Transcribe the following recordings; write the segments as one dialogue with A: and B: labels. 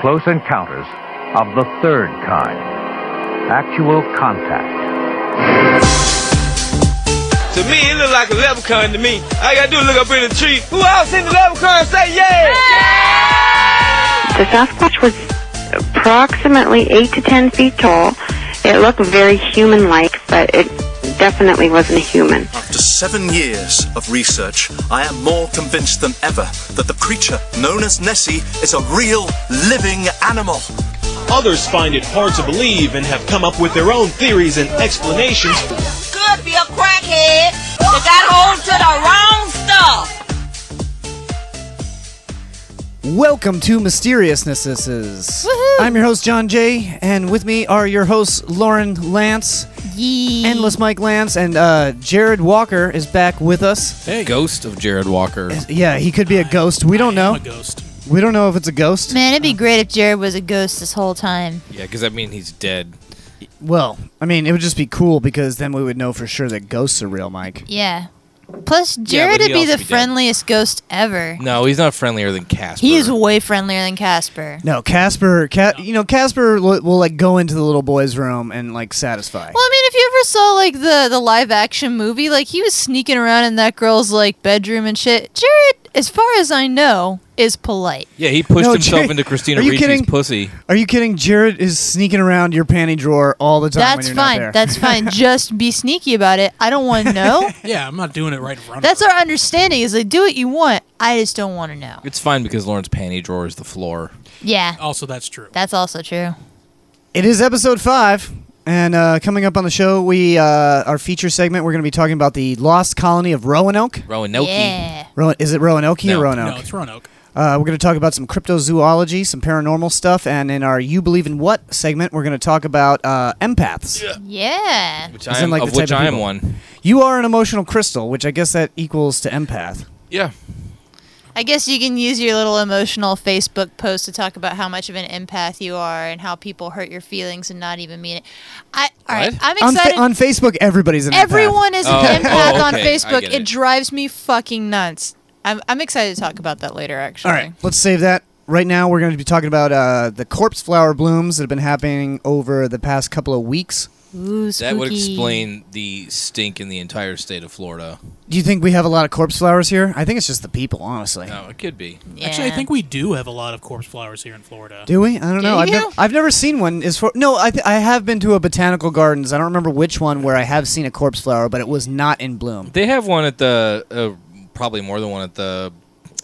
A: Close Encounters of the Third Kind Actual Contact.
B: To me, it look like a leprechaun to me. All I gotta do is look up in the tree. Who else seen the leprechaun? Say yeah!
C: The Sasquatch was approximately 8 to 10 feet tall. It looked very human like, but it definitely wasn't a human.
D: After seven years of research, I am more convinced than ever that the creature known as Nessie is a real living animal.
E: Others find it hard to believe and have come up with their own theories and explanations.
F: could be a crackhead that got hold to the wrong stuff.
G: Welcome to Mysteriousnesses. I'm your host, John Jay, and with me are your hosts, Lauren Lance, Endless Mike Lance, and uh, Jared Walker is back with us.
H: Ghost of Jared Walker.
G: Yeah, he could be a ghost. We don't know.
I: a ghost.
G: We don't know if it's a ghost.
J: Man, it'd be great if Jared was a ghost this whole time.
H: Yeah, because I mean he's dead.
G: Well, I mean, it would just be cool because then we would know for sure that ghosts are real, Mike.
J: Yeah. Plus, Jared
H: he'd
J: would be
H: also
J: the
H: be dead.
J: friendliest ghost ever.
H: No, he's not friendlier than Casper.
J: He is way friendlier than Casper.
G: No, Casper, Ca- you know, Casper will, will like go into the little boy's room and like satisfy.
J: Well, I mean, if you ever saw like the the live action movie, like he was sneaking around in that girl's like bedroom and shit. Jared, as far as I know, is polite.
H: Yeah, he pushed
G: No,
H: himself
G: Jared-
H: into Christina
G: are you
H: Ricci's
G: kidding?
H: pussy.
G: Are you kidding? Jared is sneaking around your panty drawer all the time. when
J: That's
G: you're not
J: fine.
G: there.
J: That's fine. Just be sneaky about it. I don't want to know.
I: Yeah, I'm not doing it right in front
J: That's
I: of
J: our
I: her.
J: understanding. Is like do what you want. I just don't want to know.
H: It's fine because Lauren's panty drawer is the floor.
J: Yeah,
I: Also, that's true.
J: that's also true.
G: It is episode five, and uh, coming up on the show, we uh, our feature segment. We're going to be talking about the lost colony of Roanoke.
H: Roanoke.
J: Yeah.
G: Ro- is it Roanoke
H: No,
G: or
I: No,
G: Roanoke?
I: it's Roanoke.
G: Uh, we're going to talk about some cryptozoology, some paranormal stuff, and in our "You Believe in What" segment, we're going to talk about uh, empaths.
J: Yeah.
H: Which
G: As
H: I
G: in,
H: am,
G: like, the
H: of
G: type
H: which
G: of
H: I am
G: people.
H: one.
G: You are an emotional crystal, which I guess that equals to empath.
H: Yeah.
J: I guess you can use your little emotional Facebook post to talk about how much of an empath you are and how people hurt your feelings and not even mean it. I all right,
H: What?
J: I'm
G: On, fa-
J: excited.
G: on Facebook, everybody's an empath.
J: Everyone is an
H: Oh, oh,
J: empath on
H: okay, I
J: Facebook.
H: get
J: It.
H: it.
J: drives me fucking nuts. I'm I'm excited to talk about that later. Actually,
G: All right, let's save that. Right now, we're going to be talking about uh, the corpse flower blooms that have been happening over the past couple of weeks.
J: Ooh, spooky.
H: That would explain the stink in the entire state of Florida.
G: Do you think we have a lot of corpse flowers here? I think it's just the people, honestly.
H: No, Oh, it could be.
J: Yeah.
I: Actually, I think we do have a lot of corpse flowers here in Florida.
G: Do we? I don't know. I've,
J: you?
G: never, I've never seen one. Is for no. I th- I have been to a botanical gardens. I don't remember which one where I have seen a corpse flower, but it was not in bloom.
H: They have one at the uh, probably more than one at the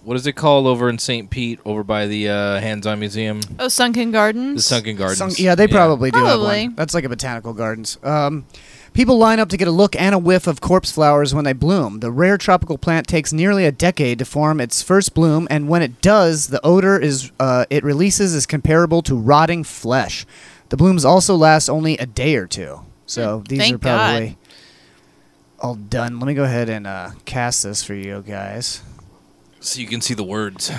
H: what is it called over in St. Pete over by the uh, Hands On Museum,
J: oh, sunken gardens.
H: the Sunken Gardens.
G: Some- yeah, they probably do. have one.
J: Probably.
G: That's like a botanical gardens. Um, people line up to get a look and a whiff of corpse flowers when they bloom. The rare tropical plant takes nearly a decade to form its first bloom, and when it does, the odor is uh, it releases is comparable to rotting flesh. The blooms also last only a day or two. So these
J: Hmm, Thank
G: are probably all done. Let me go ahead and uh, cast this for you guys.
H: So you can see the words.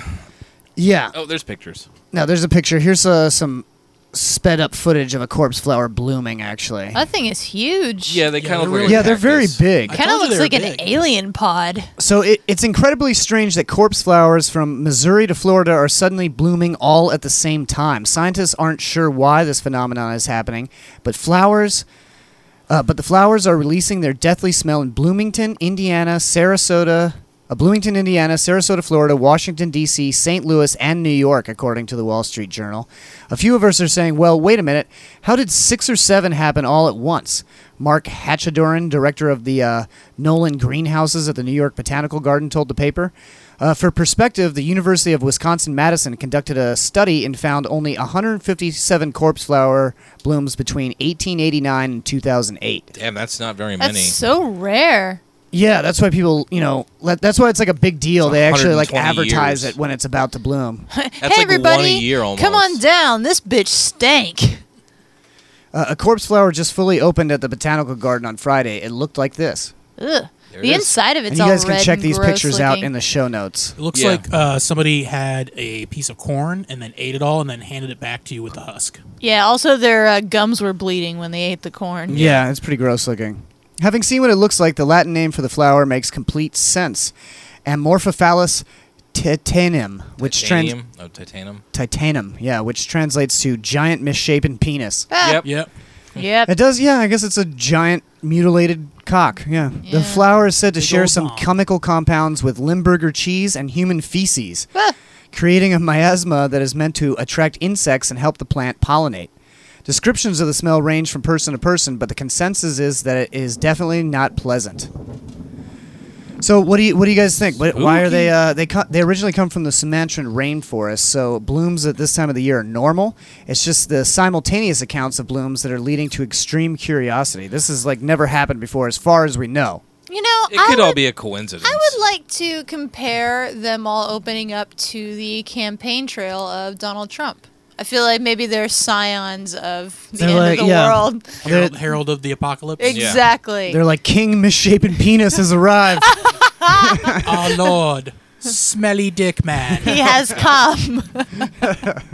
G: Yeah.
H: Oh, there's pictures.
G: Now there's a picture. Here's uh, some sped up footage of a corpse flower blooming. Actually.
J: that thing is huge.
H: Yeah, they
I: Yeah,
H: kind
I: they're
H: of look
I: really-
H: like
G: Yeah, they're very
H: cactus.
G: big.
I: I
J: kind of
I: told you
J: looks
I: they
J: like
I: were
J: an
I: big.
J: alien pod.
G: So it, it's incredibly strange that corpse flowers from Missouri to Florida are suddenly blooming all at the same time. Scientists aren't sure why this phenomenon is happening, but flowers. Uh, but the flowers are releasing their deathly smell in Bloomington, Indiana, Sarasota, uh, Bloomington, Indiana, Sarasota, Florida, Washington, D.C., St. Louis, and New York, according to the Wall Street Journal. A few of us are saying, well, wait a minute, how did six or seven happen all at once? Mark Hatchadoran, director of the uh, Nolan Greenhouses at the New York Botanical Garden, told the paper. Uh, for perspective, the University of Wisconsin Madison conducted a study and found only 157 corpse flower blooms between 1889 and 2008.
H: Damn, that's not very
J: That's
H: many.
J: so rare.
G: Yeah, that's why people, you know, let, that's why it's like a big deal. They actually like
H: 120
G: advertise
H: years.
G: it when it's about to bloom.
H: That's
J: hey
H: like
J: everybody,
H: one a year almost.
J: come on down. This bitch stank.
G: Uh, a corpse flower just fully opened at the botanical garden on Friday. It looked like this,
J: Ugh.
H: There it
J: The
H: is.
J: inside of it's
G: and you
J: all
G: guys can
J: red
G: check
J: and
G: these
J: gross
G: pictures out
J: looking.
G: in the show notes.
I: It looks
H: Yeah.
I: like uh, somebody had a piece of corn and then ate it all and then handed it back to you with the husk.
J: Yeah. Also, their uh, gums were bleeding when they ate the corn.
G: Yeah, it's pretty gross looking. Having seen what it looks like, the Latin name for the flower makes complete sense. Amorphophallus titanium, which trans-
H: Titanium? Oh, titanium.
G: titanium, yeah, which translates to giant misshapen penis.
H: Yep.
I: Yep.
J: Yep.
G: It does, yeah. I guess it's a giant mutilated cock. Yeah. The flower is said to share
I: old
G: some
I: bomb.
G: chemical compounds with Limburger cheese and human feces,
J: Ah.
G: creating a miasma that is meant to attract insects and help the plant pollinate. Descriptions of the smell range from person to person, but the consensus is that it is definitely not pleasant. So, what do you what do you guys think? What, why are they uh, they co- they originally come from the Sumatran rainforest? So blooms at this time of the year are normal. It's just the simultaneous accounts of blooms that are leading to extreme curiosity. This has like never happened before, as far as we know.
J: You know,
H: It
J: I
H: could
J: would,
H: all be a coincidence.
J: I would like to compare them all opening up to the campaign trail of Donald Trump. I feel like maybe they're scions of the
G: They're
J: end
G: like-
J: of the
G: yeah.
J: world.
I: Herald, Herald of the Apocalypse.
J: Exactly.
G: They're like King Misshapen Penis has arrived.
I: oh Lord, smelly dick man.
J: he has come.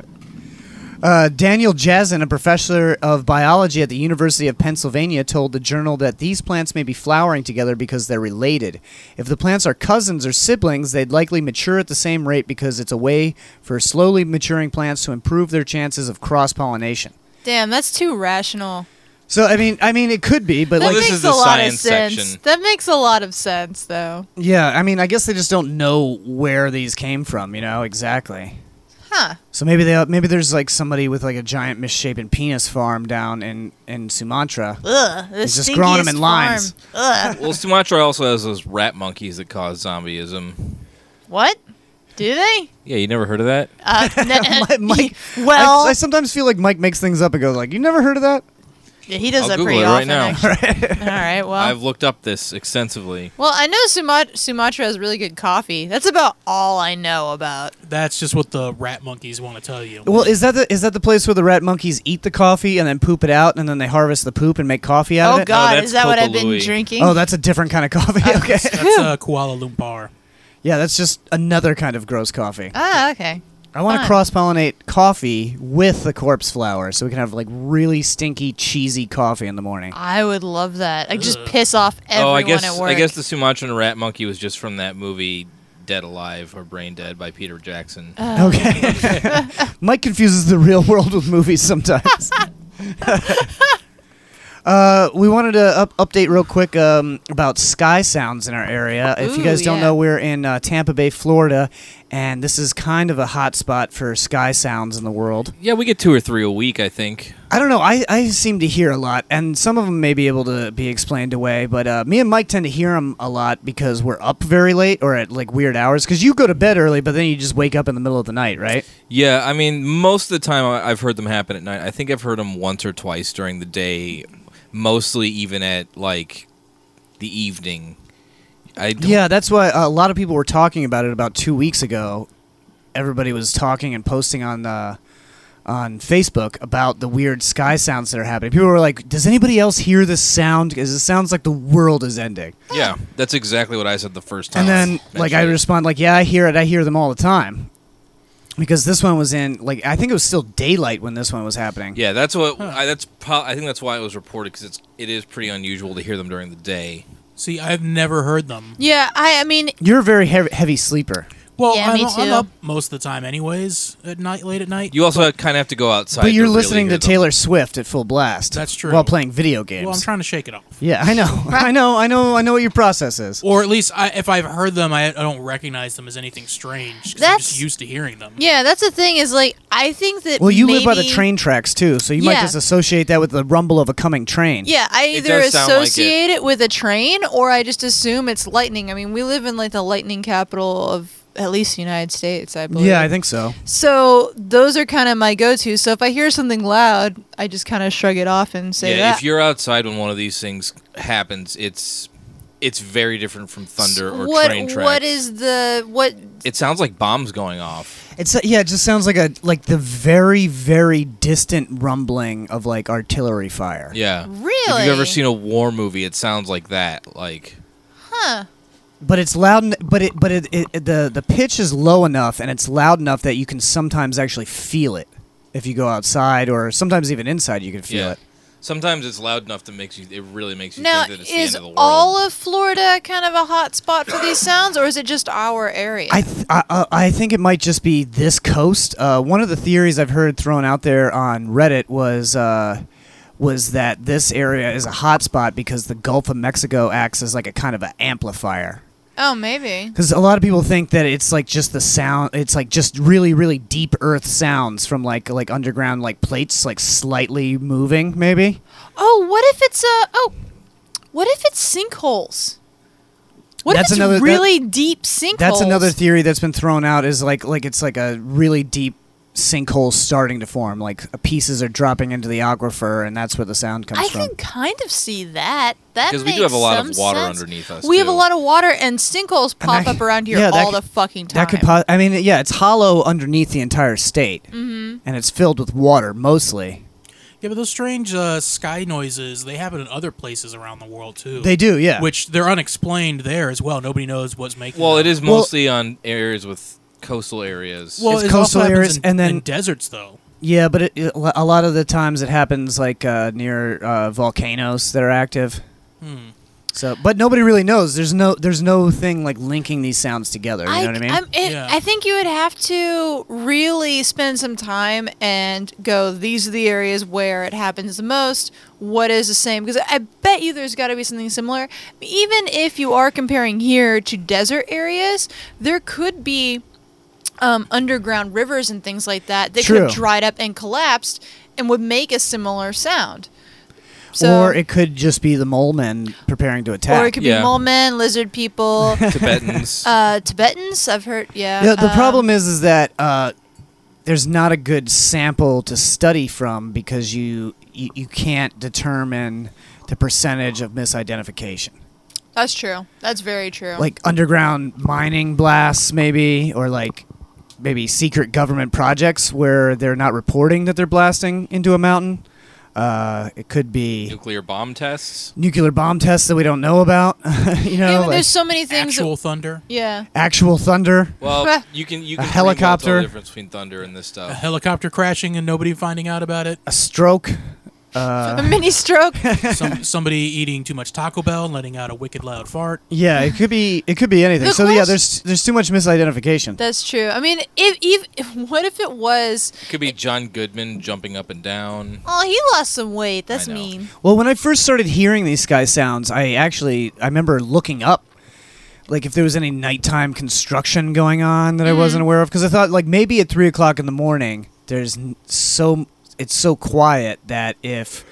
G: Uh, Daniel Jazin, a professor of biology at the University of Pennsylvania, told the journal that these plants may be flowering together because they're related. If the plants are cousins or siblings, they'd likely mature at the same rate because it's a way for slowly maturing plants to improve their chances of cross pollination.
J: Damn, that's too rational.
G: So I mean, I mean, it could be, but
J: That
H: Well,
G: like,
H: this
J: makes
H: is the
J: a lot of
H: science
J: sense.
H: section.
J: That makes a lot of sense, though.
G: yeah, I mean, I guess they just don't know where these came from, you know, exactly.
J: Huh.
G: So maybe they maybe there's like somebody with like a giant misshapen penis farm down in in Sumatra.
J: Ugh. The
G: He's just growing 'em in
J: stinkiest
G: lines.
J: farm. Ugh.
H: Well, Sumatra also has those rat monkeys that cause zombieism.
J: What? Do they?
H: Yeah, you never heard of that?
J: Uh,
G: Mike- Mike-
J: well,
G: I, I sometimes feel like Mike makes things up and goes like, "You never heard of that?"
J: yeah, he does
H: I'll
J: that
H: Google
J: pretty
H: it
J: often.
H: right now.
J: actually. All right. Well,
H: I've looked up this extensively.
J: well, I know Sumat- Sumatra has really good coffee. That's about all I know about.
I: That's just what the rat monkeys want to tell you.
G: Well, is that the is that the place where the rat monkeys eat the coffee and then poop it out, and then they harvest the poop and make coffee out of
J: Oh
G: it?
J: God,
H: that's
J: is that what I've been
H: Popolui.
J: drinking?
G: Oh, that's a different kind of coffee. okay,
I: That's uh, Kuala Lumpur.
G: yeah, that's just another kind of gross coffee.
J: ah, okay.
G: I want to
J: fine.
G: cross pollinate coffee with the corpse flower, so we can have like really stinky, cheesy coffee in the morning.
J: I would love that. I just piss off everyone
H: oh, I guess
J: at work.
H: I guess the Sumatran rat monkey was just from that movie Dead Alive or Brain Dead by Peter Jackson.
J: Uh.
G: Okay, Mike confuses the real world with movies sometimes. Uh, we wanted to up- update real quick um, about sky sounds in our area. if you
J: Ooh,
G: guys don't
J: yeah.
G: know, we're in uh, Tampa Bay, Florida, and this is kind of a hot spot for sky sounds in the world.
H: yeah, we get two or three a week, I think.
G: I don't know. I, I seem to hear a lot, and some of them may be able to be explained away. But uh, me and Mike tend to hear them a lot because we're up very late or at like weird hours. Because you go to bed early, but then you just wake up in the middle of the night, right?
H: Yeah, I mean, most of the time I- I've heard them happen at night. I think I've heard them once or twice during the day, mostly even at like the evening. I don't,
G: Yeah, that's why a lot of people were talking about it about two weeks ago. Everybody was talking and posting on uh, on Facebook about the weird sky sounds that are happening. People were like, "Does anybody else hear this sound? Because it sounds like the world is ending."
H: yeah, that's exactly what I said the first
G: And
H: time.
G: then,
H: I
G: like, I
H: mentioned it.
G: respond like, "Yeah, I hear it. I hear them all the time." Because this one was in like I think it was still daylight when this one was happening.
H: Yeah, that's what I, that's. Po- I think that's why it was reported because it's it is pretty unusual to hear them during the day.
I: See, I've never heard them.
J: yeah, I, I mean,
G: You're a very heavy, heavy sleeper,
I: Well,
J: Yeah,
I: I'm,
J: me
I: I'm
J: too.
I: up most of the time, anyways. At night, late at night.
H: You also kind of have to go outside.
G: but you're
H: really
G: listening
H: hear
G: to
H: them.
G: Taylor Swift at full blast.
I: That's true.
G: While playing video games.
I: well, I'm trying to shake it off.
G: yeah, I know, I know, I know, I know what your process is.
I: Or at least, I, if I've heard them, I, I don't recognize them as anything strange. 'cause I'm just
J: That's-
I: used to hearing them.
J: yeah, that's the thing. Is like I think that.
G: Well, you live by the
J: maybe-
G: train tracks too, so you might
J: Yeah.
G: just associate that with the rumble of a coming train.
J: Yeah, I
H: It
J: either
H: does sound like it.
J: associate it. with a train or I just assume it's lightning. I mean, we live in like the lightning capital of at least the United States, I believe.
G: Yeah, I think so.
J: so those are kind of my go-to. So if I hear something loud, I just kind of shrug it off and say
H: yeah,
J: that.
H: if you're outside when one of these things happens, it's it's very different from thunder or
J: what
H: train tracks.
J: what is the what
H: It sounds like bombs going off.
G: It's yeah, it just sounds like a like the very very distant rumbling of like artillery fire.
H: Yeah. If
J: really?
H: you've ever seen a war movie, it sounds like that. Like
J: Huh.
G: But it's loud, en- but it but it, it the the pitch is low enough and it's loud enough that you can sometimes actually feel it if you go outside or sometimes even inside you can feel
H: yeah.
G: it.
H: Sometimes it's loud enough to makes you. It really makes you
J: Now,
H: think that it's the end
J: is
H: of the world.
J: all of Florida kind of a hot spot for these sounds, or is it just our area?
G: I, th- I I- I think it might just be this coast. Uh, one of the theories I've heard thrown out there on Reddit was uh, was that this area is a hotspot because the Gulf of Mexico acts as like a kind of an amplifier.
J: oh, maybe.
G: Because a lot of people think that it's like just the sound. It's like just really really deep earth sounds from like like underground like plates like slightly moving maybe.
J: Oh, what if it's a oh, what if it's sinkholes? What
G: That's
J: if it's
G: another- that-
J: really deep sinkholes?
G: That's another theory that's been thrown out is like like it's like a really deep sinkhole starting to form, like uh, pieces are dropping into the aquifer, and that's where the sound comes
J: I
G: from.
J: can kind of see that. That
H: Because we do
J: makes
H: have a lot of
J: some
H: water
J: sense.
H: underneath us,
J: We have a
H: too.
J: lot of water, and sinkholes pop
G: that-
J: up around here
G: yeah, that
J: all
G: could-
J: the fucking time.
G: That could, po- I mean, yeah, it's hollow underneath the entire state,
J: Mm-hmm.
I: Mhm.
G: and it's filled with water mostly.
I: Yeah, but those strange uh, sky noises, they happen in other places around the world too.
G: They do, yeah.
I: Which they're unexplained there as well. Nobody knows what's making
H: Well, it
I: them.
H: is mostly on areas with coastal areas.
I: Well,
G: it's
I: it
G: coastal
I: also
G: areas
I: happens in,
G: and then
I: in deserts though.
G: Yeah, but it, it- a lot of the times it happens like uh, near uh, volcanoes that are active.
I: Hmm.
G: So, but nobody really knows. There's no, there's no thing like linking these sounds together. You know what I mean?
J: I'm- it- I think you would have to really spend some time and go. These are the areas where it happens the most. What is the same? Because I bet you there's got to be something similar. Even if you are comparing here to desert areas, there could be um, underground rivers and things like that that could have
G: True.
J: dried up and collapsed and would make a similar sound. So,
G: or it could just be the mole men preparing to attack.
J: or it could be mole men, lizard people,
G: Tibetans.
J: uh, Tibetans. I've heard, yeah.
G: Yeah, the
J: um,
G: problem is, is that uh, there's not a good sample to study from because you, you you can't determine the percentage of misidentification.
J: That's true. That's very true.
G: Like underground mining blasts, maybe, or like maybe secret government projects where they're not reporting that they're blasting into a mountain. Uh, it could be
H: nuclear bomb tests.
G: nuclear bomb tests that we don't know about. you know,
J: Yeah, I mean,
G: like
J: there's so many things. that-
I: Actual thunder.
J: yeah.
G: actual thunder.
H: Well, you can
G: A
H: you can pretty much
G: helicopter.
H: tell the difference between thunder and this
I: A
H: stuff.
I: helicopter crashing and nobody finding out about it.
G: A stroke. Uh,
J: A mini stroke.
I: Some, somebody eating too much Taco Bell and letting out a wicked loud fart.
G: Yeah, it could be it could be anything.
J: The
G: so yeah,
J: quest-
G: there's there's too much misidentification.
J: That's true. I mean, if, if, what if it was?
H: It could be John Goodman jumping up and down.
J: Oh, he lost some weight. That's mean.
G: Well, when I first started hearing these sky sounds, I actually I remember looking up like if there was any nighttime construction going on that
J: Mm-hmm.
G: I wasn't aware of because I thought like maybe at three o'clock in the morning there's n- so it's so quiet that if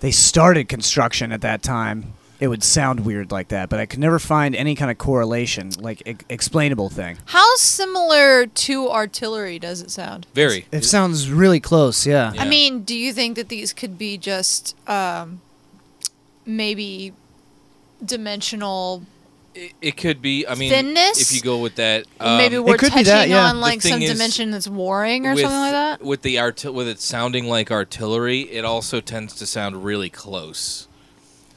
G: they started construction at that time it would sound weird like that but i could never find any kind of correlation like e- explainable thing
J: How similar to artillery does it sound?
H: Very.
G: it sounds really close yeah
J: I mean, do you think that these could be just um, maybe dimensional?
H: It, it could be. I mean,
J: Thinness?
H: if you go with that, um,
J: maybe we're touching on
H: The
J: like some
H: thing is,
J: dimension that's warring or
H: with,
J: something like that.
H: With the art, with it sounding like artillery, it also tends to sound really close,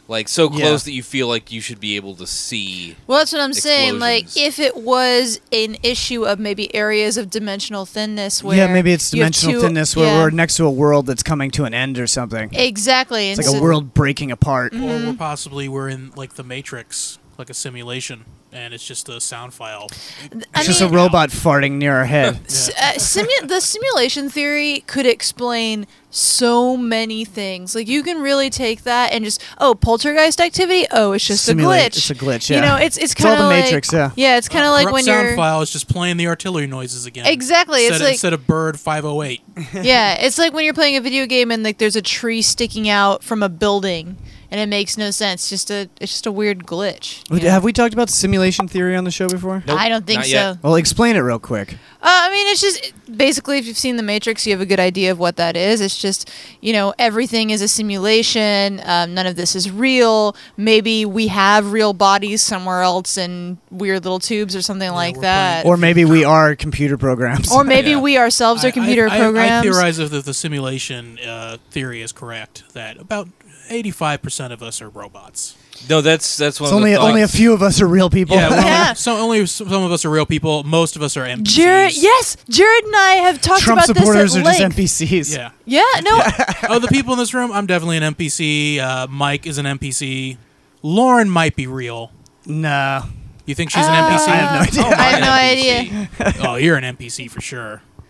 H: like so
J: Yeah.
H: close that you feel like you should be able to see.
J: Well, that's what I'm saying. Like,
H: explosions.
J: if it was an issue of maybe areas of dimensional thinness, where
G: yeah, maybe it's
J: you have
G: dimensional
J: two-
G: thinness where
J: yeah.
G: we're next to a world that's coming to an end or something.
J: exactly
G: It's
J: and
G: like a
J: so-
G: world breaking apart.
I: Or we're possibly we're in like the Matrix, like a simulation, and it's just a sound file.
J: I
G: It's just a
J: mean-
G: robot farting near our head.
J: S- uh, simu- the simulation theory could explain so many things. Like you can really take that and just oh poltergeist activity. Oh, it's just
G: Simulate-
J: a glitch.
G: it's a glitch,
J: You
G: yeah.
J: know, it's it's
G: It's all
J: kind of
G: the
J: like
G: Matrix, yeah.
J: yeah. It's kind of like
I: Corrupt
J: when
I: sound
J: you're
I: file is just playing the artillery noises again.
J: Exactly, it's
I: Instead,
J: like-
I: instead of bird five oh eight.
J: yeah, it's like when you're playing a video game and like there's a tree sticking out from a building and it makes no sense. Just a it's just a weird glitch.
G: Would- Have we talked about simulation theory on the show before?
J: Nope, I don't think not yet. so.
G: Well, explain it real quick.
J: Uh, I mean, it's just basically if you've seen The Matrix, you have a good idea of what that is. It's just, you know, everything is a simulation. Um, none of this is real. Maybe we have real bodies somewhere else in weird little tubes or something like that.
G: Or maybe we are computer programs.
J: Or maybe we ourselves
I: I-
J: are computer
I: I, I, I
J: programs.
I: theorize if the, the simulation uh, theory is correct that about eighty-five percent of us are robots.
H: No, that's that's one.
G: It's
H: of
G: only
H: the thoughts.
G: only a few of us are real people.
I: Yeah, well, so only s- some of us are real people. Most of us are NPCs.
J: Jared, yes, Jared and I have talked
G: Trump
J: about
G: supporters
J: this
G: are
J: at
G: just
J: length.
G: NPCs.
I: Yeah.
J: Yeah, no,
I: of the people in this room, I'm definitely an NPC. Uh, Mike is an NPC. Lauren might be real.
G: No.
I: You think she's an NPC?
G: I have
I: Oh
G: no idea.
J: Uh, I have no idea.
I: idea. oh, you're an NPC for sure. Ah,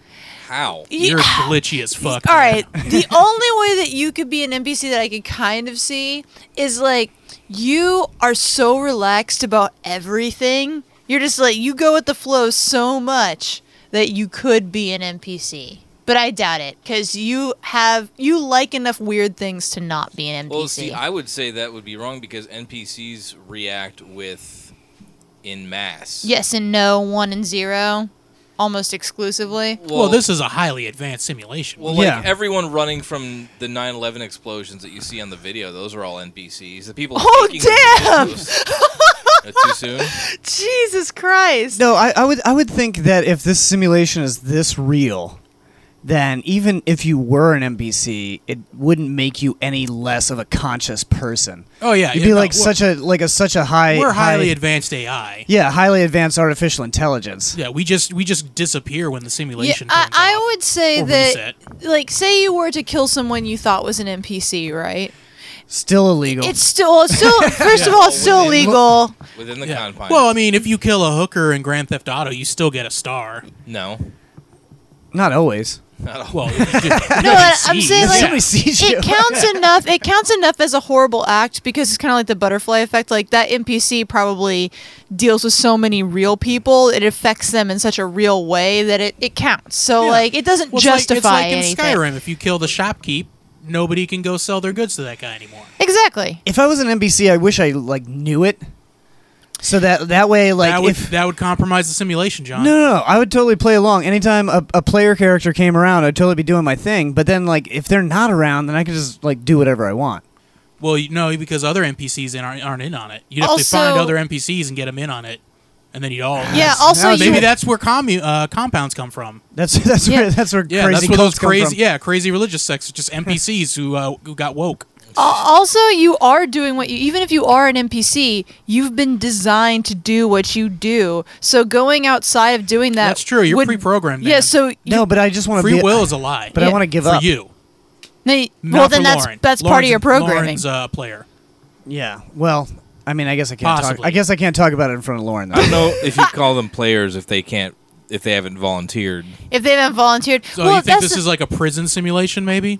H: How?
I: You're glitchy as fuck.
J: All right. The only way that you could be an NPC that I could kind of see is like you are so relaxed about everything. You're just like you go with the flow so much that you could be an NPC. But I doubt it cuz you have you like enough weird things to not be an NPC.
H: Well, see, I would say that would be wrong because NPCs react with in mass.
J: yes and no, 1 and 0 almost exclusively.
I: Well, this is a highly advanced simulation.
H: Well, like
G: Yeah.
H: everyone running from the 9/11 explosions that you see on the video, those are all NPCs. The people.
J: Oh,
H: taking the videos- Uh, too soon.
J: Jesus Christ.
G: No, I, I would I would think that if this simulation is this real, then even if you were an NPC, it wouldn't make you any less of a conscious person.
I: Oh yeah,
G: You'd
I: yeah,
G: be
I: no,
G: like
I: we're-
G: such a like a such a high
I: We're highly
G: high-
I: advanced AI.
G: yeah, highly advanced artificial intelligence.
I: Yeah, we just we just disappear when the simulation.
J: I,
I: turns
J: I
I: off.
J: would say
I: Or
J: that, like, say you were to kill someone you thought was an NPC, right?
G: Still illegal.
J: It's still, it's still. First of all, it's still
H: within-
J: legal.
H: Within the
I: Yeah.
H: confines.
I: Well, I mean, if you kill a hooker in Grand Theft Auto, you still get a star.
H: no.
G: Not always.
H: Not all.
I: Well, you just-
J: No, I- I'm saying
G: If
J: like
G: somebody sees you.
J: it counts enough. It counts enough as a horrible act because it's kind of like the butterfly effect. Like that NPC probably deals with so many real people, it affects them in such a real way that it, it counts. So
I: Yeah.
J: like it doesn't
I: Well, it's like-
J: justify
I: it's like
J: anything.
I: in Skyrim. If you kill the shopkeep, nobody can go sell their goods to that guy anymore.
J: Exactly.
G: if I was an NPC, I wish I like knew it, so that that way, like
I: that would
G: if
I: that would compromise the simulation, John.
G: No, no, no. I would totally play along. Anytime a, a player character came around, I'd totally be doing my thing. But then, like, if they're not around, then I could just like do whatever I want.
I: Well, you know, because other NPCs in- aren't, aren't in on it. You'd have to
J: Also-
I: find other NPCs and get them in on it, and then you'd all.
J: Yeah. Also,
G: Now,
J: you
I: Maybe that's where commu- uh, compounds come from.
G: That's that's
J: Yeah.
G: where that's where
I: Yeah,
G: crazy
I: that's where those
G: cults come
I: crazy,
G: from.
I: yeah, crazy religious sects are just NPCs who uh, who got woke.
J: Al- Also, you are doing what you, even if you are an NPC, you've been designed to do what you do. So going outside of doing that.
I: That's true. You're
J: would-
I: pre-programmed,
J: Yeah,
I: man.
J: so. You,
G: No, but I just want to
I: Free
G: be,
I: will is a lie.
G: But I
J: Yeah.
G: want to give
I: for
G: up.
I: you.
J: no, you-
I: not
J: well, then
I: for
J: that's
I: Lauren.
J: that's part
I: Lauren's-
J: of your programming.
I: Lauren's uh, player.
G: Yeah. Well, I mean, I guess I can't talk.
I: Possibly.
G: I guess I can't talk about it in front of Lauren. Though.
H: I don't know if you call them players if they can't if they haven't volunteered.
J: if they haven't volunteered,
I: So you
J: well,
I: think
J: that's
I: this
J: the-
I: is like a prison simulation, maybe?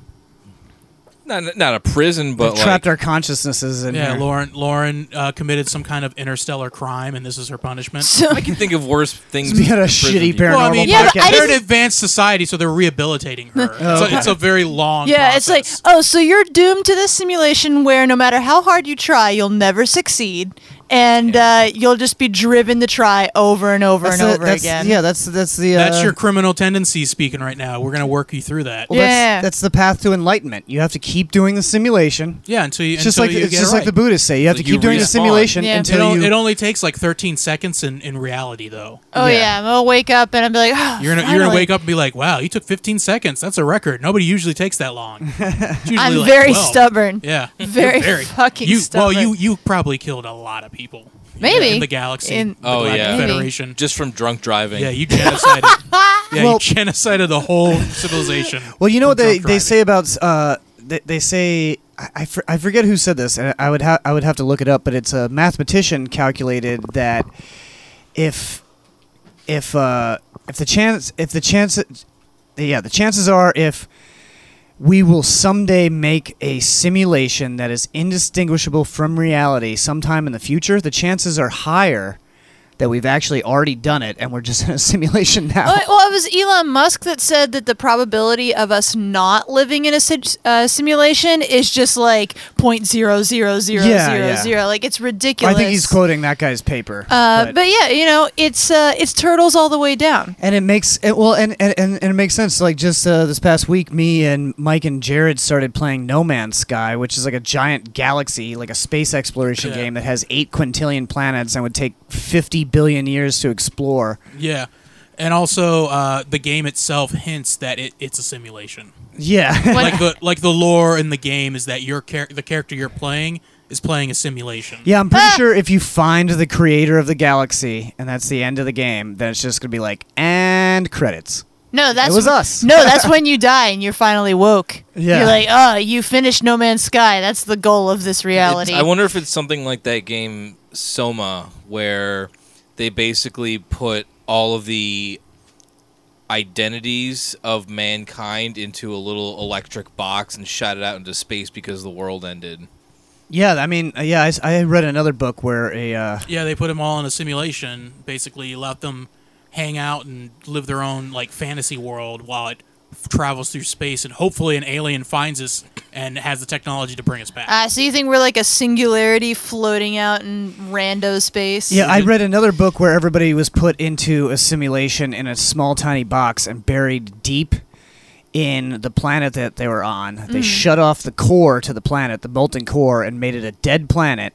H: Not not a prison, but like
G: trapped our consciousnesses in
I: Yeah,
G: here.
I: Lauren. Lauren uh, committed some kind of interstellar crime, and this is her punishment.
J: so,
H: I can think of worse things.
G: We had a
H: than prison
G: shitty
H: people.
G: paranormal
I: well, I mean,
J: Yeah, but
G: podcast.
J: I
I: they're an
J: didn't-
I: advanced society, so they're rehabilitating her.
G: okay.
I: so it's a very long.
J: yeah, it's like,
I: process.
J: oh, so you're doomed to this simulation where no matter how hard you try, you'll never succeed, and uh, you'll just be driven to try over and over
G: That's
J: and
G: the-
J: over
G: that's-
J: again.
G: Yeah, that's that's the. Uh,
I: that's your criminal tendencies speaking right now. We're gonna work you through that.
G: Well,
J: Yeah.
G: that's, that's the path to enlightenment. You have to keep doing the simulation.
I: yeah, until you
G: It's just
I: until
G: like
I: you
G: it's
I: get
G: just
I: it
G: like the
I: right.
G: Buddhists say. You have
H: Like
G: to
H: you
G: keep doing the
H: respawn.
G: simulation
J: Yeah.
I: It,
G: until
I: on-
G: you.
I: it only takes like 13 seconds in, in reality, though.
J: oh
G: yeah.
J: yeah. I'm gonna wake up and I'm be like, oh,
I: You're gonna you're gonna
J: finally.
I: wake up and be like, "Wow, you took 15 seconds. That's a record. Nobody usually takes that long." It's usually
J: I'm
I: like
J: very
I: 12.
J: stubborn.
I: Yeah,
J: Very
I: You're
J: fucking
I: you,
J: stubborn.
I: Well, you you probably killed a lot of people.
J: Maybe.
I: in the galaxy.
J: In-
I: the
H: Oh,
I: Galactic
H: yeah.
J: Maybe.
I: Federation.
H: just from drunk driving.
I: Yeah, you genocided. yeah,
G: Well-
I: you genocided the whole civilization.
G: Well, you know what
I: from
G: they,
I: drunk
G: they
I: driving.
G: say about uh, they, they say I, I, for, I forget who said this, and I would ha- I would have to look it up, but it's a mathematician calculated that if if uh, if the chance if the chance yeah the chances are if we will someday make a simulation that is indistinguishable from reality sometime in the future the chances are higher that we've actually already done it and we're just in a simulation now
J: Oh, well, it was Elon Musk that said that the probability of us not living in a si- uh, simulation is just like point zero zero zero zero
G: Yeah, yeah.
J: zero. Like it's ridiculous.
G: i think he's quoting that guy's paper
J: Uh,
G: but-
J: but yeah, you know, it's uh, it's turtles all the way down.
G: And it makes it, well, and, and, and and it makes sense. Like just uh, this past week, me and Mike and Jared started playing No Man's Sky, which is like a giant galaxy, like a space exploration
I: Yeah.
G: game that has eight quintillion planets and would take fifty billion years to explore.
I: Yeah. And also, uh, the game itself hints that it, it's a simulation.
G: Yeah.
I: like the like the lore in the game is that your char- the character you're playing is playing a simulation.
G: Yeah, I'm pretty sure if you find the creator of the galaxy and that's the end of the game, then it's just gonna be like and credits.
J: No, that's
G: was us.
J: No, that's when you die and you're finally woke.
G: Yeah.
J: You're like, oh, you finished No Man's Sky. That's the goal of this reality.
H: I wonder if it's something like that game Soma, where they basically put all of the identities of mankind into a little electric box and shot it out into space because the world ended.
G: Yeah, I mean, uh, yeah, I s- I, read another book where a uh,
I: Yeah, they put them all in a simulation. Basically, let them hang out and live their own like fantasy world while it f- travels through space, and hopefully, an alien finds us and has the technology to bring us back.
J: Uh, so you think we're like a singularity floating out in rando space?
G: yeah, I read another book where everybody was put into a simulation in a small tiny box and buried deep in the planet that they were on. They
K: Mhm.
G: shut off the core to the planet, the molten core, and made it a dead planet,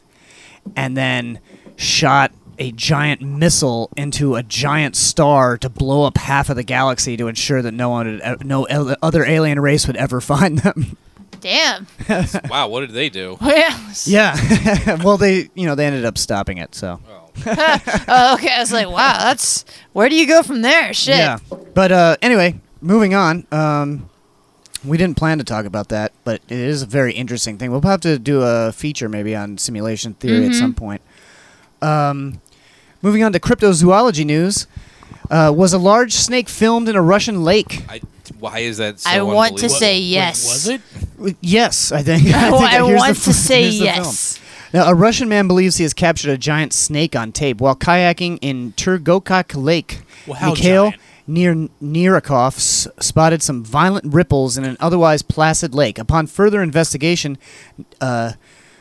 G: and then shot a giant missile into a giant star to blow up half of the galaxy to ensure that no one, would, e- no el- other alien race would ever find them.
J: Damn.
H: wow, what did they do?
J: Yeah.
G: Yeah. well, they, you know, they ended up stopping it. So.
J: oh, okay. I was like, wow, that's where do you go from there? Shit.
G: Yeah. But uh, anyway, moving on. Um, we didn't plan to talk about that, but it is a very interesting thing. We'll have to do a feature maybe on simulation theory at
K: Mhm.
G: some point. Um, moving on to cryptozoology news. Uh, was a large snake filmed in a Russian lake?
H: I, why is that? So
J: I want to
H: unbelievable?
J: say Wait, yes. was it?
G: W- Yes, I think. I,
J: Oh, I
G: think here's the
J: want to
G: fil-
J: say
G: here's the film.
J: yes.
G: Now, a Russian man believes he has captured a giant snake on tape while kayaking in Turgokak Lake.
I: Well, how
G: Mikhail near Nirakov s- spotted some violent ripples in an otherwise placid lake. Upon further investigation, uh,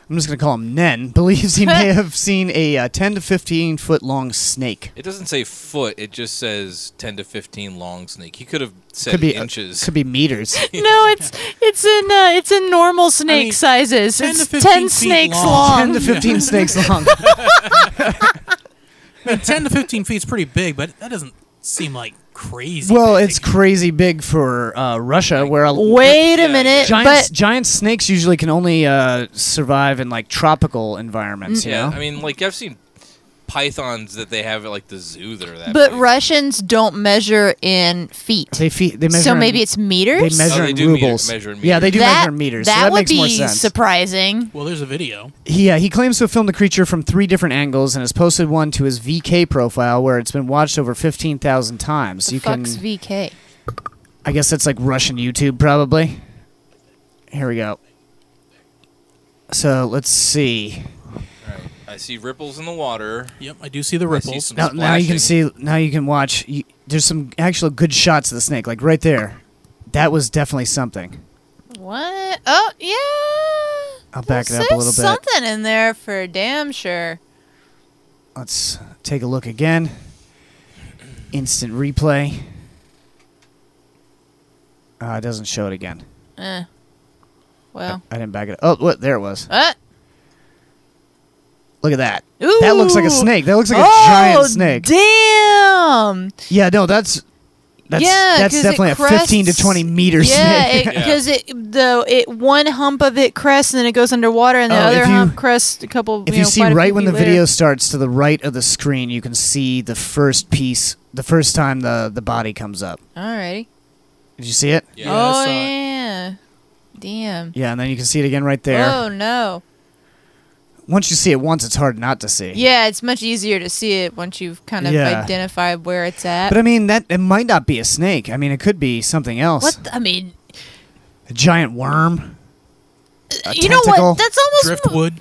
G: I'm just going to call him Nen, believes he may have seen a uh, 10 to 15 foot long snake.
H: It doesn't say foot. It just says ten to fifteen long snake. He could have said
G: Could be uh,
H: inches.
G: could be meters.
J: No, it's it's in uh, it's in normal snake sizes. It's
I: 15
J: ten
I: feet
J: snakes
I: long.
J: long.
G: 10 to 15 snakes long.
I: I mean, ten to fifteen feet is pretty big, but that doesn't seem like crazy.
G: Well, it's crazy big for uh, Russia, where a
J: Wait a Yeah, minute,
G: giant,
J: but-
G: giant snakes usually can only uh, survive in like tropical environments. You
J: Mm-hmm.
H: yeah,
G: know?
H: I mean, like I've seen pythons that they have at like the zoo that are that.
J: But Russians don't measure in feet.
G: They feet. They measure.
J: so
G: in-
J: maybe it's meters.
G: They measure
H: Oh, they
G: in
H: do meter-
G: rubles.
H: measure in
G: Yeah, they do
J: that,
G: measure in meters.
J: That,
G: so that
J: would
G: makes
J: be
G: more sense.
J: surprising.
I: Well, there's a video.
G: He- yeah, he claims to have filmed the creature from three different angles and has posted one to his VK profile, where it's been watched over fifteen thousand times. you can,
J: Fucks VK.
G: I guess that's like Russian YouTube, probably. Here we go. So let's see.
H: I see ripples in the water.
I: Yep, I do see the
H: I see
I: ripples.
H: some
G: Now, now you can
H: splashing.
G: see. Now you can watch. You, there's some actual good shots of the snake, like right there. That was definitely something.
J: What? Oh yeah.
G: I'll back it up a
J: There's
G: little bit.
J: Something in there for damn sure.
G: Let's take a look again. Instant replay. Uh, it doesn't show it again.
J: Eh. Well.
G: I didn't back it. up. Oh, what? There it was.
J: Uh,
G: Look at that. That looks like a snake. That looks like
J: Oh,
G: a giant snake.
J: Damn.
G: yeah, no, that's that's
J: Yeah,
G: that's
J: 'cause it
G: definitely a 15 to
J: crests-
G: 20 meter
J: Yeah,
G: snake.
J: because it, though it one hump of it crests and then it goes underwater, and the
G: Oh,
J: other
G: if you-
J: hump crests a couple.
G: if
J: you,
G: you
J: know,
G: see
J: quite a
G: right
J: few
G: when the
J: feet later.
G: video starts to the right of the screen, you can see the first piece, the first time the the body comes up.
J: Alrighty.
G: Did you see it?
J: Yeah, oh yeah. Damn.
G: Yeah, and then you can see it again right there.
J: Oh no.
G: Once you see it once, it's hard not to see.
J: Yeah, it's much easier to see it once you've kind of
G: Yeah.
J: identified where it's at.
G: But I mean, that it might not be a snake. I mean, it could be something else.
J: what the, I mean,
G: A giant worm. A
J: you know
G: tentacle.
J: what? That's almost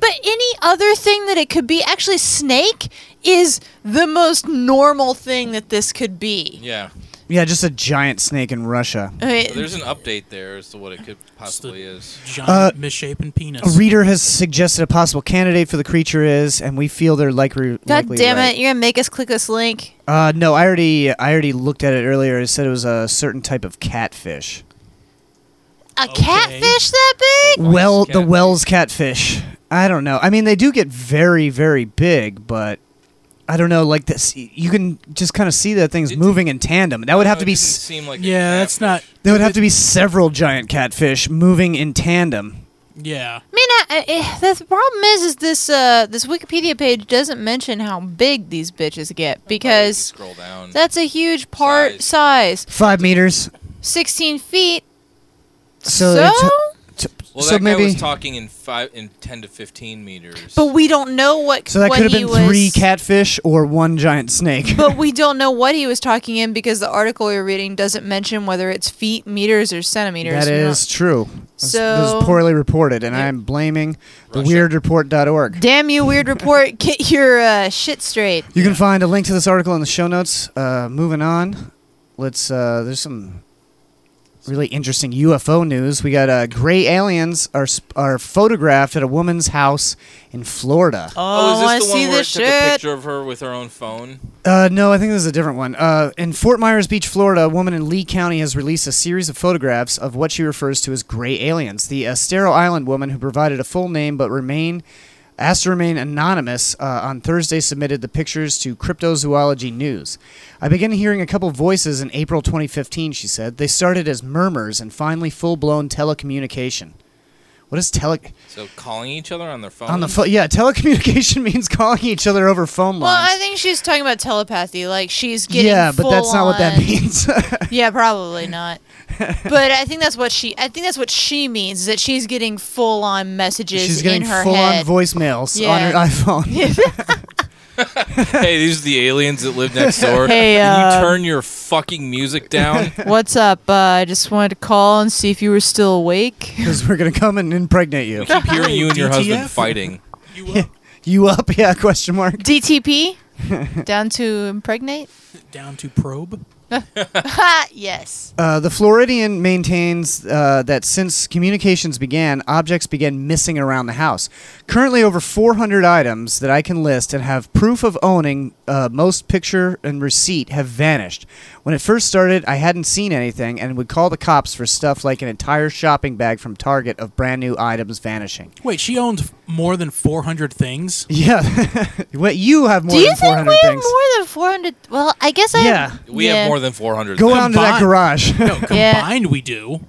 J: But any other thing that it could be, actually, snake is the most normal thing that this could be.
H: Yeah.
G: Yeah, just a giant snake in Russia.
J: Okay.
H: So there's an update there as to what it could possibly is.
I: Giant
G: Uh,
I: misshapen penis.
G: A reader has suggested a possible candidate for the creature is, and we feel they're likely.
J: God
G: likely
J: damn
G: right.
J: it! You're gonna make us click this link.
G: Uh, no, I already, I already looked at it earlier. It said it was a certain type of catfish.
J: A catfish that big?
G: well, the Wells catfish. I don't know. I mean, they do get very, very big, but I don't know, like this. You can just kind of see that things moving in tandem. That would have to be. s-
H: seem like
I: yeah, that's not.
G: There would have to be several giant catfish moving in tandem.
I: Yeah.
J: I mean, I, I, eh, the problem is, is this uh, this Wikipedia page doesn't mention how big these bitches get because
H: scroll down.
J: that's a huge part size,
G: Five meters.
J: sixteen feet.
G: So,
J: So?
G: it t- t-
H: Well,
G: so
H: that
G: maybe.
H: guy was talking in five, in ten to fifteen meters.
J: But we don't know what.
G: so that
J: what
G: could have
J: he
G: been
J: was,
G: three catfish or one giant snake.
J: but we don't know what he was talking in because the article we are reading doesn't mention whether it's feet, meters, or centimeters.
G: That
J: We don't-
G: is true. This- this
J: So-
G: is poorly reported, and I'm blaming the weirdreport.org.
J: Damn you, weird report. Get your uh, shit straight.
G: You can find a link to this article in the show notes. Uh, moving on, let's. Uh, there's some really interesting UFO news. We got uh, gray aliens are sp- are photographed at a woman's house in Florida.
H: oh,
J: I
H: is this the
J: see
H: one where it
J: this
H: took a
J: shit.
H: picture of her with her own phone?
G: Uh, no, I think this is a different one. Uh, in Fort Myers Beach, Florida, a woman in Lee County has released a series of photographs of what she refers to as gray aliens. The Estero Island woman, who provided a full name but remain asked to remain anonymous, uh, on Thursday submitted the pictures to Cryptozoology News. I began hearing a couple voices in April 2015. She said they started as murmurs and finally full-blown telecommunication. What is tele?
H: So calling each other on their phone.
G: On the phone, yeah, telecommunication means calling each other over phone lines.
J: Well, I think she's talking about telepathy. Like she's getting.
G: yeah, but that's not what that
J: full-on-
G: means.
J: Yeah, probably not. but I think that's what she. I think that's what she means is that she's getting full on messages
G: She's getting
J: in her
G: full
J: head.
G: on voicemails on her
J: Yeah.
G: iPhone.
H: hey, these are the aliens that live next door.
J: Hey,
H: Can
J: uh,
H: you turn your fucking music down?
J: What's up? Uh, I just wanted to call and see if you were still awake.
G: Because we're gonna come and impregnate you.
H: Keep hearing you and your husband
G: DTF?
H: fighting.
G: You up? Yeah? Question mark.
J: DTP, down to impregnate.
I: Down to probe.
J: Ha! Yes.
G: Uh, the Floridian maintains uh, that since communications began, objects began missing around the house. Currently, over 400 items that I can list and have proof of owning, uh, most picture and receipt, have vanished. When it first started, I hadn't seen anything and would call the cops for stuff like an entire shopping bag from Target of brand new items vanishing.
I: Wait, she owned f- more than 400 things?
G: Yeah, what you have more
J: Do you
G: than
J: think
G: 400
J: we have
G: things.
J: more than four hundred? Well, I guess I.
G: Yeah.
H: We
J: yeah.
H: have more than 400.
G: Go out to that
I: Combined.
G: garage.
I: No,
J: Yeah.
I: combined we do.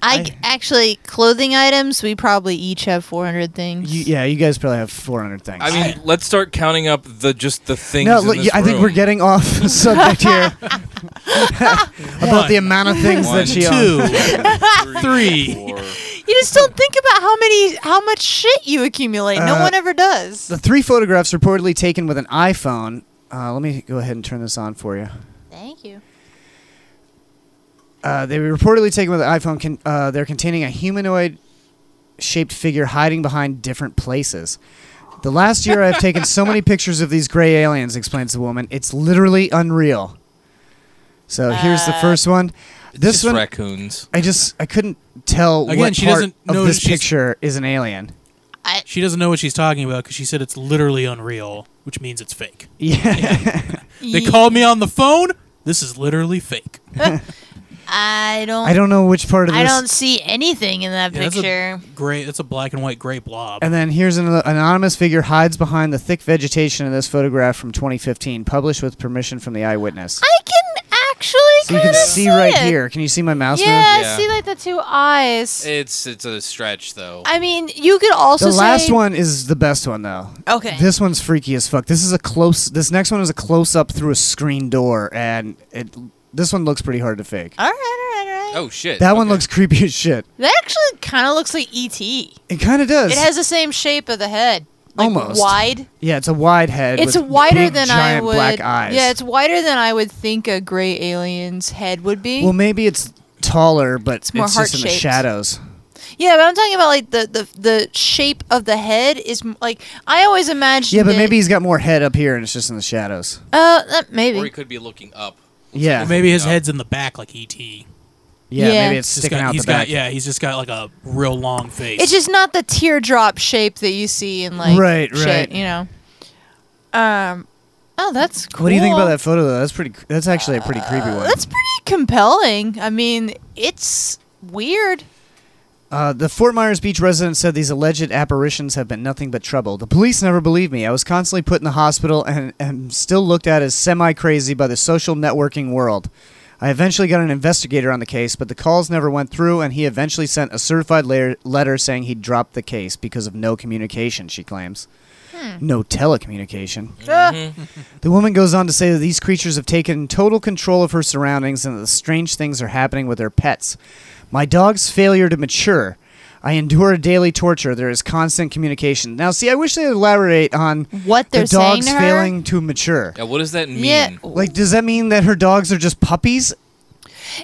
J: I actually clothing items. We probably each have four hundred things.
G: You- yeah, you guys probably have 400 things.
H: I mean, let's start counting up the just the things.
G: no,
H: in
G: look,
H: this
G: yeah, I think
H: room.
G: we're getting off subject here about the amount of things
H: One,
G: that she
I: Two.
G: owns.
I: Three.
H: four.
J: You just don't think about how many, how much shit you accumulate. no
G: Uh,
J: one ever does.
G: The three photographs reportedly taken with an iPhone. Uh, let me go ahead and turn this on for you.
J: Thank you.
G: Uh, they were reportedly taken with an iPhone. Con- uh, they're containing a humanoid shaped figure hiding behind different places. The last year I've taken so many pictures of these gray aliens, explains the woman. It's literally unreal. So here's
H: Uh,
G: the first one. This
H: Just
G: one,
H: raccoons.
G: I just I couldn't tell
I: Again,
G: what
I: she
G: part
I: doesn't
G: of
I: know
G: this
I: that she's-
G: picture is an alien.
I: She doesn't know what she's talking about because she said it's literally unreal, which means it's fake.
G: Yeah,
I: They called me on the phone. This is literally fake.
J: I don't.
G: I don't know which part of this.
J: I don't see anything in that
I: Yeah, that's a
J: picture.
I: Gray. That's a black and white gray blob.
G: And then here's an an anonymous figure hides behind the thick vegetation in this photograph from 2015, published with permission from the eyewitness.
J: I can actually.
G: so you can
J: kinda
G: see right
J: it.
G: here. Can you see my mouse move?
J: Yeah,
H: Yeah.
J: see like the two eyes.
H: It's it's a stretch though.
J: I mean, you could also
G: The last
J: say-
G: one is the best one though.
J: Okay.
G: This one's freaky as fuck. This is a close. This next one is a close up through a screen door, and it. This one looks pretty hard to fake.
J: All right, all right, all right.
H: oh shit.
G: That one
H: okay.
G: looks creepy as shit.
J: That actually kind of looks like ET. It
G: It kind of does.
J: has the same shape of the head. Like
G: Almost.
J: wide.
G: Yeah, it's a wide head.
J: It's
G: with
J: wider
G: big,
J: than
G: giant
J: I would.
G: Black eyes.
J: Yeah, it's wider than I would think a gray alien's head would be.
G: well, maybe it's taller, but it's,
J: more
G: just in the
J: heart-shaped.
G: shadows.
J: yeah, but I'm talking about like the, the the shape of the head is m- like I always imagine.
G: Yeah, but maybe he's got more head up here, and it's just in the shadows.
J: Uh, uh, maybe.
H: Or he could be looking up.
G: Yeah,
I: Maybe his
H: Yeah.
I: head's in the back like ET. He's
G: yeah,
J: Yeah.
G: maybe it's
I: just
G: sticking
I: got,
G: out
I: he's
G: the
I: got-
G: back.
I: yeah, he's just got like a real long face.
J: It's just not the teardrop shape that you see in like
G: Right,
J: shit,
G: right.
J: You know. Um. Oh, that's cool. Uh,
G: What do you think about that photo though? That's pretty. That's actually a pretty creepy one.
J: That's pretty compelling. I mean, it's weird.
G: Uh, the Fort Myers Beach resident said these alleged apparitions have been nothing but trouble. The police never believed me. I was constantly put in the hospital and am still looked at as semi crazy by the social networking world. I eventually got an investigator on the case, but the calls never went through, and he eventually sent a certified la- letter saying he'd dropped the case because of no communication, she claims. No telecommunication. The woman goes on to say that these creatures have taken total control of her surroundings and that the strange things are happening with her pets. My dog's failure to mature. I endure daily torture. There is constant communication. Now, see, I wish they would elaborate on
J: What they're
G: the dogs
J: saying to her?
G: failing to mature.
H: Yeah, what does that mean?
J: Yeah.
G: Like, does that mean that her dogs are just puppies?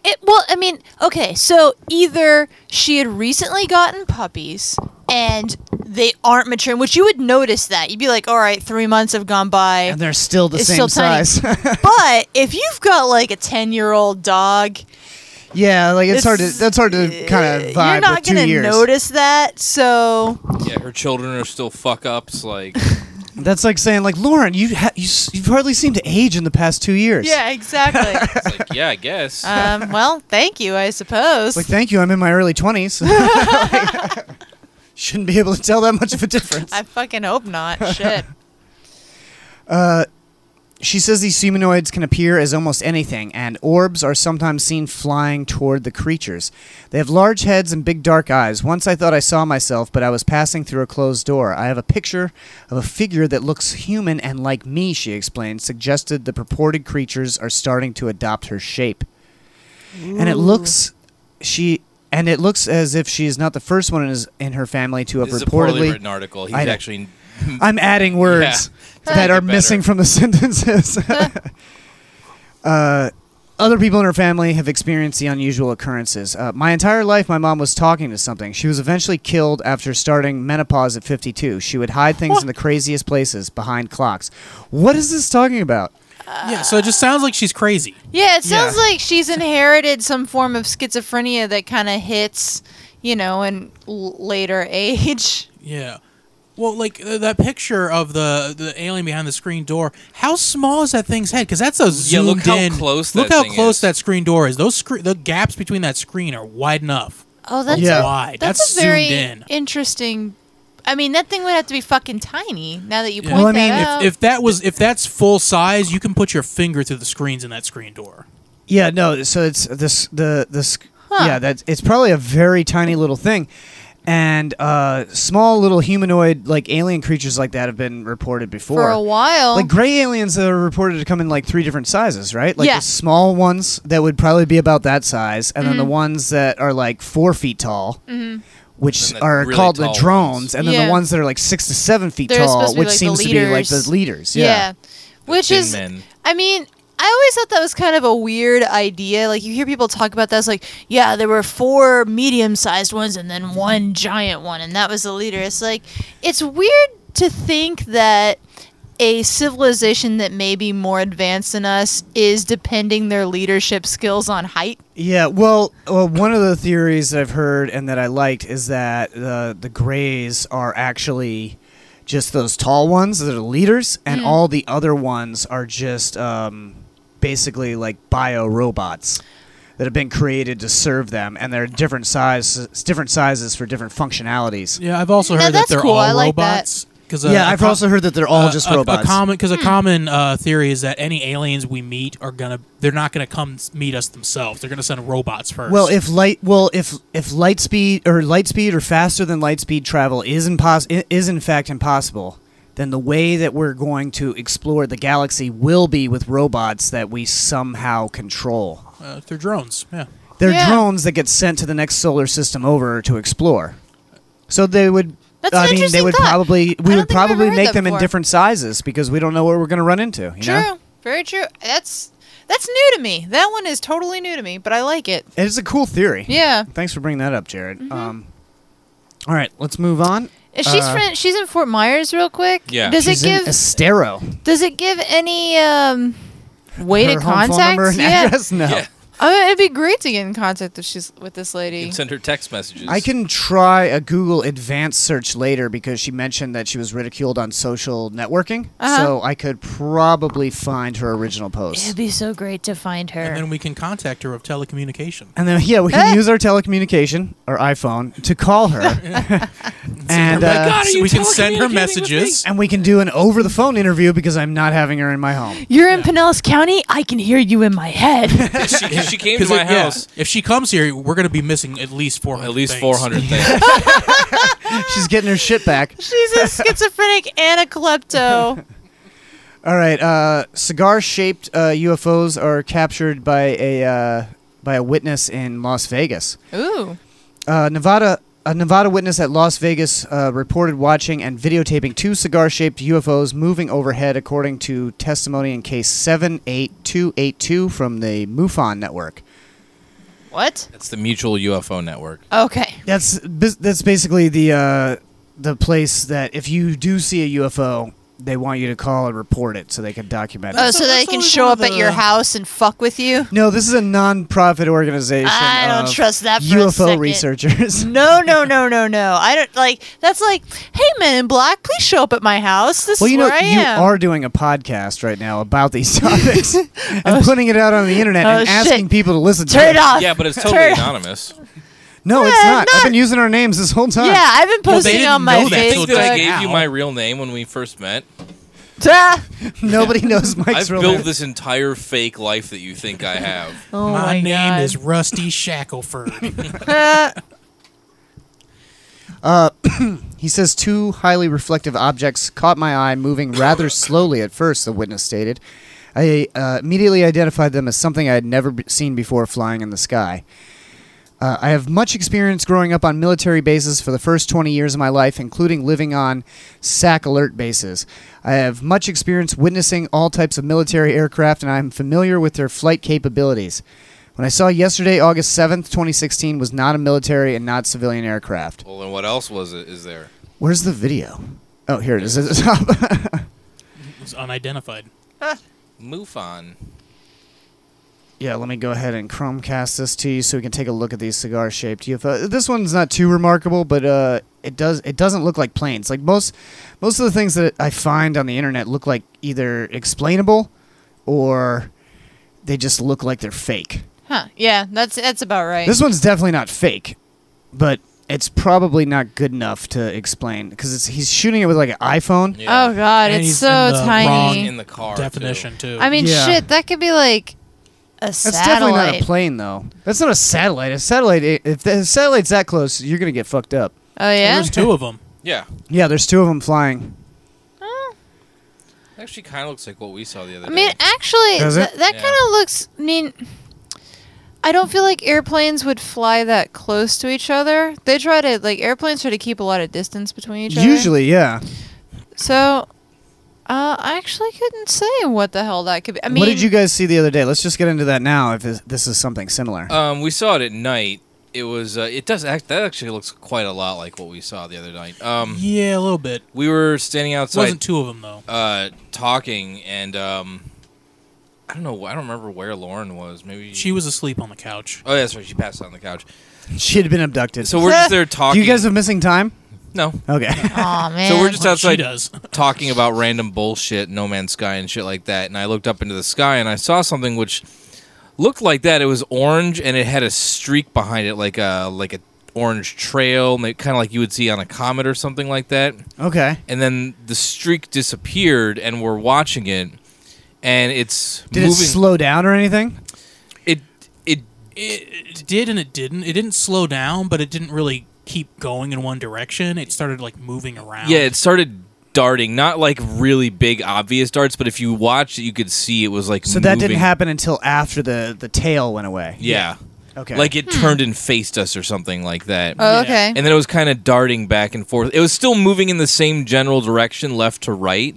J: It well, I mean, okay, so either she had recently gotten puppies and they aren't maturing, which you would notice that. You'd be like, all right, three months have gone by.
G: And they're still the
J: It's still
G: same
J: tiny.
G: size.
J: but if you've got like a ten year old dog,
G: yeah, like it's, hard to
J: It's-
G: that's hard to kind of vibe
J: you're not
G: with two
J: gonna
G: years.
J: notice that. So
H: Yeah, her children are still fuck ups. Like,
G: That's like saying like Lauren, you ha- you s- you've hardly seemed to age in the past two years.
J: yeah, exactly.
H: it's like yeah, I guess.
G: Uh,
J: um, well, thank you, I suppose.
G: Like, thank you. I'm in my early 20s. Like, shouldn't be able to tell that much of a difference.
J: I fucking hope not. Shit.
G: She says these humanoids can appear as almost anything, and orbs are sometimes seen flying toward the creatures. They have large heads and big dark eyes. Once I thought I saw myself, but I was passing through a closed door. I have a picture of a figure that looks human and like me, she explained, suggested the purported creatures are starting to adopt her shape. And it looks she and it looks as if she is not the first one in, his, in her family to have
H: this is a poorly
G: reportedly
H: written article. He's
G: I know.
H: actually
G: I'm adding words
H: Yeah.
G: that
H: Make
G: are
H: it better.
G: missing from the sentences. uh, other people in her family have experienced the unusual occurrences. Uh, my entire life, my mom was talking to something. She was eventually killed after starting menopause at 52. She would hide things in the craziest places behind clocks. What is this talking about?
I: yeah, so it just sounds like she's crazy.
J: Yeah, it sounds like she's inherited some form of schizophrenia that kind of hits, you know, in l- later age.
I: Yeah. Well, like uh, that picture of the the alien behind the screen door. How small is that thing's head? Because that's a zoomed
H: look how
I: in.
H: close
I: look
H: that
I: how
H: thing
I: close
H: is.
I: that screen door is. Those scre- the gaps between that screen are wide enough.
J: Oh, that's
G: Yeah.
J: a,
I: Wide.
J: That's,
I: That's
J: a very
I: zoomed in.
J: interesting. I mean, that thing would have to be fucking tiny. Now that you point
G: Well, I
J: that
G: mean,
J: out,
I: If that was if that's full size, you can put your finger through the screens in that screen door.
G: Yeah, no. So it's this the this
J: Huh.
G: yeah that's it's probably a very tiny little thing, and uh, small little humanoid like alien creatures like that have been reported before
J: for a while,
G: Like gray aliens that are reported to come in like three different sizes, right? Like
J: Yeah.
G: the small ones that would probably be about that size, and
J: Mm-hmm.
G: then the ones that are like four feet tall, which
H: Then the
G: are
H: really
G: called the
H: tall ones.
G: drones, and then
J: Yeah.
G: the ones that are like six to seven feet
J: They're supposed
G: tall,
J: to be,
G: which
J: like, the
G: seems to be like
J: leaders.
G: the leaders.
J: yeah,
G: Yeah.
J: which
H: thin
J: is,
H: men.
J: I mean. I always thought that was kind of a weird idea. Like you hear people talk about that, it's like, yeah, there were four medium-sized ones and then one giant one, and that was the leader. It's like, it's weird to think that a civilization that may be more advanced than us is depending their leadership skills on height.
G: Yeah, well, uh, one of the theories that I've heard and that I liked is that uh, the Greys are actually just those tall ones that are leaders, and all the other ones are just um, basically like bio robots that have been created to serve them, and they're different sizes, different sizes for different functionalities.
I: Yeah, I've also
J: No,
I: heard that
J: that's
I: they're
J: cool.
I: all
J: I like that.
I: robots. 'cause, uh,
G: Yeah,
I: a
G: I've
I: co-
G: also heard that they're all
I: uh,
G: just
I: a- a
G: robots.
I: common
H: Hmm.
I: because a common uh, theory is that any aliens we meet are gonna they're not gonna come s- meet us themselves. They're gonna send robots first.
G: Well, if light, well, if if light speed or light speed or faster than light speed travel is impos- is in fact impossible, then the way that we're going to explore the galaxy will be with robots that we somehow control.
I: uh, they're drones. Yeah.
G: They're
J: Yeah.
G: drones that get sent to the next solar system over to explore. So they would.
J: That's an
G: I mean, they
J: interesting
G: would
J: thought.
G: probably
J: I
G: we
J: don't
G: would
J: think I've ever
G: probably
J: heard
G: make
J: that
G: them in
J: before.
G: different sizes because we don't know what we're going to run into. You
J: True.
G: know?
J: Very true. That's that's new to me. That one is totally new to me, but I like it.
G: And It's a cool theory.
J: Yeah.
G: Thanks for bringing that up, Jared.
J: Mm-hmm.
G: Um, all right, let's move on.
J: Is she's
G: Uh,
J: fri- she's in Fort Myers real quick.
H: Yeah.
J: Does
G: She's
J: it
G: in
J: give
G: Estero.
J: does it give any um way
G: Her
J: to
G: home phone
J: contact?
G: number and
J: yeah.
G: address? No.
J: Oh, it'd be great to get in contact with she's with this lady.
H: You can send her text messages.
G: I can try a Google advanced search later because she mentioned that she was ridiculed on social networking.
J: Uh-huh.
G: So I could probably find her original post.
K: It'd be so great to find her.
I: And then we can contact her of telecommunication.
G: And then yeah, we can use our telecommunication or iPhone to call her, and
J: uh,
I: Oh my God, are you
G: we
I: We can send her telecommunicating with messages. me?
G: and we can do an over the phone interview because I'm not having her in my home.
K: You're in Pinellas County. I can hear you in my head.
H: If she, if she came to
I: 'Cause
H: my
I: it- yeah,
H: house,
I: if she comes here, we're going to be missing at least 400
H: at least
I: things.
H: four hundred things.
G: She's getting her shit back.
J: She's a schizophrenic and a klepto.
G: All right, uh, cigar-shaped uh, UFOs are captured by a uh, by a witness in Las Vegas.
J: Ooh.
G: Uh, Nevada. A Nevada witness at Las Vegas uh, reported watching and videotaping two cigar shaped UFOs moving overhead, according to testimony in case 78282 from the MUFON network.
J: What?
H: That's the Mutual UFO Network.
J: Okay.
G: That's bas- that's basically the uh, the place that if you do see a UFO, they want you to call and report it so they can document
J: Oh,
G: it.
J: so they
I: that's
J: can
I: always
J: show
I: one
J: up
I: of
J: at your
I: the-
J: house and fuck with you?
G: No, this is a non-profit organization.
J: I don't
G: of
J: trust that for a
G: UFO
J: second. Mm,
G: researchers.
J: No, no, no, no, no. I don't like. That's like, hey, Men in Black, please show up at my house. This
G: Well,
J: is
G: you know,
J: where I
G: you
J: am.
G: are doing a podcast right now about these topics and putting it out on the internet
J: oh,
G: and asking
J: shit.
G: people to listen to
J: Turn
G: it.
J: it off.
H: Yeah, but it's totally
J: Turn-
H: anonymous.
G: No, it's
J: Yeah,
G: not. I've
J: not-
G: been using our names this whole time.
J: Yeah, I've been
I: Well, they
J: posting
I: didn't
J: on my
I: know that till
H: Think that I
J: Facebook.
H: gave you
I: Ow.
H: my real name when we first met.
J: Ah.
G: Nobody knows
H: I've
G: Mike's real
H: built
G: name.
H: this entire fake life that you think I have.
J: Oh
I: my,
J: my
I: name
J: God.
I: is Rusty Shackelford.
J: Ah.
G: He says two highly reflective objects caught my eye moving rather slowly at first, the witness stated. I uh, immediately identified them as something I had never b- seen before flying in the sky. Uh, I have much experience growing up on military bases for the first 20 years of my life, including living on SAC alert bases. I have much experience witnessing all types of military aircraft, and I am familiar with their flight capabilities. What I saw yesterday, August 7th, 2016, was not a military and not civilian aircraft.
H: Well, then what else was it? Is there?
G: Where's the video? Oh, here it is at the top.
I: it's unidentified.
H: MUFON.
G: yeah, let me go ahead and Chromecast this to you so we can take a look at these cigar-shaped UFO. This one's not too remarkable, but uh, it does it doesn't look like planes. Like most most of the things that I find on the internet look like either explainable or they just look like they're fake.
J: Huh. Yeah, that's that's about right.
G: This one's definitely not fake, but it's probably not good enough to explain because he's shooting it with like an iPhone.
H: Yeah.
J: Oh god,
I: And
J: it's
I: he's
J: so
I: in the
J: tiny.
H: in the car. too.
I: Definition, too.
J: I mean,
G: Yeah.
J: shit, that could be like a
G: That's
J: satellite.
G: definitely not a plane, though. That's not a satellite. A satellite, i- if the satellite's that close, you're gonna get fucked up.
J: oh yeah.
I: There's two of them.
H: Yeah.
G: Yeah, there's two of them flying.
H: It Actually, kind of looks like what we saw the other
J: I mean,
H: day.
J: actually,
G: Does
J: th-
G: it?
J: that
H: Yeah.
J: kind of looks. I mean, I don't feel like airplanes would fly that close to each other. They try to like airplanes try to keep a lot of distance between each other.
G: Usually, yeah.
J: So, uh, I actually couldn't say what the hell that could be. I mean,
G: what did you guys see the other day? Let's just get into that now. If this- this is something similar,
H: Um, we saw it at night. It was. Uh, it does act. That actually looks quite a lot like what we saw the other night. Um,
I: Yeah, a little bit.
H: we were standing
I: It
H: outside.
I: wasn't two of them, though.
H: uh, talking, and um, I don't know. I don't remember where Lauren was. Maybe
I: She was asleep on the couch.
H: Oh, that's right. She passed out on the couch.
G: she had been abducted.
H: So we're just there
G: Do
H: talking.
G: you guys have missing time?
H: no.
G: Okay.
J: Aw, man.
H: So we're just
I: Well,
H: outside
I: She does.
H: talking about random bullshit, No Man's Sky and shit like that. And I looked up into the sky and I saw something which looked like that. It was orange and it had a streak behind it, like a like a orange trail, kind of like you would see on a comet or something like that.
G: okay.
H: And then the streak disappeared, and we're watching it, and it's
G: Did
H: moving.
G: it slow down or anything?
H: it it
I: It, it did and it didn't. It didn't slow down, but it didn't really keep going in one direction. It started like moving around.
H: Yeah, it started darting, not like really big obvious darts, but if you watched it, you could see it was like.
G: So that didn't
H: moving.
G: happen until after the the tail went away.
H: Yeah.
G: Okay.
H: Like it turned and faced us or something like that.
J: Hmm. oh, okay.
H: and then it was kind of darting back and forth. It was still moving in the same general direction, left to right,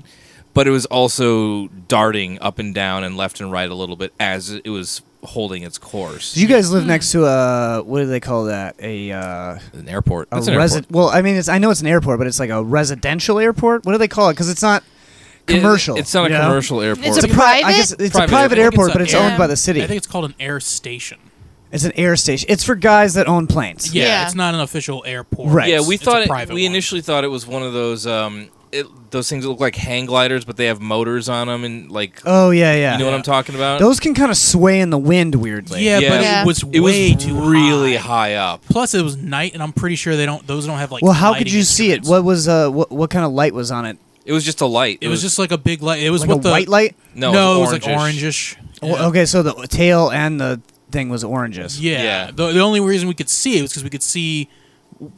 H: but it was also darting up and down and left and right a little bit as it was holding its course.
G: Do you guys live
J: Hmm.
G: next to a what do they call that? A uh,
H: An airport.
G: a
H: That's an
G: resi-
H: airport.
G: Well, I mean, it's I know it's an airport, but it's like a residential airport. What do they call it? Because it's not commercial.
H: it's not a
G: you know?
H: commercial airport. It's a
G: a pri- I
H: private-
G: guess it's a
H: Private
G: private airport,
H: airport. It's
G: but
H: a-
G: it's
H: yeah.
G: owned by the city.
I: I think it's called an air station.
G: It's an air station. It's for guys that own planes.
I: Yeah, it's not an official airport.
G: Right.
H: Yeah, we
I: It's a
H: thought it,
I: private
H: we initially thought it was one of those um it, those things that look like hang gliders, but they have motors on them and like.
G: Oh yeah, yeah.
H: You know what I'm talking about?
G: Those can kind of sway in the wind weirdly.
I: Yeah, but it was
H: it was
I: way too
H: really high up.
I: Plus, it was night, and I'm pretty sure they don't. Those don't have like.
G: well, how could
I: lighting
G: you
I: in-
G: see it? What was uh, what, what kind of light was on it?
H: It was just a light.
I: It was just like a big light. It was
G: Like
I: what
G: a
I: the
G: white light?
H: No, it
I: no, it
H: was
I: was, like orangish.
G: Oh, Okay, so the tail and the thing was oranges.
I: Yeah. The, the only reason we could see it was because we could see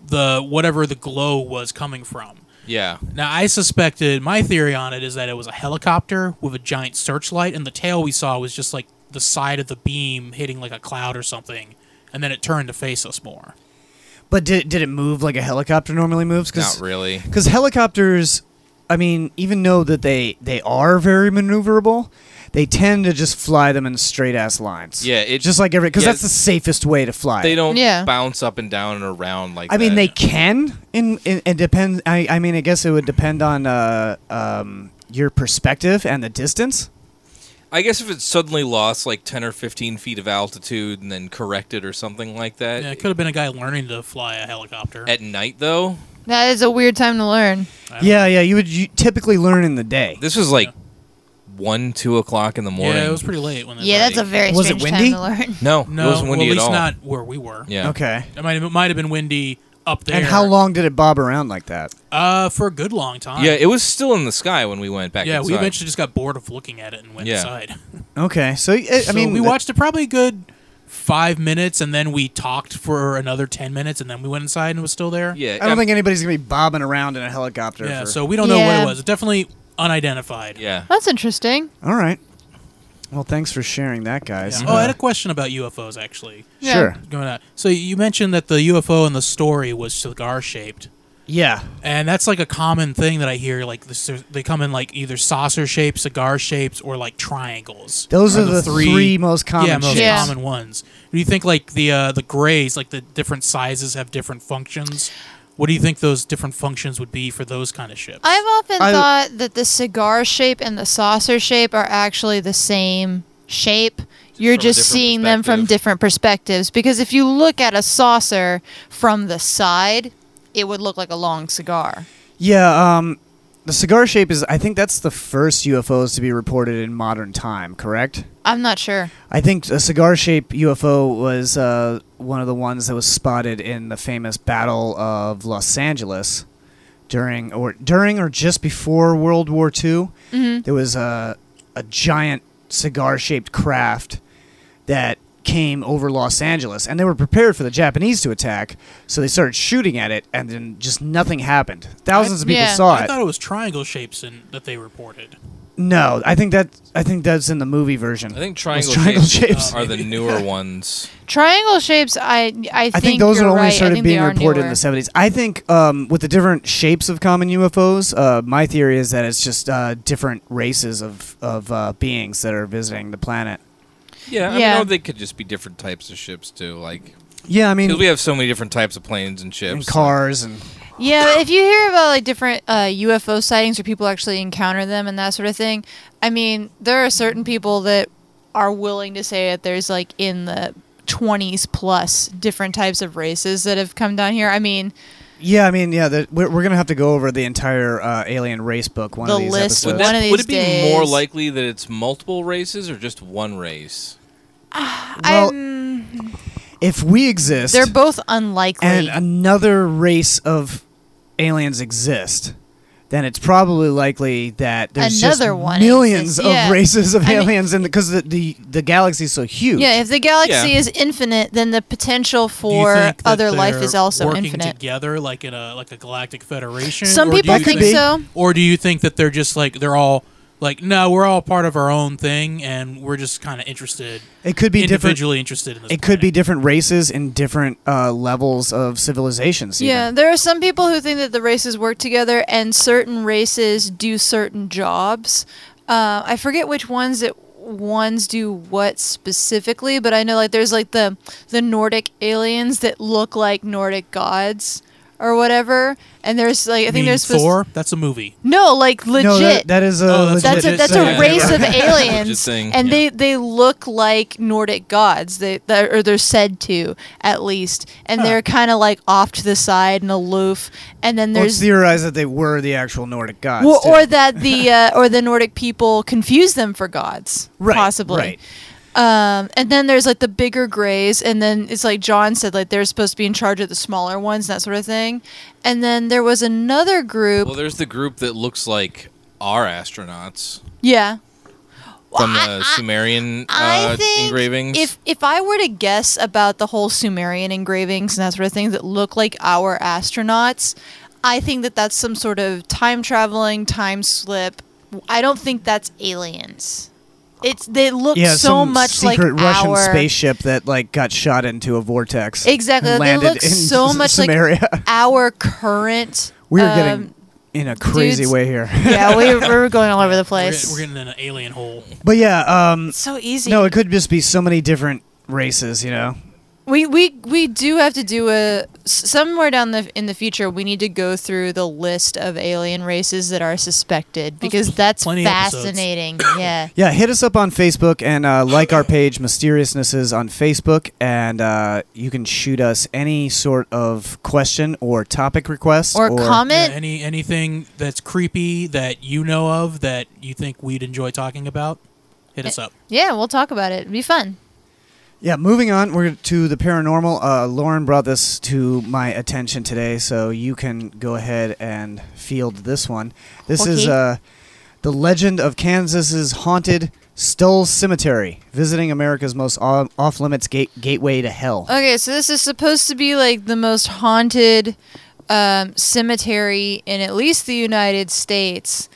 I: the whatever the glow was coming from.
H: Yeah.
I: Now I suspected my theory on it is that it was a helicopter with a giant searchlight, and the tail we saw was just like the side of the beam hitting like a cloud or something, and then it turned to face us more.
G: But did did it move like a helicopter normally moves?
H: Not really.
G: Because helicopters, I mean, even though that they they are very maneuverable, they tend to just fly them in straight ass lines.
H: Yeah, it-
G: just like every because
H: yeah.
G: that's the safest way to fly.
H: They
G: it.
H: don't bounce up and down and around like.
G: I mean,
H: that.
G: they can, and it depends. I, I mean, I guess it would depend on uh, um, your perspective and the distance.
H: I guess if it suddenly lost like ten or fifteen feet of altitude and then corrected or something like that.
I: Yeah, it could have been a guy learning to fly a helicopter.
H: At night though,
J: That is a weird time to learn.
G: Yeah, yeah. You would you typically learn in the day.
H: this was like one, two o'clock in the morning.
I: Yeah, it was pretty late when. They
J: Yeah, that's a very
G: Was it
J: strange
G: windy?
J: time to learn.
H: No,
I: No,
H: it wasn't windy
I: well, at least
H: all.
I: not where we were.
H: Yeah.
G: Okay.
I: It might have, it might have been windy up there.
G: And how long did it bob around like that?
I: Uh, for a good long time.
H: Yeah, it was still in the sky when we went back.
I: yeah, we
H: inside.
I: eventually just got bored of looking at it and went
H: Yeah.
I: inside.
G: Okay, so y- I
I: So
G: mean,
I: we
G: uh,
I: watched it probably a good five minutes, and then we talked for another ten minutes, and then we went inside and it was still there.
H: Yeah,
G: I don't think anybody's gonna be bobbing around in a helicopter.
I: Yeah,
G: for-
I: so we don't know what
J: Yeah.
I: it was. It definitely unidentified.
H: Yeah.
J: That's interesting.
G: All right. Well, thanks for sharing that, guys.
I: Oh, I had
G: Uh,
I: a question about UFOs actually.
G: Yeah. Sure.
I: Going on. So you mentioned that the UFO in the story was cigar shaped.
G: yeah.
I: And that's like a common thing that I hear. Like this, they come in like either saucer shaped, cigar shaped, or like triangles.
G: Those are the three most common
I: yeah, most
G: shapes. Yeah.
I: common ones. Do you think like the uh, the grays, like the different sizes, have different functions? What do you think those different functions would be for those kind of ships?
J: I've often
I: I-
J: thought that the cigar shape and the saucer shape are actually the same shape. You're
I: from a
J: just
I: different
J: seeing them from different perspectives because if you look at a saucer from the side, it would look like a long cigar.
G: Yeah. Um, the cigar shape is. I think that's the first UFOs to be reported in modern time. Correct.
J: I'm not sure.
G: I think a cigar shaped UFO was uh, one of the ones that was spotted in the famous Battle of Los Angeles during or during or just before World War II.
L: Mhm.
G: There was a a giant cigar shaped craft that came over Los Angeles and they were prepared for the Japanese to attack, so they started shooting at it and then just nothing happened. Thousands of people saw
I: I
G: it.
I: thought it was triangle shapes in, that they reported.
G: no, I think that I think that's in the movie version.
H: I think
G: It was
H: triangle,
G: triangle
H: shapes, uh,
G: shapes
H: are the newer ones.
J: Triangle shapes, I I,
G: I think those
J: you're
G: are only
J: right. I
G: started
J: think they
G: being
J: are
G: reported in
J: newer.
G: the 70s. I think um, with the different shapes of common UFOs, uh, my theory is that it's just uh, different races of, of uh, beings that are visiting the planet.
H: Yeah, I
J: Yeah.
H: mean, or they could just be different types of ships too. Like,
G: Yeah, I mean-
H: 'cause we have so many different types of planes and ships,
G: And cars and
J: Yeah, if you hear about like different uh, UFO sightings or people actually encounter them and that sort of thing, I mean, there are certain people that are willing to say that there's like in the 20s plus different types of races that have come down here. I mean,
G: yeah, I mean, yeah, the, we're, we're gonna have to go over the entire uh, alien race book one of
J: The
G: these
J: list
G: episodes.
J: one Would of that-
H: Would it be more
J: days.
H: likely that it's multiple races or just one race?
G: Well,
J: I'm,
G: if we exist,
J: they're both unlikely.
G: and another race of aliens exist, then it's probably likely that there's
J: Another
G: just
J: one
G: millions
J: exists,
G: of
J: yeah.
G: races of
J: I mean-
G: aliens, in because the, the the galaxy's so huge.
J: yeah, if the galaxy is infinite, then the potential
I: Do you
J: for
I: think that
J: other life
I: they're
J: is also
I: working
J: infinite.
I: together, like in a like a galactic federation.
J: Some
I: or do
J: people
I: you
J: think so.
I: Or do you think that they're just like they're all like no, we're all part of our own thing, and we're just kind of interested.
G: It could be different-
I: individually interested in this.
G: It could be different races and different uh, levels of civilizations. even.
J: Yeah, there are some people who think that the races work together and certain races do certain jobs. Uh, I forget which ones it ones do what specifically, but I know like there's like the the Nordic aliens that look like Nordic gods or whatever. And there's like I think
I: mean
J: there's supposed-
I: Thor. That's a movie.
J: No, like legit.
G: that- that is a Oh, that's
J: that's a,
G: legit
J: that's
G: thing.
J: a race of
I: Yeah.
J: aliens,
I: Legit thing,
J: and they they look like Nordic gods. They, they or they're said to at least, and they're kind of like off to the side and aloof. And then
G: Well, it's
J: there's
G: theorized that they were the actual Nordic gods.
J: Well,
G: too.
J: or that the uh, or the Nordic people confuse them for gods,
G: Right,
J: possibly.
G: right.
J: Um, and then there's like the bigger grays, and then it's like John said, like they're supposed to be in charge of the smaller ones, and that sort of thing. And then there was another group.
H: Well, there's the group that looks like our astronauts
J: yeah.
H: from the Sumerian
J: I
H: uh,
J: think
H: engravings.
J: If if I were to guess about the whole Sumerian engravings and that sort of thing that look like our astronauts, I think that that's some sort of time traveling, time slip. I don't think that's aliens. It's they look
G: yeah,
J: so
G: some
J: much like
G: secret Russian
J: our
G: spaceship that like got shot into a vortex.
J: exactly.
G: and
J: They
G: landed
J: look
G: in
J: so much
G: Sumeria.
J: like our current.
G: we are
J: um,
G: getting in a crazy
J: dudes-
G: way here.
J: yeah, we we're going all over the place.
I: We're getting in an alien hole.
G: But yeah, um,
J: so easy.
G: No, it could just be so many different races. You know,
J: We we we do have to do a s- somewhere down the in the future. We need to go through the list of alien races that are suspected because that's
I: plenty of episodes.
J: fascinating. yeah.
G: yeah. Hit us up on Facebook and uh, like our page, Mysteriousnesses on Facebook, and uh, you can shoot us any sort of question or topic request
I: Yeah, any anything that's creepy that you know of that you think we'd enjoy talking about, hit us up.
J: Yeah, we'll talk about it. It'd be fun.
G: Yeah, moving on, we're to the paranormal. Uh, Lauren brought this to my attention today, so you can go ahead and field this one. This is
L: Okay.
G: uh, the legend of Kansas's haunted Stull Cemetery, visiting America's most off limits gate- gateway to hell.
J: Okay, so this is supposed to be like the most haunted um, cemetery in at least the United States.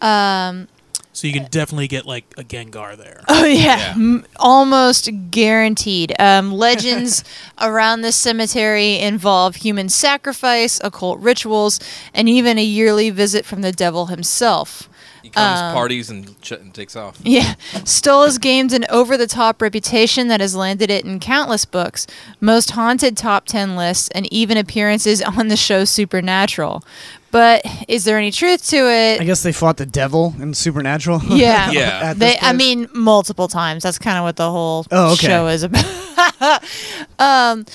J: Um,
I: So you can definitely get like a Gengar there.
J: Oh yeah, M- almost guaranteed. Um, legends around this cemetery involve human sacrifice, occult rituals, and even a yearly visit from the devil himself.
H: he comes
J: Um,
H: parties and, ch- and takes off.
J: yeah, Stoll has gained an over the top reputation that has landed it in countless books, most haunted top 10 lists, and even appearances on the show Supernatural. But is there any truth to it?
G: I guess they fought the devil in Supernatural.
J: Yeah.
G: At
J: They,
G: this
J: I
G: place.
J: mean, multiple times. That's kind of what the whole
G: Oh, okay.
J: show is about. um,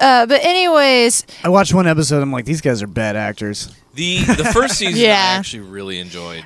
J: uh, but anyways,
G: I watched one episode. I'm like, these guys are bad actors.
H: The the first season
J: Yeah. Ah,
H: I actually really enjoyed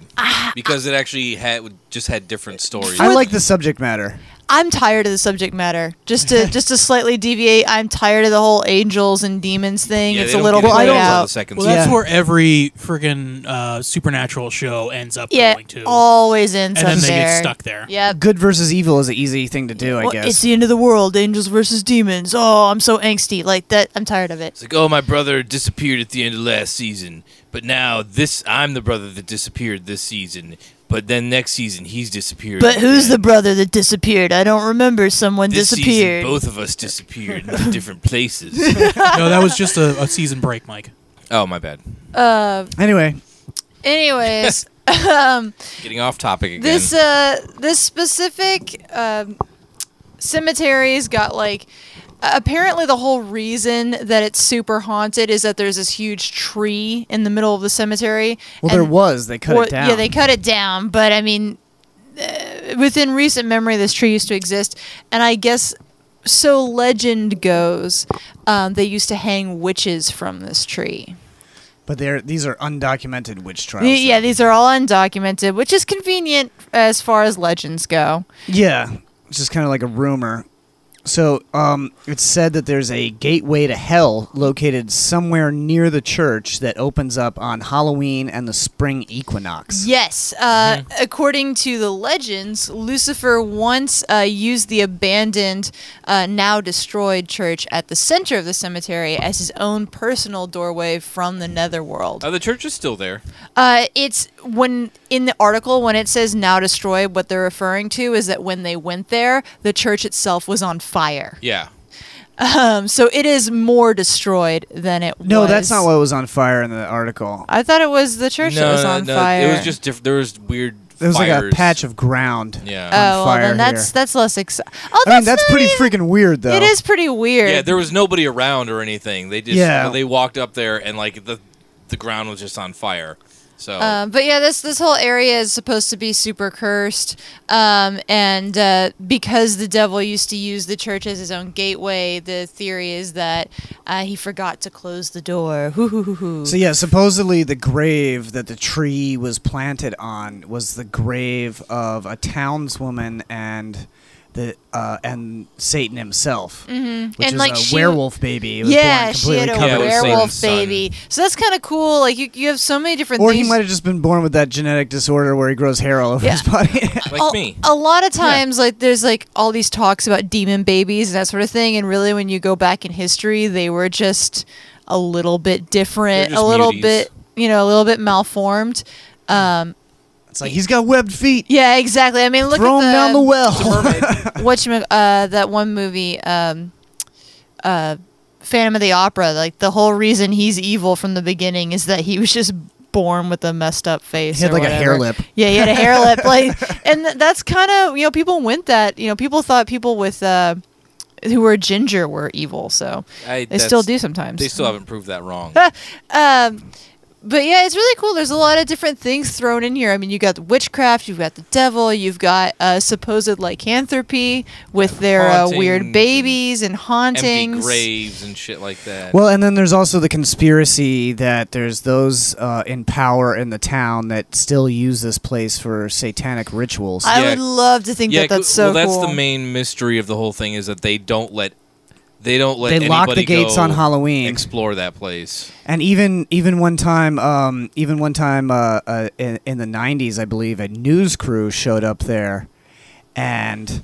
H: because it actually had just had different stories.
G: I like the subject matter.
J: I'm tired of the subject matter. Just to just to slightly deviate, I'm tired of the whole angels and demons thing.
H: Yeah,
J: it's
H: they
J: a
H: don't
J: little
H: get into
J: played
H: that until
J: out.
H: the second
I: Well, that's
H: season.
I: where every friggin' uh, supernatural show ends up
J: Yeah,
I: going to.
J: always
I: And
J: ends
I: then
J: up
I: they
J: there.
I: get stuck there.
J: Yeah.
G: Good versus evil is an easy thing to do, I
J: Well,
G: guess.
J: it's the end of the world. Angels versus demons. Oh, I'm so angsty. Like that. I'm tired of it.
H: It's like, oh, my brother disappeared at the end of last season, but now this I'm the brother that disappeared this season. But then next season he's disappeared.
J: But who's the brother that disappeared? I don't remember. Someone
H: this
J: disappeared.
H: Season, both of us disappeared in different places.
I: no, Oh, that was just a, a season break, Mike.
H: Oh, my bad.
J: Uh,
G: Anyway,
J: anyways, um,
H: Getting off topic again.
J: this uh this specific um, cemetery's got like a- apparently the whole reason that it's super haunted is that there's this huge tree in the middle of the cemetery.
G: well, there
J: and-
G: was. They cut
J: Well,
G: it down.
J: Yeah, they cut it down, but I mean, uh, within recent memory, this tree used to exist, and I guess so. Legend goes, um, they used to hang witches from this tree.
G: But they're these are undocumented witch trials.
J: The- yeah, these are all undocumented, which is convenient as far as legends go.
G: Yeah, it's just kind of like a rumor. So um, it's said that there's a gateway to hell located somewhere near the church that opens up on Halloween and the spring equinox.
J: Yes. Uh, According to the legends, Lucifer once uh, used the abandoned, uh, now destroyed church at the center of the cemetery as his own personal doorway from the netherworld.
H: oh, the church is still there.
J: Uh, it's when in the article when it says now destroyed, what they're referring to is that when they went there, the church itself was on fire.
H: Yeah.
J: Um, so it is more destroyed than it was.
G: No, that's not what was on fire in the article.
J: I thought it was the church that was on fire.
H: It was just different. There was weird
G: there was like a
H: fires.
G: patch of ground.
H: Yeah.
G: on
J: Oh, well,
G: fire
J: then that's
G: here.
J: that's less exciting. Oh,
G: I mean,
J: that's,
G: that's
J: not
G: pretty
J: even-
G: freaking weird, though.
J: It is pretty weird.
H: Yeah, there was nobody around or anything. They just
G: Yeah.
H: they walked up there and like the the ground was just on fire. So
J: Uh, but yeah, this this whole area is supposed to be super cursed, um, and uh, because the devil used to use the church as his own gateway, the theory is that uh, he forgot to close the door. Hoo hoo hoo hoo.
G: So yeah, supposedly the grave that the tree was planted on was the grave of a townswoman and the uh, and Satan himself,
J: Mhm.
G: which
J: And,
G: is
J: like,
G: a
J: she-
G: werewolf baby. It was
J: yeah,
G: born
J: she had
G: completely
J: a
G: covered. in
J: werewolf
G: Satan's son.
J: baby. So that's kind of cool. Like you, you have so many different.
G: Or
J: things.
G: he might have just been born with that genetic disorder where he grows hair all over
J: Yeah.
G: his body.
J: a, a lot of times, like there's like all these talks about demon babies and that sort of thing, and really, when you go back in history, they were just a little bit different,
G: They're just
J: a little
G: muties.
J: bit, you know, a little bit malformed. Um,
G: it's like he's got webbed feet.
J: Yeah, exactly. I mean, look
G: Throw
J: at
G: him down the well.
J: what you uh, that one movie, um, uh, Phantom of the Opera. Like the whole reason he's evil from the beginning is that he was just born with a messed up face.
G: He had,
J: or
G: like, a hair
J: whatever.
G: lip.
J: Yeah, he had a hair lip. Like, and th- that's kind of you know people went that you know people thought people with uh, who were ginger were evil. So
H: I-
J: they still
H: that's-
J: do sometimes.
H: They still haven't proved that wrong.
J: um, but yeah, it's really cool. There's a lot of different things thrown in here. I mean, you got the witchcraft, you've got the devil, you've got uh, supposed lycanthropy with their uh, weird
H: hauntings
J: babies and
H: Empty
J: hauntings.
H: graves and shit like that.
G: Well, and then there's also the conspiracy that there's those uh, in power in the town that still use this place for satanic rituals.
J: I would love to think
H: yeah,
J: that that's
H: g-
J: so
H: well, that's
J: cool.
H: the main mystery of the whole thing is that they don't let they don't let
G: They lock the
H: anybody
G: gates
H: go
G: on Halloween.
H: Explore that place.
G: And even even one time, um, even one time uh, uh, in, in the '90s, I believe, a news crew showed up there, and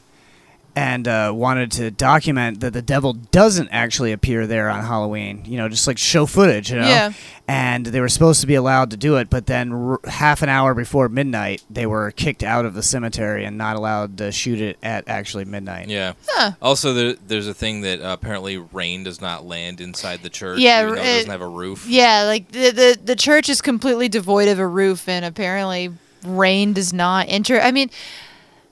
G: and uh, wanted to document that the devil doesn't actually appear there on Halloween. You know, just like show footage. You know,
L: Yeah.
G: and they were supposed to be allowed to do it, but then r- half an hour before midnight, they were kicked out of the cemetery and not allowed to shoot it at actually midnight.
H: Yeah. Also, there, there's a thing that uh, apparently rain does not land inside the church.
J: Yeah,
H: even though it,
J: it-
H: doesn't have a roof.
J: yeah, like the, the the church is completely devoid of a roof, and apparently rain does not enter. I mean.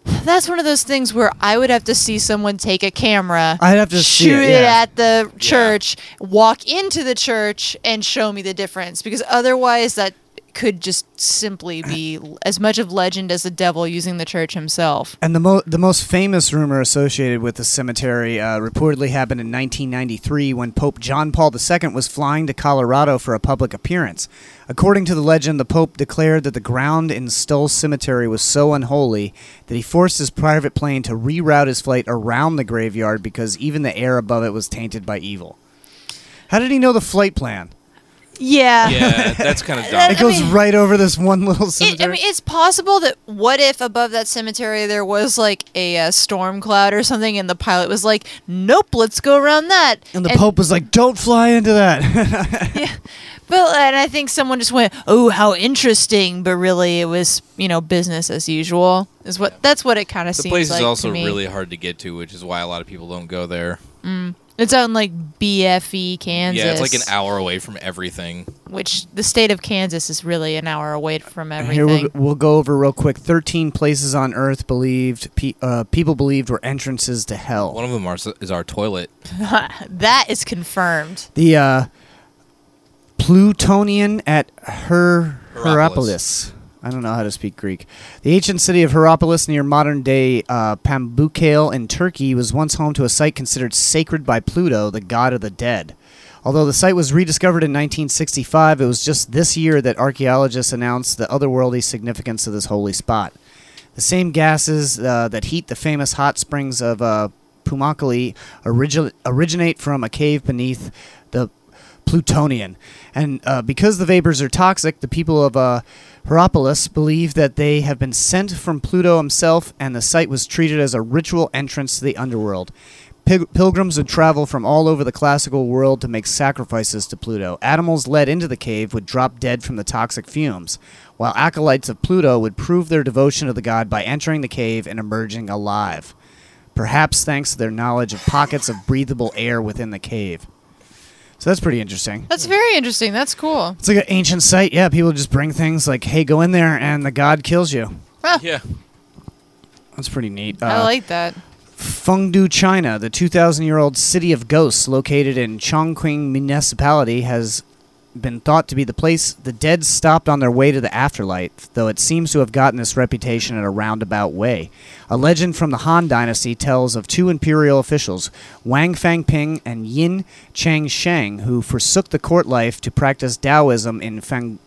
J: That's one of those things where I would have to see someone take a camera,
G: I'd have to see
J: shoot
G: it, yeah.
J: at the church, walk into the church, and show me the difference. Because otherwise, that could just simply be as much of legend as the devil using the church himself.
G: And the, mo- the most famous rumor associated with the cemetery uh, reportedly happened in 1993 when Pope John Paul II was flying to Colorado for a public appearance. According to the legend, the Pope declared that the ground in Stoll Cemetery was so unholy that he forced his private plane to reroute his flight around the graveyard because even the air above it was tainted by evil. How did he know the flight plan?
J: Yeah.
H: Yeah, that's kind of dumb.
G: It goes right over this one little cemetery.
J: It, I mean, it's possible that what if above that cemetery there was like a, uh storm cloud or something, and the pilot was like, "Nope, let's go around that."
G: and the Pope was like, don't fly into that.
J: But and I think someone just went, "Oh, how interesting!" But really, it was you know business as usual. Is what that's what it kind of
H: The
J: seems
H: place
J: like
H: is also
J: to me.
H: really hard to get to, which is why a lot of people don't go there.
J: Mm. It's out in like BFE, Kansas.
H: Yeah, it's like an hour away from everything.
J: Which the state of Kansas is really an hour away from
G: Here
J: everything.
G: we'll, we'll go over real quick. Thirteen places on Earth believed pe- uh, people believed were entrances to hell.
H: One of them are, is our toilet.
J: that is confirmed.
G: The uh, Plutonian at Her
H: Hierapolis.
G: Hierapolis. I don't know how to speak Greek. The ancient city of Hierapolis near modern day uh, Pamukkale in Turkey was once home to a site considered sacred by Pluto, the god of the dead. Although the site was rediscovered in 1965, it was just this year that archaeologists announced the otherworldly significance of this holy spot. The same gases uh, that heat the famous hot springs of uh, Pumakali origi- originate from a cave beneath the plutonian. And uh, because the vapors are toxic, the people of uh, Hierapolis believe that they have been sent from Pluto himself, and the site was treated as a ritual entrance to the underworld. Pil- pilgrims would travel from all over the classical world to make sacrifices to Pluto. Animals led into the cave would drop dead from the toxic fumes, while acolytes of Pluto would prove their devotion to the god by entering the cave and emerging alive, perhaps thanks to their knowledge of pockets of breathable air within the cave. So that's pretty interesting.
J: That's very interesting. That's cool.
G: It's like an ancient site. Yeah, people just bring things like, "Hey, go in there, and the god kills you."
H: yeah.
G: That's pretty neat.
J: I like that.
G: Fengdu, China, the 2,000 year old city of ghosts located in Chongqing Municipality, has been thought to be the place the dead stopped on their way to the afterlife, though it seems to have gotten this reputation in a roundabout way. A legend from the Han Dynasty tells of two imperial officials, Wang Fangping and Yin Chang Sheng, who forsook the court life to practice Taoism in Feng,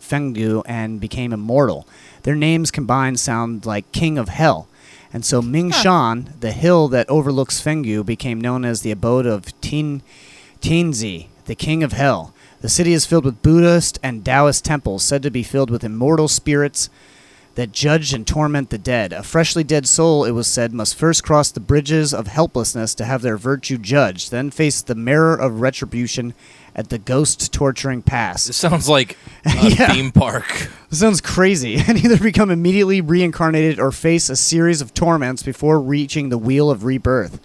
G: Fengdu and became immortal. Their names combined sound like King of Hell. And so Ming Shan, the hill that overlooks Fengyu, became known as the abode of Tin, Tianzi, the king of hell. The city is filled with Buddhist and Taoist temples, said to be filled with immortal spirits that judge and torment the dead. A freshly dead soul, it was said, must first cross the bridges of helplessness to have their virtue judged, then face the mirror of retribution at the ghost torturing pass.
H: This sounds like a theme park.
G: This sounds crazy. And either become immediately reincarnated or face a series of torments before reaching the wheel of rebirth.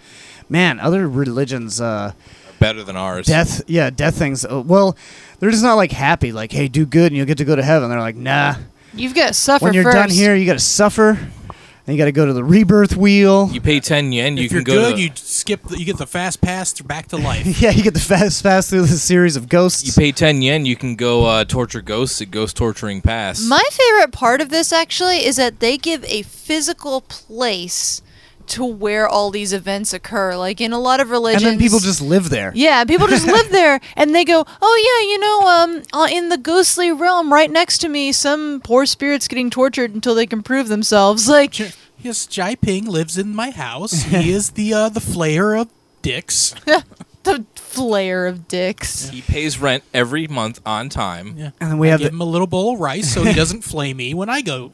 G: Man, other religions, uh,
H: Better than ours.
G: death, yeah, death things. uh, Well, they're just not like happy, like, hey, do good and you'll get to go to heaven. They're like, nah.
J: You've got to suffer
G: when you're
J: first.
G: done here, you got to suffer and you got to go to the rebirth wheel.
H: You pay ten yen, you
I: if
H: can
I: you're
H: go.
I: good,
H: to the-
I: you skip. The, you get the fast pass to back to life.
G: yeah, you get the fast, fast through the series of ghosts.
H: You pay ten yen, you can go uh, torture ghosts at Ghost Torturing Pass.
J: My favorite part of this actually is that they give a physical place to where all these events occur. Like in a lot of
G: and
J: religions,
G: then people just live there.
J: Yeah, people just live there, and they go, "Oh yeah, you know, um, uh, in the ghostly realm, right next to me, some poor spirit's getting tortured until they can prove themselves." Like,
I: yes, Jai Ping lives in my house. He is the uh, the flayer of dicks.
J: the flare of dicks.
H: He pays rent every month on time.
I: Yeah.
G: And then we
I: I
G: have
I: give
G: the-
I: him a little bowl of rice so he doesn't flay me when I go.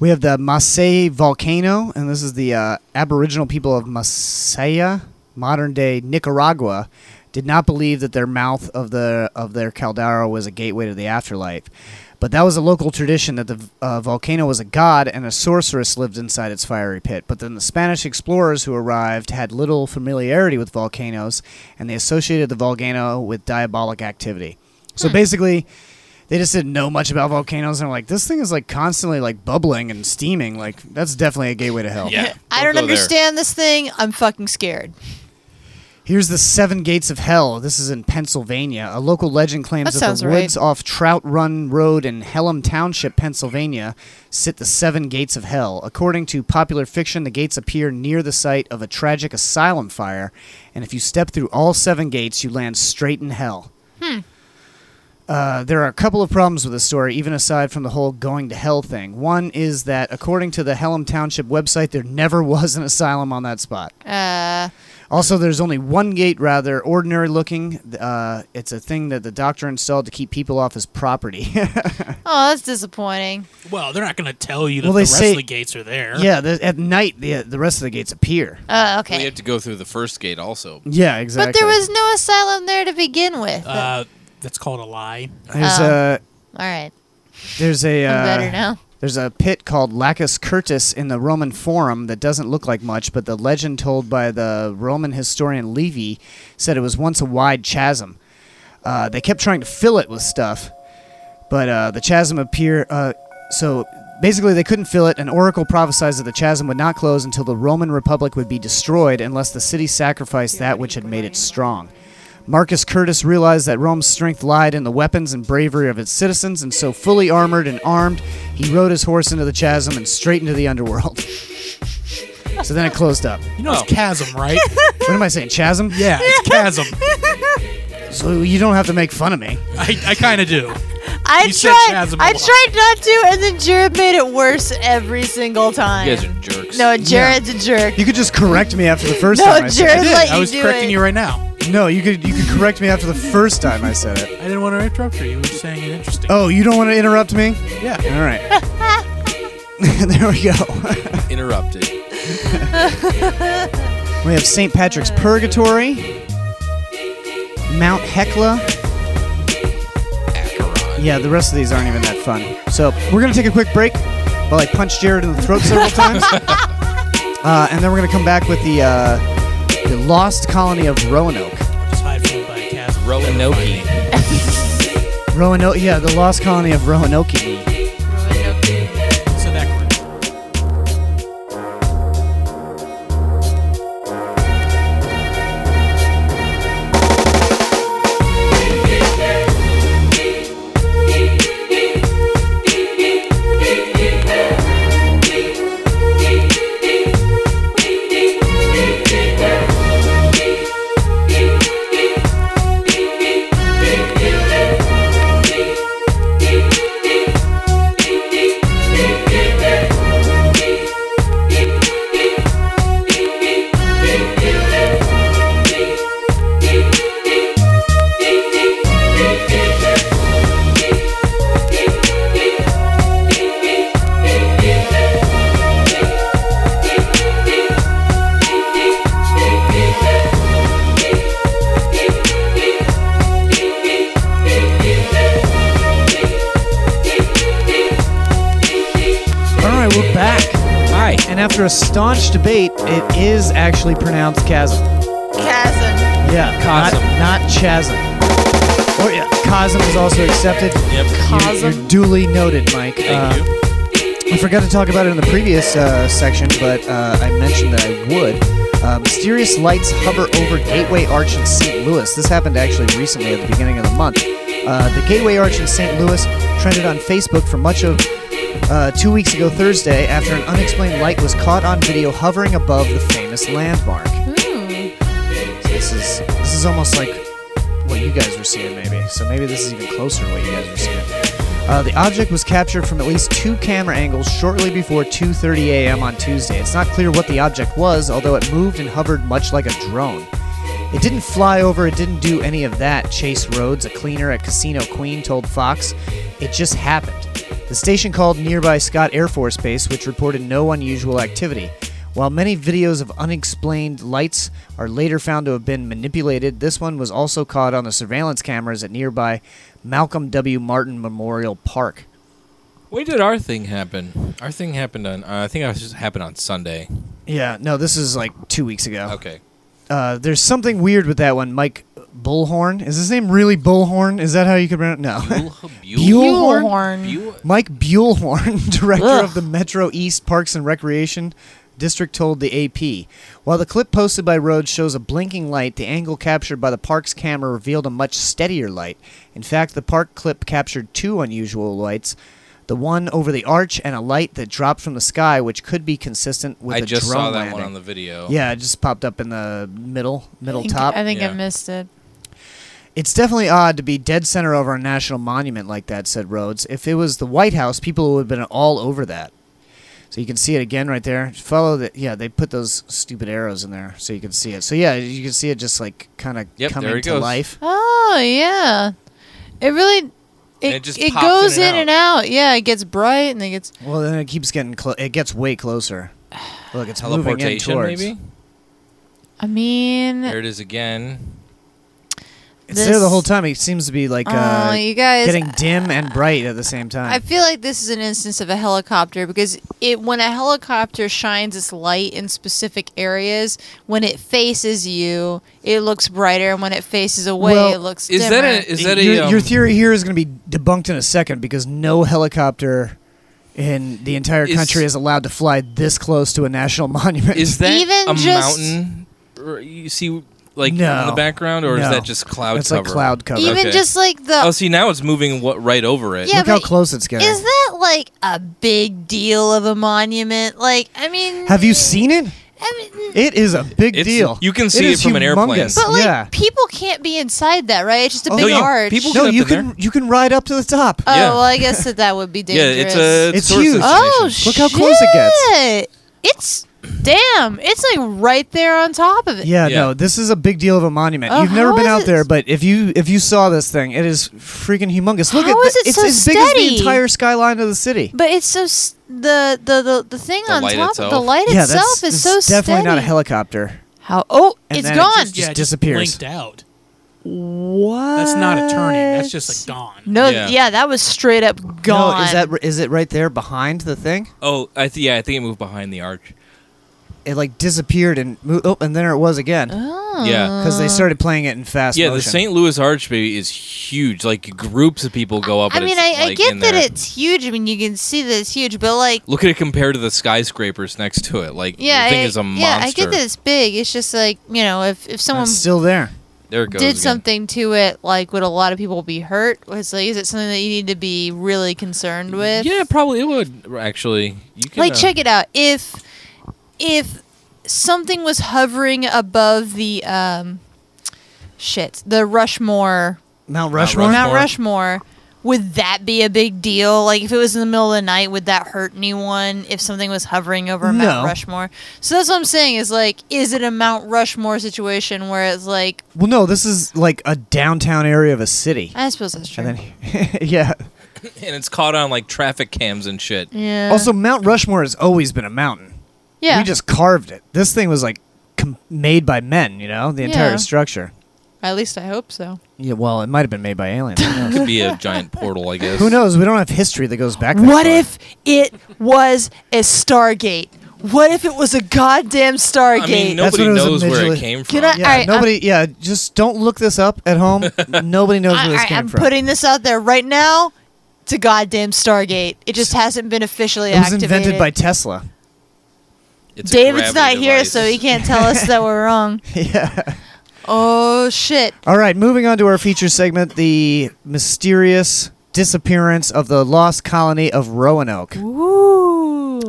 G: We have the Masai volcano, and this is the uh, Aboriginal people of Masaya, modern day Nicaragua, did not believe that their mouth of the of their caldera was a gateway to the afterlife. But that was a local tradition that the uh, volcano was a god and a sorceress lived inside its fiery pit. But then the Spanish explorers who arrived had little familiarity with volcanoes, and they associated the volcano with diabolic activity. So basically, they just didn't know much about volcanoes and were like this thing is like constantly like bubbling and steaming like that's definitely a gateway to hell
H: Yeah.
J: I don't
H: Don't go there.
J: understand this thing. I'm fucking scared.
G: here's the seven gates of hell this is in pennsylvania a local legend claims
J: That
G: that,
J: sounds
G: the
J: right.
G: woods off trout run road in Hellam township pennsylvania sit the seven gates of hell according to popular fiction the gates appear near the site of a tragic asylum fire and if you step through all seven gates you land straight in hell
J: Hmm.
G: Uh, there are a couple of problems with this story, even aside from the whole going to hell thing. One is that, according to the Hellam Township website, there never was an asylum on that spot.
J: Uh,
G: Also, there's only one gate, rather ordinary looking. Uh, it's a thing that the doctor installed to keep people off his property.
J: oh, that's disappointing.
I: Well, they're not going to tell you that
G: Well,
I: the
G: they
I: rest
G: say-
I: of the gates are there.
G: yeah, the, at night, the, the rest of the gates appear.
J: Uh,
H: Well, you
J: okay.
H: have to go through the first gate also.
G: Yeah, exactly.
J: But there was no asylum there to begin with.
I: Uh, that's called a lie.
G: There's
J: Oh.
G: a.
J: All right.
G: um, There's a.
J: I'm
G: uh,
J: better now.
G: There's a pit called Lacus Curtis in the Roman Forum that doesn't look like much, but the legend told by the Roman historian Livy said it was once a wide chasm. Uh, they kept trying to fill it with stuff, but uh, the chasm appear. Uh, so basically, they couldn't fill it. An oracle prophesied that the chasm would not close until the Roman Republic would be destroyed unless the city sacrificed that which had made it strong. Marcus Curtis realized that Rome's strength lied in the weapons and bravery of its citizens, and so fully armored and armed, he rode his horse into the chasm and straight into the underworld. So then it closed up.
I: You know it's chasm, right?
G: What am I saying? Chasm?
I: yeah, it's chasm.
G: So you don't have to make fun of me.
I: I, I kind of do.
J: I
I: You said
J: tried.
I: chasm a
J: I
I: lot.
J: tried not to, and then Jared made it worse every single
H: You
J: time.
H: guys are jerks.
J: no, Jared's a jerk.
G: You could just correct me after the first
J: No,
G: time I said
J: Jared,
G: it.
I: I did.
J: let
I: I
J: you
I: was
J: do
I: correcting
J: it.
I: you right now.
G: No, you could you could correct me after the first time I said it.
I: I didn't want to interrupt you. You were saying it interesting.
G: Oh, you don't want to interrupt me?
I: Yeah.
G: All right. there we go.
H: Interrupted.
G: We have St. Patrick's Purgatory, Mount Hecla. Yeah, the rest of these aren't even that fun. So we're gonna take a quick break while I punch Jared in the throat several times, uh, and then we're gonna come back with the uh, the lost colony of Roanoke.
I: Just hide from by a chasm.
H: Roanoke.
G: Roanoke, yeah, the lost colony of Roanoke.
I: So that
G: after a staunch debate, it is actually pronounced chasm.
J: Chasm.
G: Yeah,
H: Chasm.
G: Not, not chasm. Or yeah, chasm is also accepted.
H: Yep.
G: You're, you're duly noted, Mike. Thank you. I forgot to talk about it in the previous uh, section, but uh, I mentioned that I would. Uh, mysterious lights hover over Gateway Arch in St. Louis. This happened actually recently at the beginning of the month. Uh, the Gateway Arch in St. Louis trended on Facebook for much of uh, two weeks ago Thursday after an unexplained light was caught on video hovering above the famous landmark. This is this is almost like what you guys were seeing, maybe. So maybe this is even closer to what you guys were seeing. Uh, the object was captured from at least two camera angles shortly before 2:30 a.m. on Tuesday. It's not clear what the object was, although it moved and hovered much like a drone. It didn't fly over, it didn't do any of that, Chase Rhodes, a cleaner at Casino Queen, told Fox. It just happened. The station called nearby Scott Air Force Base, which reported no unusual activity. While many videos of unexplained lights are later found to have been manipulated, this one was also caught on the surveillance cameras at nearby Malcolm W. Martin Memorial Park.
H: When did our thing happen? Our thing happened on. Uh, I think it was just happened on Sunday.
G: Yeah, no, this is like two weeks ago.
H: Okay.
G: Uh, there's something weird with that one. Mike Bullhorn. Is his name really Bullhorn? Is that how you could pronounce No. Buellhorn? Mike Buellhorn, director of the Metro East Parks and Recreation District, told the AP. While the clip posted by Rhodes shows a blinking light, the angle captured by the park's camera revealed a much steadier light. In fact, the park clip captured two unusual lights. The one over the arch and a light that dropped from the sky, which could be consistent with
H: I
G: a
H: just
G: drone
H: saw that
G: landing.
H: one on the video.
G: Yeah, it just popped up in the middle middle
K: I think,
G: top.
K: I, think I missed it.
G: It's definitely odd to be dead center over a national monument like that, said Rhodes. If it was the White House, people would have been all over that. So you can see it again right there. Follow the yeah, they put those stupid arrows in there so you can see it. So yeah, you can see it just like kind of
H: Yep,
G: coming
H: there
G: to
H: it goes.
G: life.
K: Oh yeah, it really. It,
H: it just
K: it
H: pops
K: goes
H: in
K: in and,
H: and
K: out. Yeah, it gets bright and it gets.
G: Well, then it keeps getting clo- it gets way closer. Look, it's moving in
H: Teleportation,
G: towards.
H: maybe.
K: I mean,
H: There it is again.
G: It's there the
K: This-
G: whole time. It seems to be like
K: Oh,
G: uh,
K: you guys,
G: getting dim and bright at the same time.
J: I feel like this is an instance of a helicopter because it when a helicopter shines its light in specific areas, when it faces you, it looks brighter, and when it faces away,
G: Well,
J: it looks
H: is
J: dimmer.
H: that a- is that a,
G: your,
H: um,
G: your theory here is going to be debunked in a second because no helicopter in the entire
H: Is-
G: country is allowed to fly this close to a national monument.
H: Is that
J: Even
H: a
J: just-
H: mountain? Or you see, like in
G: No.
H: the background, or is
G: No.
H: that just cloud
G: That's
H: cover?
G: like cloud cover.
J: even
H: Okay.
J: just like the
H: Oh, see, now it's moving what right over it.
J: Yeah,
G: Look how
J: but
G: close it's getting.
J: is that like a big deal of a monument? Like, I mean,
G: Have you seen it?
J: I mean,
G: It is a big
H: It's-
G: deal.
H: you can see it
G: is
H: from an airplane.
G: humongous.
J: but like
G: yeah.
J: people can't be inside that, right? It's just a
G: Oh,
J: big
G: no, you-
J: arch.
H: people-
G: No,
H: get up
G: you
H: in there.
G: can you can ride up to the top.
J: oh
H: Yeah.
J: well, I guess that that would be
H: Yeah,
J: dangerous.
H: it's a
G: It's
H: tourist
G: huge.
H: destination.
J: Oh
G: Look how close it gets.
J: shit. It's damn. It's like right there on top of it.
G: Yeah,
H: Yeah.
G: no, this is a big deal of a monument.
J: Oh,
G: You've never
J: how
G: been
J: is
G: out
J: it-
G: there, but if you if you saw this thing, it is freaking humongous. Look
J: How
G: at
J: is
G: the-
J: it
G: it's
J: so
G: as big as the
J: steady?
G: entire skyline of the city.
J: But it's so s the, the the the thing
H: The
J: on
H: light
J: top of the
H: itself.
J: light
G: yeah,
J: itself
G: that's,
J: is
G: this
J: so
G: definitely
J: steady.
G: not a helicopter.
J: How? Oh,
G: And
J: it's
G: then it
J: gone.
G: just
I: Yeah, it
G: disappears.
I: Just blinked out.
G: What?
I: That's not a turning. That's just like gone.
J: no,
H: Yeah.
J: yeah. that was straight up gone.
G: No, is that is it right there behind the thing?
H: Oh, I th- yeah, I think it moved behind the arch.
G: It like disappeared and moved. Oh, and there it was again
H: yeah,
G: because they started playing it in fast
H: yeah. The
G: motion.
H: St. Louis Arch, baby, is huge. Like groups of people go up.
J: I
H: and
J: mean,
H: Oh, it's,
J: I, I
H: like,
J: get
H: in
J: that
H: there.
J: it's huge. I mean, you can see that it's huge, but like,
H: Look at it compared to the skyscrapers next to it. Like
J: yeah,
H: the thing
J: I,
H: is a monster.
J: yeah, I get that it's big. It's just like you know, if if someone
G: It's still there.
H: There it goes.
J: did
H: again.
J: something to it, like would a lot of people be hurt? Was like, is it something that you need to be really concerned with?
H: Yeah, probably it would actually. You can
J: like
H: uh,
J: check it out. If if something was hovering above the um shit, the Rushmore,
G: Mount Rushmore.
J: Mount Rushmore. Would that be a big deal? Like, if it was in the middle of the night, would that hurt anyone if something was hovering over
G: No.
J: Mount Rushmore? So that's what I'm saying is like, is it a Mount Rushmore situation where it's like,
G: Well, no, this is like a downtown area of a city.
J: I suppose that's true.
G: And then, yeah.
H: and it's caught on like traffic cams and shit.
J: yeah.
G: Also, Mount Rushmore has always been a mountain.
J: yeah.
G: We just carved it. This thing was like com- made by men. You know, the entire
J: Yeah.
G: structure.
J: At least I hope so.
G: Yeah. Well, it might have been made by aliens. Who knows?
H: Could be a giant portal, I guess.
G: Who knows? We don't have history that goes back. That
J: What
G: far.
J: if it was a Stargate?
K: What if it was a goddamn Stargate?
G: That's what it was originally.
K: Can I,
G: yeah,
K: all right, I'm-
G: nobody. yeah, just don't look this up at home. nobody knows where
K: I,
G: this
K: I-
G: came
K: I'm
G: from.
K: putting this out there right now. It's a goddamn Stargate. It just hasn't been officially
G: it was
K: activated.
G: invented by Tesla.
H: It's
K: David's not here, so he can't tell us that we're wrong.
G: yeah.
K: Oh shit!
G: All right, moving on to our feature segment: the mysterious disappearance of the lost colony of Roanoke.
K: Ooh.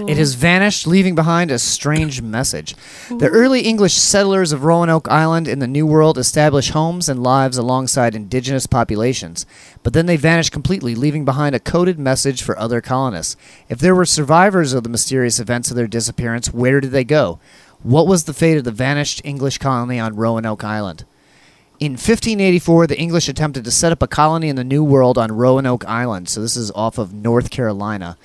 G: It has vanished, leaving behind a strange message. The early English settlers of Roanoke Island in the New World established homes and lives alongside indigenous populations, but then they vanished completely, leaving behind a coded message for other colonists. If there were survivors of the mysterious events of their disappearance, where did they go? What was the fate of the vanished English colony on Roanoke Island? In 1584, the English attempted to set up a colony in the New World on Roanoke Island, so this is off of North Carolina.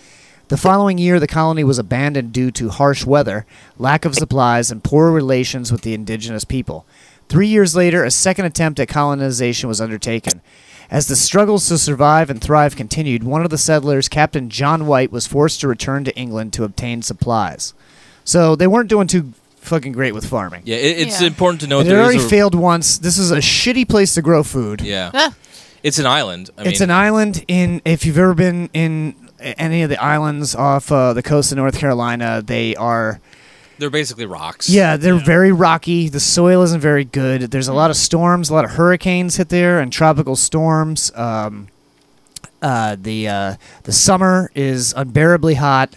G: The following year, the colony was abandoned due to harsh weather, lack of supplies, and poor relations with the indigenous people. Three years later, a second attempt at colonization was undertaken. As the struggles to survive and thrive continued, one of the settlers, Captain John White, was forced to return to England to obtain supplies. So they weren't doing too fucking great with farming.
H: Yeah, it, it's important to know
G: It
H: there is
G: already
H: a-
G: failed once. This is a shitty place to grow food.
H: Yeah.
K: Ah.
H: It's an island. I
G: it's
H: mean,
G: an island in. If you've ever been in a- any of the islands off uh, the coast of North Carolina, they are.
H: they're basically rocks.
G: Yeah, they're very rocky. The soil isn't very good. There's a lot of storms. A lot of hurricanes hit there, and tropical storms. Um, uh, the uh, the summer is unbearably hot.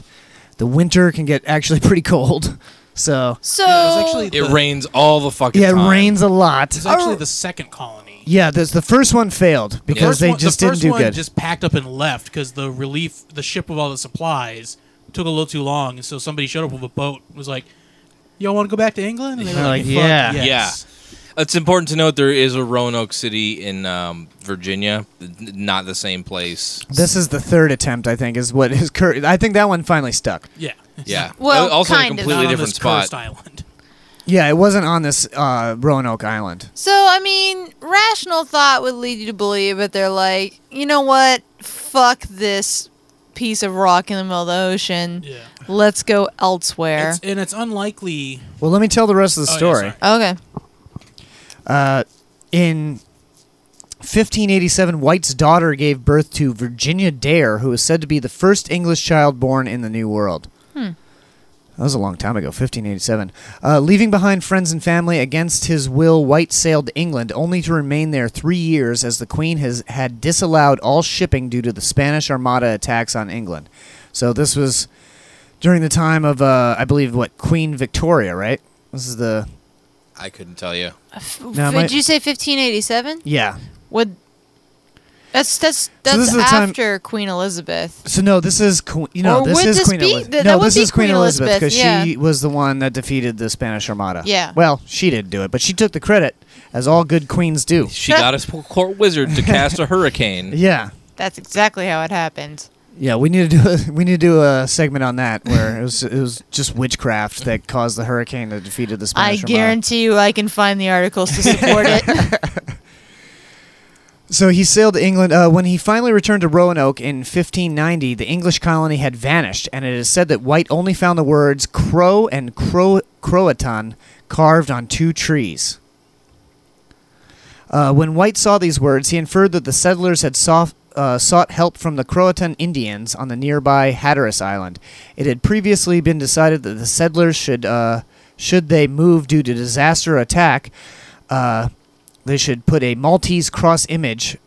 G: The winter can get actually pretty cold. So
K: So
H: it rains all the fucking
G: yeah, it
H: time.
G: rains a lot.
I: It's actually the second colony.
G: Yeah, the, the first one failed
I: The
G: because
I: first
G: they
I: one-
G: just
I: the
G: didn't
I: first
G: do
I: one
G: good.
I: Just packed up and left because the relief, the ship of all the supplies, took a little too long, and so somebody showed up with a boat. and Was like, "Y'all want to go back to England?" And they were like, "Fuck yes."
H: Yeah. It's important to note there is a Roanoke City in um, Virginia, n- not the same place.
G: this is the third attempt, I think, is what is current. I think that one finally stuck.
I: Yeah.
H: Yeah. Uh,
K: Well,
H: also in a
K: kind of.
H: completely
K: Not on
H: different
I: this
H: spot.
I: cursed island.
G: Yeah, it wasn't on this uh, Roanoke Island.
K: So I mean, rational thought would lead you to believe that they're like, you know what? Fuck this piece of rock in the middle of the ocean. Yeah. Let's go elsewhere.
I: It's, and it's unlikely.
G: Well, let me tell the rest of the
I: Oh, yeah,
G: story.
K: okay.
G: Uh, in 1587, White's daughter gave birth to Virginia Dare, who is said to be the first English child born in the New World.
K: Hmm.
G: That was a long time ago, 1587. Uh, leaving behind friends and family against his will, White sailed to England, only to remain there three years as the Queen has had disallowed all shipping due to the Spanish Armada attacks on England. So this was during the time of, uh, I believe, what Queen Victoria, right? This is the
H: I couldn't tell you.
G: No,
K: Did
G: my-
K: you say 1587?
G: yeah.
K: Would that's that's
G: this
K: that's
G: is the time-
K: after Queen Elizabeth.
G: So no, this is Queen. You know,
K: Or
G: this
K: would
G: is
K: this
G: Queen
K: be-
G: Elizabeth.
K: that-
G: no,
K: that would
G: this
K: be
G: is Queen
K: Queen
G: Elizabeth
K: Elizabeth,
G: because she
K: yeah.
G: was the one that defeated the Spanish Armada.
K: Yeah.
G: Well, she didn't do it, but she took the credit, as all good queens do.
H: She got a sp- court wizard to cast a hurricane.
G: Yeah.
K: That's exactly how it happened.
G: Yeah, we need to do a, we need to do a segment on that where it was it was just witchcraft that caused the hurricane that defeated the
K: I
G: Spanish Armada.
K: guarantee you, I can find the articles to support it.
G: So he sailed to England. Uh, when he finally returned to Roanoke in 1590, the English colony had vanished, and it is said that White only found the words crow and crow- croatan carved on two trees. Uh, when White saw these words, he inferred that the settlers had soft, uh, sought help from the Croatan Indians on the nearby Hatteras Island. It had previously been decided that the settlers should, uh, should they move due to disaster or attack, uh, they should put a Maltese cross image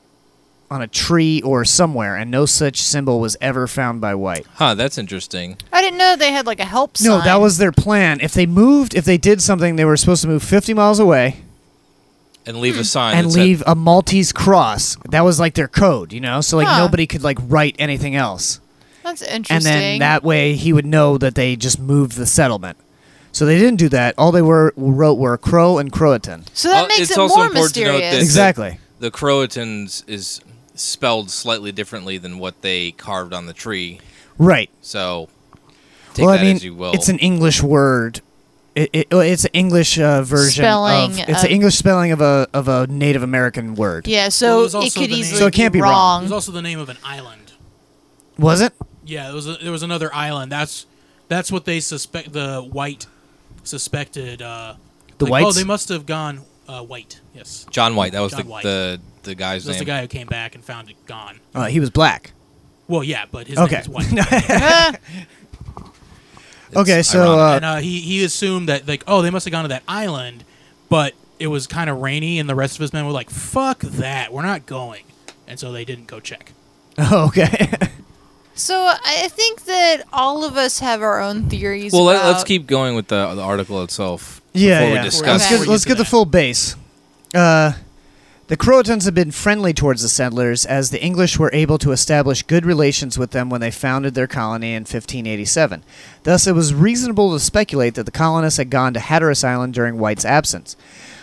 G: on a tree or somewhere, and no such symbol was ever found by White.
H: Huh, that's interesting.
K: I didn't know they had like a help sign.
G: No, that was their plan. If they moved, if they did something, they were supposed to move 50 miles away
H: And leave a sign
G: and
H: that said-
G: leave a Maltese cross. That was like their code, you know? So like
K: Huh.
G: nobody could like write anything else.
K: That's
G: And
K: interesting.
G: then that way he would know that they just moved the settlement. So they didn't do that. All they were wrote were crow and croatan.
K: so that
H: Uh,
K: makes
H: it's
K: it
H: also
K: more
H: important to note that
K: mysterious.
H: the-
G: Exactly.
H: The, Croatans is spelled slightly differently than what they carved on the tree.
G: Right.
H: So take
G: well,
H: that
G: I mean,
H: as you will.
G: it's an English word. It, it, well, it's an English uh, version
K: Spelling
G: of it's
K: of-
G: an English spelling of a of a Native American word.
K: Yeah,
I: Well,
K: so
I: was
K: it
I: also
K: could
I: the
K: easily
G: So it can't be wrong.
I: It was also the name of an island.
G: Was it?
I: Yeah, there was a, there was another island. That's That's what they suspect. The white suspected. Uh,
H: The
I: like, Oh,
H: whites?
I: they must have gone uh, white. Yes.
H: John White. That was
I: John
H: the,
I: White.
H: the the guy's
I: That's
H: name.
I: the guy who came back and found it gone.
G: Uh, he was black.
I: Well, yeah, but his
G: Okay.
I: name is white.
G: okay, so uh,
I: and, uh, he he assumed that like oh they must have gone to that island, but it was kind of rainy and the rest of his men were like fuck that we're not going, and so they didn't go check.
G: oh, okay.
K: So I think that all of us have our own theories.
H: well, let,
K: about-
H: let's keep going with the, the article itself.
G: Yeah,
H: before
G: yeah.
H: we
G: Let's
H: discuss.
G: get, let's get the full base. Uh, the Croatans have been friendly towards the settlers, as the English were able to establish good relations with them when they founded their colony in 1587. Thus, it was reasonable to speculate that the colonists had gone to Hatteras Island during White's absence.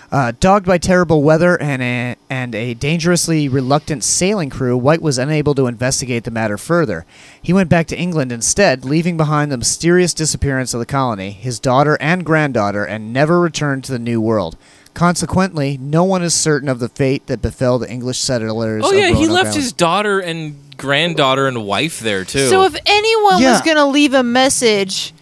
G: Uh, dogged by terrible weather and a, and a dangerously reluctant sailing crew, White was unable to investigate the matter further. He went back to England instead, leaving behind the mysterious disappearance of the colony, his daughter and granddaughter, and never returned to the New World. Consequently, no one is certain of the fate that befell the English settlers.
H: Oh
G: of
H: yeah, he
G: Roanoke
H: left
G: Island.
H: his daughter and granddaughter and wife there too.
K: So if anyone
G: Yeah.
K: was gonna leave a message,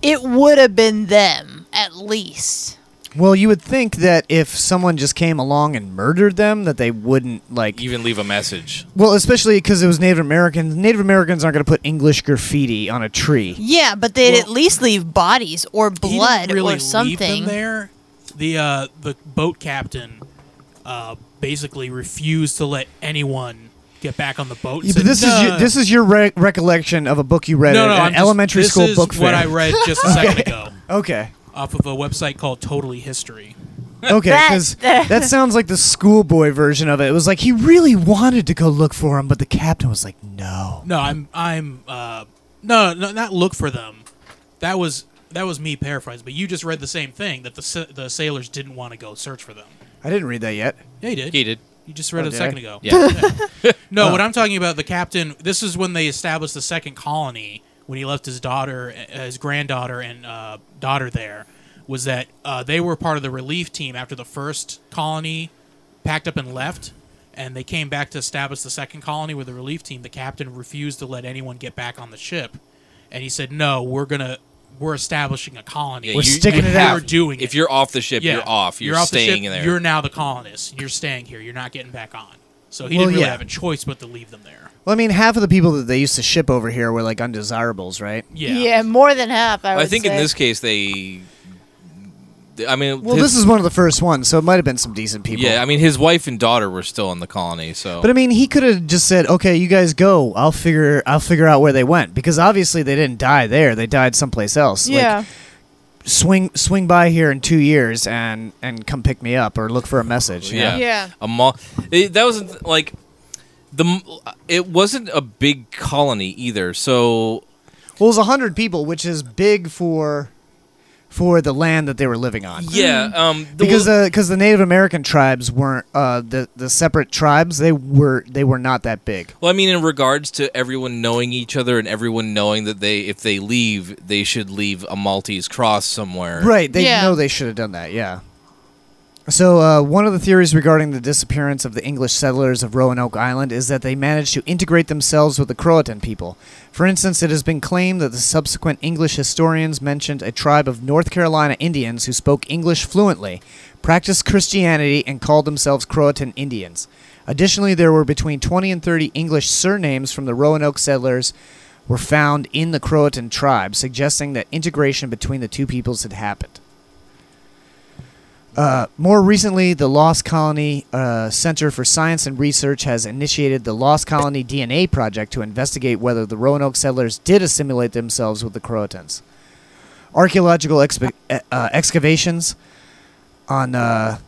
K: it would have been them at least.
G: Well, you would think that if someone just came along and murdered them, that they wouldn't like.
H: even leave a message.
G: Well, especially because it was Native Americans. Native Americans aren't going to put English graffiti on a tree.
K: Yeah, but they'd at least leave bodies or blood
I: really
K: or
I: leave them
K: something.
I: there. The uh, the boat captain uh, basically refused to let anyone get back on the boat. and
G: Yeah, but
I: said,
G: this is
I: "No,
G: your, this is your re- recollection of a book you read
I: no,
G: at
I: no,
G: an
I: I'm just-
G: elementary
I: this
G: school
I: is
G: book
I: What
G: fair.
I: I read just a second ago.
G: Okay.
I: Off of a website called Totally History.
G: Okay, because that sounds like the schoolboy version of it. It was like he really wanted to go look for him, but the captain was like, "No."
I: No, I'm I'm uh no, no not look for them. That was that was me paraphrasing, but you just read the same thing that the sa- the sailors didn't want to go search for them.
G: I didn't read that yet.
I: Yeah, you did.
H: He did.
I: You just read it
H: Oh,
I: a
H: did
I: second
H: I?
I: ago.
H: Yeah.
I: no,
H: Oh.
I: what I'm talking about the captain. This is when they established the second colony. When he left his daughter, uh, his granddaughter, and uh, daughter there, was that uh, they were part of the relief team after the first colony packed up and left, and they came back to establish the second colony with the relief team. The captain refused to let anyone get back on the ship, and he said, "No, we're gonna." We're establishing a colony.
H: Yeah, you- you have-
I: We're doing
H: If
I: it.
H: you're off the ship,
I: Yeah.
H: you're off. You're,
I: off the
H: staying
I: ship,
H: in there.
I: You're now the colonist. You're staying here. You're not getting back on. So he
G: Well,
I: didn't really
G: yeah.
I: have a choice but to leave them there.
G: Well, I mean, half of the people that they used to ship over here were like undesirables, right?
I: Yeah.
K: more than half. I,
H: I,
K: would
H: think in
K: say.
H: this case they. I mean,
G: Well,
H: his-
G: this is one of the first ones, so it might have been some decent people.
H: Yeah, I mean, his wife and daughter were still in the colony, so.
G: But I mean, he could have just said, "Okay, you guys go. I'll figure. I'll figure out where they went." Because obviously, they didn't die there. They died someplace else. Like,
L: Yeah.
G: swing swing by here in two years and and come pick me up or look for a message. you
H: yeah,
G: know?
H: a mall. It, that wasn't like the. m- It wasn't a big colony either, so
G: Well, it was hundred people, which is big for for the land that they were living on.
H: yeah. Um, the,
G: Mm. Because because the Native American tribes weren't uh, the the separate tribes they were they were not that big.
H: Well, I mean, in regards to everyone knowing each other and everyone knowing that they, if they leave, they should leave a Maltese cross somewhere.
G: Right. They know they should have done that. Yeah. So uh, one of the theories regarding the disappearance of the English settlers of Roanoke Island is that they managed to integrate themselves with the Croatan people. For instance, it has been claimed that the subsequent English historians mentioned a tribe of North Carolina Indians who spoke English fluently, practiced Christianity, and called themselves Croatan Indians. Additionally, there were between 20 and 30 English surnames from the Roanoke settlers were found in the Croatan tribe, suggesting that integration between the two peoples had happened. Uh, more recently, the Lost Colony uh, Center for Science and Research has initiated the Lost Colony DNA project to investigate whether the Roanoke settlers did assimilate themselves with the Croatans. Archaeological expe- uh, uh, excavations on uh,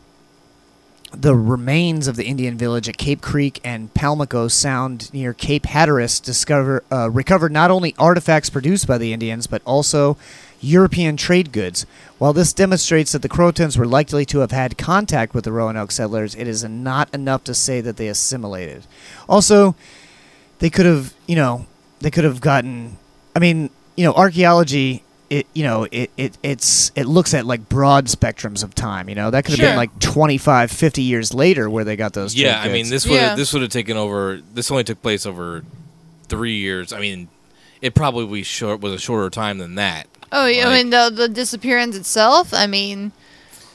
G: the remains of the Indian village at Cape Creek and Palmico Sound near Cape Hatteras discover uh, recovered not only artifacts produced by the Indians but also European trade goods. While this demonstrates that the Crotons were likely to have had contact with the Roanoke settlers, it is not enough to say that they assimilated. Also, they could have, you know, they could have gotten. I mean, you know, archaeology. It you know it, it it's it looks at like broad spectrums of time. You know that could have
H: Sure.
G: been like 25, 50 years later where they got those.
H: Yeah, I
G: trade
H: mean,
G: goods.
H: this would this would have taken over. This only took place over three years. I mean, it probably was short was a shorter time than that.
K: Oh, yeah, I
H: Like-
K: mean the the disappearance itself. I mean,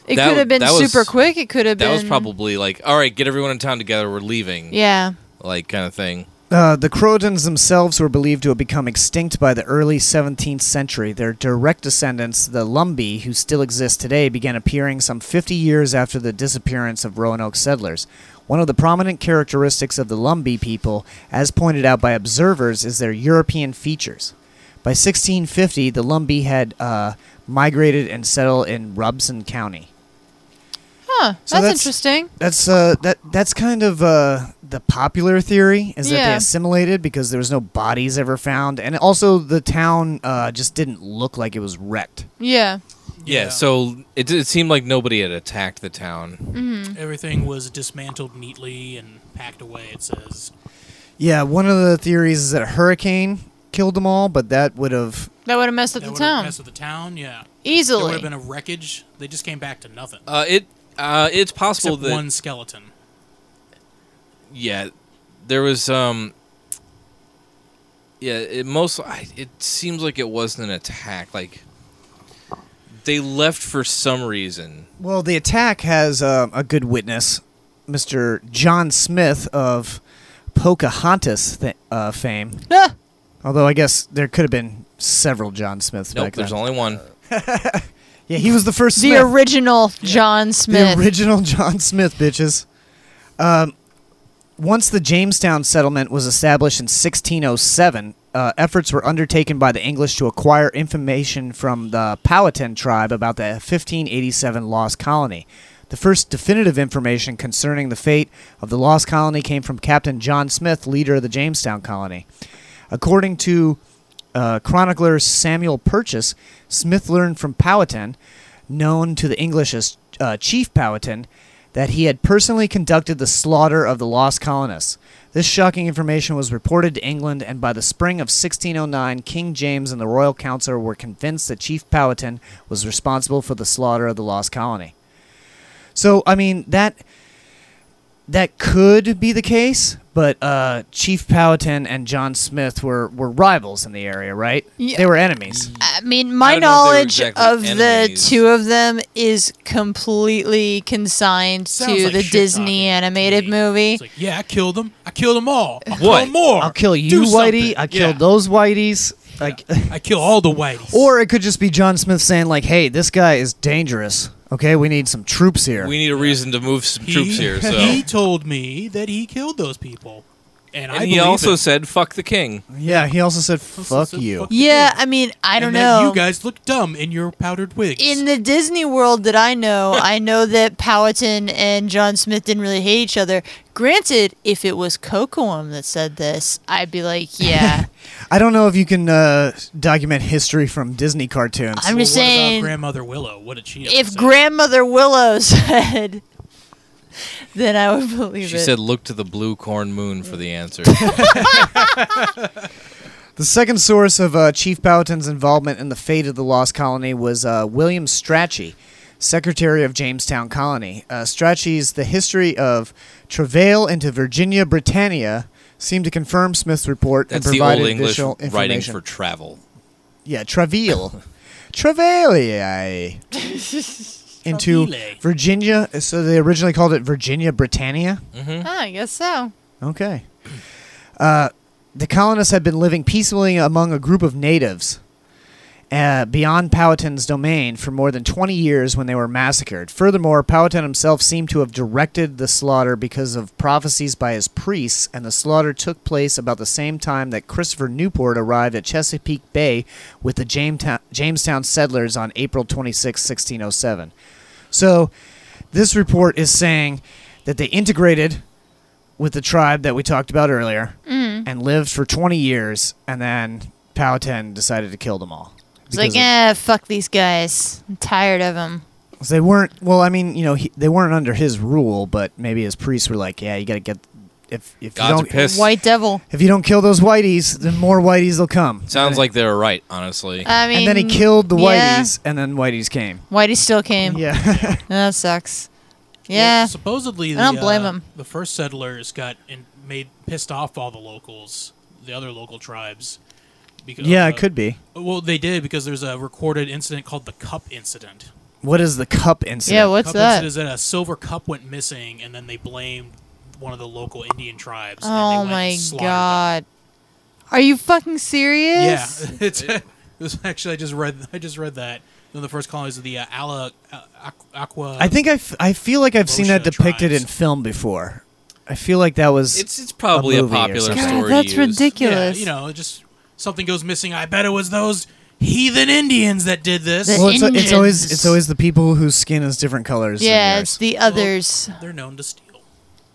K: it
H: That
K: could
H: w-
K: have been
H: that was-
K: super quick. It could have been.
H: That was probably like, all right, get everyone in town together. We're leaving.
K: Yeah.
H: Like kind of thing.
G: Uh, the Crotons themselves were believed to have become extinct by the early 17th century. Their direct descendants, the Lumbee, who still exist today, began appearing some 50 years after the disappearance of Roanoke settlers. One of the prominent characteristics of the Lumbee people, as pointed out by observers, is their European features. By 1650, the Lumbee had uh, migrated and settled in Robson County.
K: huh.
G: So
K: that's, interesting.
G: That's uh, that that's kind of uh, the popular theory is that they
K: Yeah.
G: assimilated because there was no bodies ever found, and also the town uh, just didn't look like it was wrecked.
K: Yeah.
H: Yeah. So it, it seemed like nobody had attacked the town.
I: Everything was dismantled neatly and packed away. It says
G: Yeah, one of the theories is that a hurricane killed them all, but that would have
K: That would have messed up
I: that
K: the
I: would
K: town.
I: have messed with the town. Yeah,
K: Easily.
I: There would have been a wreckage. They just came back to nothing.
H: Uh, it uh, it's possible
I: Except
H: that
I: one skeleton.
H: yeah, there was um. Yeah, it most I- it seems like it wasn't an attack. Like they left for some reason.
G: Well, the attack has uh, a good witness, Mr. John Smith of Pocahontas th- uh, fame.
K: Ah,
G: Although I guess there could have been several John Smiths
H: Nope,
G: back then. Uh,
H: there's only one.
G: yeah, he was the first.
K: the
G: Smith.
K: original John Smith.
G: The original John Smith, bitches. Um, once the Jamestown settlement was established in 1607, uh, efforts were undertaken by the English to acquire information from the Powhatan tribe about the 1587 lost colony. The first definitive information concerning the fate of the lost colony came from Captain John Smith, leader of the Jamestown colony. According to uh, chronicler Samuel Purchas, Smith learned from Powhatan, known to the English as uh, Chief Powhatan, that he had personally conducted the slaughter of the lost colonists. This shocking information was reported to England, and by the spring of 1609, King James and the Royal Council were convinced that Chief Powhatan was responsible for the slaughter of the lost colony. So, I mean, that that could be the case, but uh, Chief Powhatan and John Smith were, were rivals in the area, right?
K: Yeah.
G: They were enemies.
K: I mean, my
G: don't know if they were
K: knowledge
G: exactly
K: of
G: enemies.
K: the two of them is completely consigned
I: Sounds
K: to
I: like
K: the
I: shit
K: Disney animated movie.
I: Yeah, I killed them. I killed them all. I'll
G: What?
I: Kill more.
G: I'll kill you,
I: Do
G: Whitey.
I: something.
G: I killed those Whiteys. Like,
I: I kill all the whiteys.
G: or it could just be John Smith saying, like, "Hey, this guy is dangerous. Okay, we need some troops here."
H: We need a reason to move some troops here. So
I: He told me that he killed those people, and, I
H: and he
I: believe
H: also
I: it.
H: said, "Fuck the king."
G: yeah, he also said, "Fuck you."
K: Yeah, I mean, I don't
I: and that
K: know.
I: You guys look dumb in your powdered wigs.
K: In the Disney world that I know, I know that Powhatan and John Smith didn't really hate each other. Granted, if it was Cocoam that said this, I'd be like, yeah.
G: I don't know if you can uh, document history from Disney cartoons.
K: I'm just saying.
I: Grandmother Willow, what did she?
K: If Grandmother Willow said, then I would believe
H: She
K: it.
H: said, "Look to the blue corn moon for the answer."
G: The second source of uh, Chief Powhatan's involvement in the fate of the lost colony was uh, William Strachey, Secretary of Jamestown Colony. Uh, Strachey's The History of Travail into Virginia Britannia seemed to confirm Smith's report
H: That's
G: and
H: the old
G: provided
H: English
G: additional
H: writing
G: information.
H: for travel.
G: yeah, Travail. Travailia. into
K: Travaile.
G: Virginia. So they originally called it Virginia Britannia.
J: Oh,
K: Ah, I guess so.
G: Okay. Uh, the colonists had been living peacefully among a group of natives uh, beyond Powhatan's domain for more than 20 years when they were massacred. Furthermore, Powhatan himself seemed to have directed the slaughter because of prophecies by his priests, and the slaughter took place about the same time that Christopher Newport arrived at Chesapeake Bay with the Jamestown, Jamestown settlers on April oh 26, 1607. So, this report is saying that they integrated with the tribe that we talked about earlier
K: Mm.
G: and lived for 20 years, and then Powhatan decided to kill them all.
K: It's like,
G: Because of-
K: eh, fuck these guys. I'm tired of them.
G: 'cause they weren't, well, I mean, you know, he, they weren't under his rule, but maybe his priests were like, yeah, you got to get, if, if you
H: Gods are
G: don't,
H: pissed.
K: White devil.
G: if you don't kill those whiteys, then more whiteys will come.
H: Sounds like they were right, honestly.
K: I mean,
G: and then he killed the
K: yeah.
G: whiteys, and then whiteys came.
K: Whitey still came.
G: Yeah.
K: that sucks.
I: Well,
K: Yeah.
I: supposedly, the,
K: I don't blame
I: uh,
K: him.
I: The first settlers got and made pissed off all the locals, the other local tribes, Because
G: Yeah,
I: uh,
G: it could be.
I: Well, they did because there's a recorded incident called the Cup Incident.
G: What is the cup incident?
I: cup Incident is that a silver cup went missing, and then they blamed one of the local Indian tribes. and they
J: Oh
I: went
J: my
I: and slaughtered
J: god. Are you fucking
I: Yeah,
J: serious?
I: it's it was actually I just read I just read that one of the first colonies of the uh, Ala uh, Aqu- Aqua.
G: I think I, f- I feel like I've seen that depicted in film before. I feel like that was
I: It's- it's
H: probably a
G: movie or
H: popular
G: something.
H: story God,
J: that's used. ridiculous.
I: Yeah, you know, just something goes missing. I bet it was those heathen Indians that did this.
G: well, it's, it's always it's always the people whose skin is different colors. than
J: Yeah,
G: yours.
J: it's the others.
I: they're known to steal.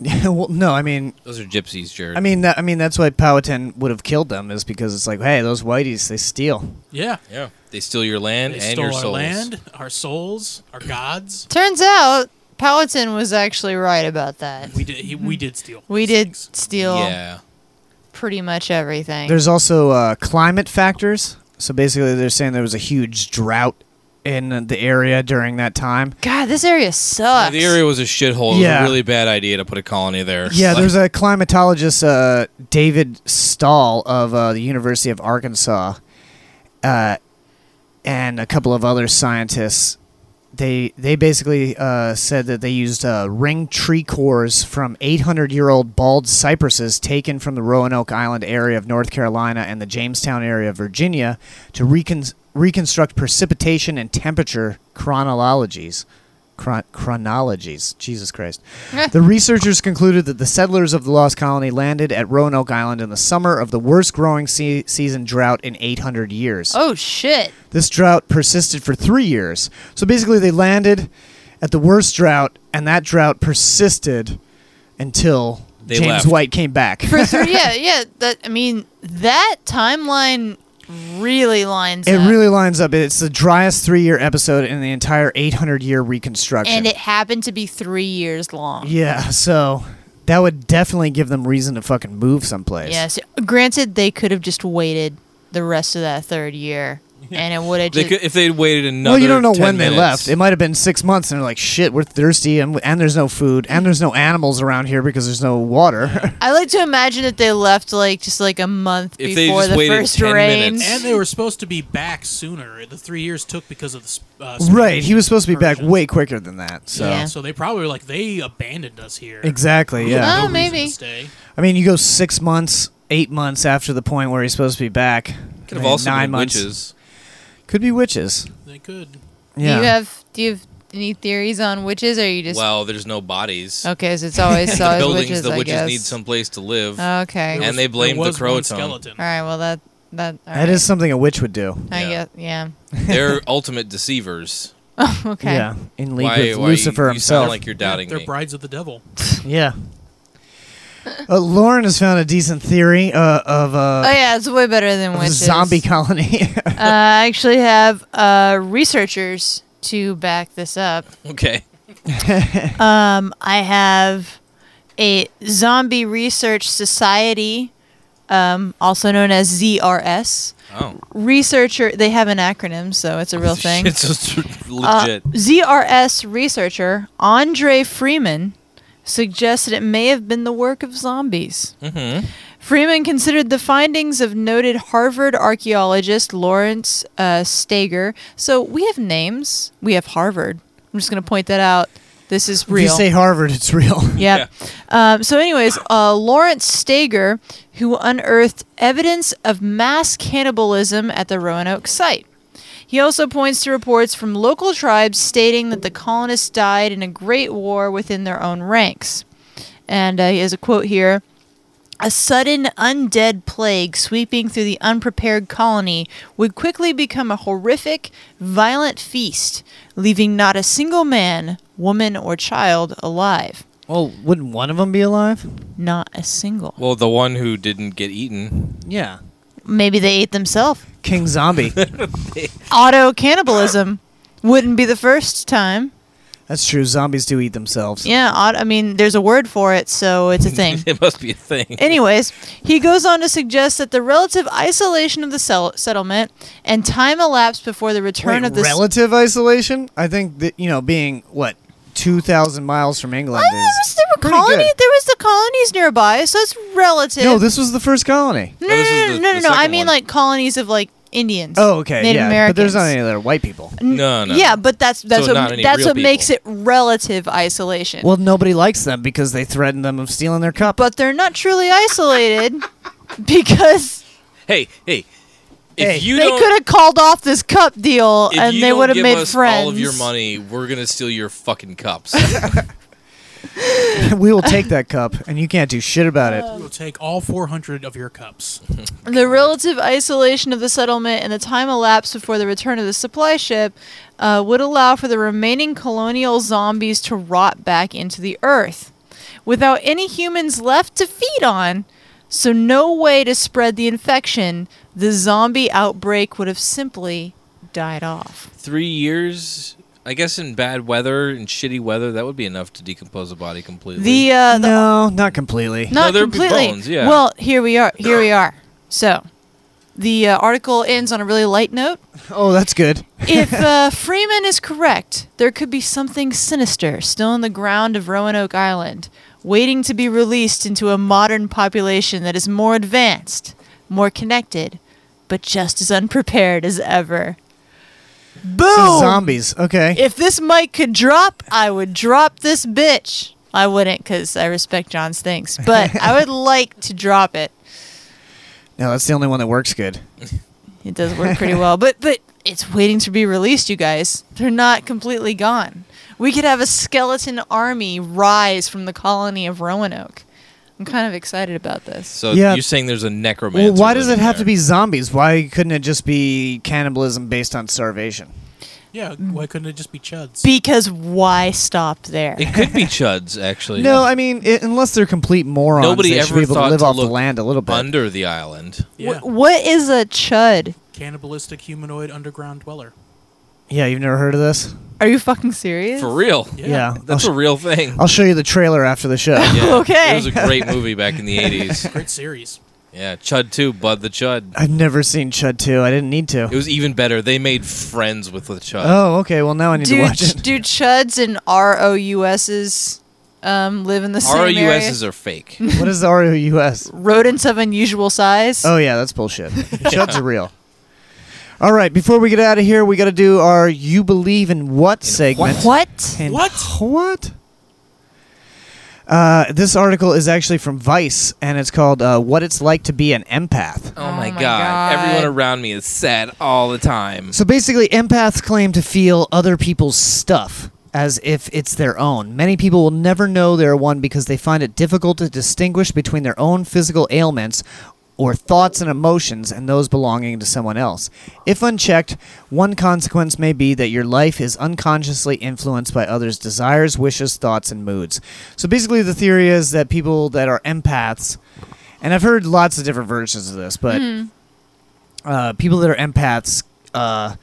G: Yeah, well, no, I mean,
H: Those are gypsies, Jared.
G: I mean, that, I mean, that's why Powhatan would have killed them is because it's like, hey, those whiteys, they steal.
I: Yeah.
H: Yeah. They steal your land
I: They
H: and
I: stole
H: your
I: our
H: souls.
I: land, our souls, our gods.
J: Turns out Powhatan was actually right about that.
I: We did. He, we
G: Hmm.
I: did steal.
J: We did steal
G: Yeah.
J: pretty much everything.
G: There's also uh, climate factors. So basically, they're saying there was a huge drought in the area during that time.
J: God, this area sucks.
H: The area was a shithole. It was
G: Yeah.
H: a really bad idea to put a colony there.
G: Yeah,
H: Like,
G: there's a climatologist, uh, David Stahl of uh, the University of Arkansas, uh, and a couple of other scientists. They they basically uh, said that they used uh, ring tree cores from 800 year old bald cypresses taken from the Roanoke Island area of North Carolina and the Jamestown area of Virginia to recon- reconstruct precipitation and temperature chronologies. Chron- chronologies. Jesus Christ. the researchers concluded that the settlers of the Lost Colony landed at Roanoke Island in the summer of the worst growing se- season drought in 800 years.
J: oh shit.
G: This drought persisted for three years. So basically, they landed at the worst drought, and that drought persisted until
H: They
G: James
H: left.
G: White came back.
J: For three, yeah, yeah. That I mean, that timeline really lines
G: It
J: up,
G: really lines up. It's the driest three year episode in the entire 800 year reconstruction.
J: and it happened to be three years long.
G: yeah, so that would definitely give them reason to fucking move someplace.
J: Yes. Granted, they could have just waited the rest of that third year, and it would have
H: They
J: just.
H: could, if they'd waited another.
G: Well, you don't know
H: 10
G: when they
H: minutes-
G: left. It might have been six months, and they're like, "Shit, we're thirsty, and, and there's no food, and there's no animals around here because there's no water."
J: I like to imagine that they left like just like a month
G: If they
J: before
G: just
J: the
G: waited
J: first
G: 10
J: rain.
G: minutes.
I: And they were supposed to be back sooner. The three years took because of the. sp- Uh,
G: right?
I: Spanish
G: He was supposed to be back way quicker than that. So,
I: so they probably were like they abandoned us here.
G: Exactly,
I: We
G: yeah.
J: Uh,
I: have
G: Oh,
I: no reason to
J: maybe.
I: stay.
G: I mean, you go six months, eight months after the point where he's supposed to be back. I
H: Could have
G: mean,
H: also
G: nine
H: been
G: months.
H: witches.
G: Could be witches.
I: They could.
G: Yeah.
J: Do you have do you have any theories on witches? Or are you just
H: well, there's no bodies.
G: Oh,
J: Okay, so it's always-
H: the
J: always
H: buildings.
J: witches,
H: the
J: I
H: witches
J: guess.
H: need some place to live.
G: Uh,
J: Okay.
H: and
J: There was-
H: they blamed
J: there
H: the
J: was one
H: Croatan.
J: All right. Well, that that all
G: That
J: right.
G: is something a witch would do.
J: I guess. Yeah.
H: They're ultimate deceivers.
J: Oh, okay.
G: Yeah, in league
H: Why-
G: with
H: why you-
G: Lucifer
H: you sound
G: himself.
H: like you're doubting
I: They're
H: me.
I: brides of the devil.
G: yeah. Uh, Lauren has found a decent theory uh, of uh,
J: oh yeah, it's way better than
G: of a
J: witches.
G: zombie colony.
J: uh, I actually have uh, researchers to back this up.
H: Okay.
J: um, I have a zombie research society, um, also known as ZRS.
H: Oh.
J: Researcher, they have an acronym, so it's a real thing.
H: It's just
J: Uh,
H: legit.
J: ZRS researcher Andre Freeman suggested it may have been the work of zombies.
H: mm-hmm.
J: Freeman considered the findings of noted Harvard archaeologist Lawrence uh, Stager. So we have names. We have Harvard. I'm just going to point that out. This is
G: If you
J: real.
G: say Harvard, it's real.
J: Yep. Um, so, anyways, uh, Lawrence Stager, who unearthed evidence of mass cannibalism at the Roanoke site. He also points to reports from local tribes stating that the colonists died in a great war within their own ranks. And uh, he has a quote here. A sudden undead plague sweeping through the unprepared colony would quickly become a horrific, violent feast, leaving not a single man, woman, or child alive.
G: Well, wouldn't one of them be alive?
J: Not a single.
H: Well, the one who didn't get eaten.
G: Yeah.
J: Maybe they ate themselves.
G: King Zombie.
J: Auto cannibalism wouldn't be the first time.
G: That's true. Zombies do eat themselves.
J: Yeah, aut- I mean, there's a word for it, so it's a thing.
H: it must be a thing.
J: Eh, Anyways, he goes on to suggest that the relative isolation of the sel- settlement and time elapsed before the return
G: Wait,
J: of the s-
G: relative isolation? I think that you know, being what two thousand miles from England.
J: There was, there were
G: pretty
J: colony,
G: good.
J: there was the colonies nearby, so it's relative.
G: is, no, this was the first colony.
J: no, no, no, no, no, no, no. I mean like colonies of like Indians.
G: Oh, okay,
J: Native
G: yeah,
J: Americans.
G: but there's not any other white people.
H: No,
J: Yeah, but that's that's
G: So not
J: what
G: any
J: that's
G: real
J: what
G: people.
J: makes it relative isolation.
G: Well, nobody likes them because they threaten them of stealing their cup.
J: but they're not truly isolated because
H: Hey, hey. If you
J: they
H: don't,
J: could have called off this cup deal
H: if
J: and
H: you
J: they
H: don't
J: would have
H: give
J: made
H: us
J: friends.
H: all of your money, we're gonna steal your fucking cups.
G: we will take that cup, and you can't do shit about
J: Uh,
G: it.
I: We'll take all 400 of your cups.
J: The relative isolation of the settlement and the time elapsed before the return of the supply ship uh, would allow for the remaining colonial zombies to rot back into the earth without any humans left to feed on. So, no way to spread the infection. The zombie outbreak would have simply died off.
H: Three years, I guess, in bad weather and shitty weather, that would be enough to decompose a body completely.
J: The, uh, the
G: no, not completely.
J: Not
H: there'd be
J: completely.
H: bones, yeah.
J: Well, here we are. Here we are. So, the uh, article ends on a really light note.
G: Oh, that's good.
J: if uh, Freeman is correct, there could be something sinister still in the ground of Roanoke Island, waiting to be released into a modern population that is more advanced, more connected, but just as unprepared as ever. Boom!
G: So zombies. Okay.
J: If this mic could drop, I would drop this bitch. I wouldn't because I respect John's things, but I would like to drop it.
G: No, that's the only one that works good.
J: It does work pretty well, but but it's waiting to be released, you guys. They're not completely gone. We could have a skeleton army rise from the colony of Roanoke. I'm kind of excited about this.
H: so
G: Yeah.
H: you're saying there's a necromancer?
G: Well, why does it
H: living
G: have to
H: there?
G: be zombies? Why couldn't it just be cannibalism based on starvation?
I: Yeah, why couldn't it just be chuds?
J: Because why stop there?
H: It could be chuds, actually.
G: No, I mean, i unless they're complete morons,
H: Nobody
G: they should
H: ever
G: be able to
H: thought
G: live
H: to
G: off the
H: look
G: land a little bit.
H: under the island.
I: Yeah.
J: Wh- what is a chud?
I: Cannibalistic humanoid underground dweller.
G: yeah, you've never heard of this?
J: Are you fucking serious?
H: For real.
G: Yeah,
H: That's
G: I'll
H: a real thing.
G: I'll show you the trailer after the show.
H: Yeah,
J: Okay.
H: It was a great movie back in the 80s.
I: Great series.
H: Yeah, Chud 2, Bud the Chud.
G: I've never seen Chud 2. I didn't need to.
H: It was even better. They made friends with the Chud.
G: oh, okay. Well, now I need
J: Do
G: to watch it.
J: do chuds and ROUSs um, live in the same area?
H: ROUSs are fake. Oh
G: what is the ROUS?
J: rodents of unusual size.
G: Oh, yeah, that's bullshit. Chuds are real. All right, before we get out of here, we got to do our You Believe in What segment.
J: What?
G: And what? What? Uh, this article is actually from Vice, and it's called uh, "What It's Like to Be an Empath."
H: Oh, my, god. Everyone around me is sad all the time.
G: So basically, empaths claim to feel other people's stuff as if it's their own. Many people will never know they're one because they find it difficult to distinguish between their own physical ailments or thoughts and emotions and those belonging to someone else. If unchecked, one consequence may be that your life is unconsciously influenced by others' desires, wishes, thoughts, and moods. So basically, the theory is that people that are empaths, and I've heard lots of different versions of this, but
J: Hmm.
G: uh, people that are empaths uh,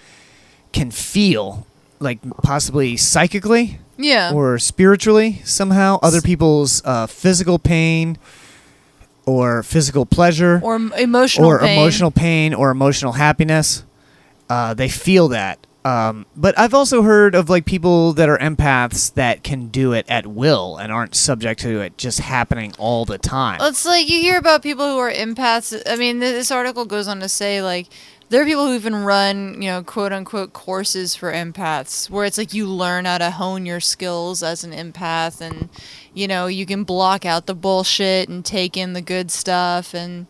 G: can feel like possibly psychically
J: Yeah.
G: or spiritually somehow other people's uh, physical pain or physical pleasure
J: or m- emotional
G: or
J: pain.
G: emotional pain or emotional happiness uh, they feel that um, but i've also heard of like people that are empaths that can do it at will and aren't subject to it just happening all the time
J: Well, It's like you hear about people who are empaths. I mean, th- this article goes on to say like there are people who even run, you know, quote unquote courses for empaths, where it's like you learn how to hone your skills as an empath, and you know you can block out the bullshit and take in the good stuff and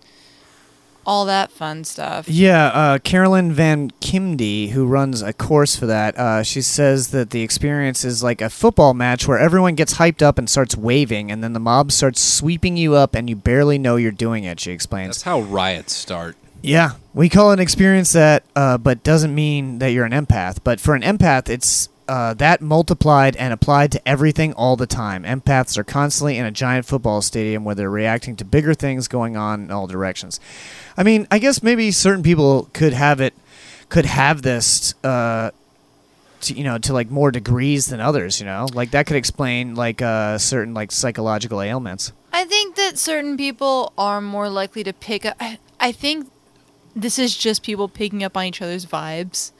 J: all that fun stuff.
G: Yeah, uh, Carolyn Van Kimde, who runs a course for that, uh, she says that the experience is like a football match where everyone gets hyped up and starts waving, and then the mob starts sweeping you up, and you barely know you're doing it. She explains.
H: That's how riots start.
G: Yeah, we call an experience that, uh, but doesn't mean that you're an empath. But for an empath, it's uh, that multiplied and applied to everything all the time. Empaths are constantly in a giant football stadium where they're reacting to bigger things going on in all directions. I mean, I guess maybe certain people could have it, could have this, uh, to, you know, to like more degrees than others. You know, like that could explain like uh, certain like psychological ailments.
J: I think that certain people are more likely to pick up. I, I think this is just people picking up on each other's vibes.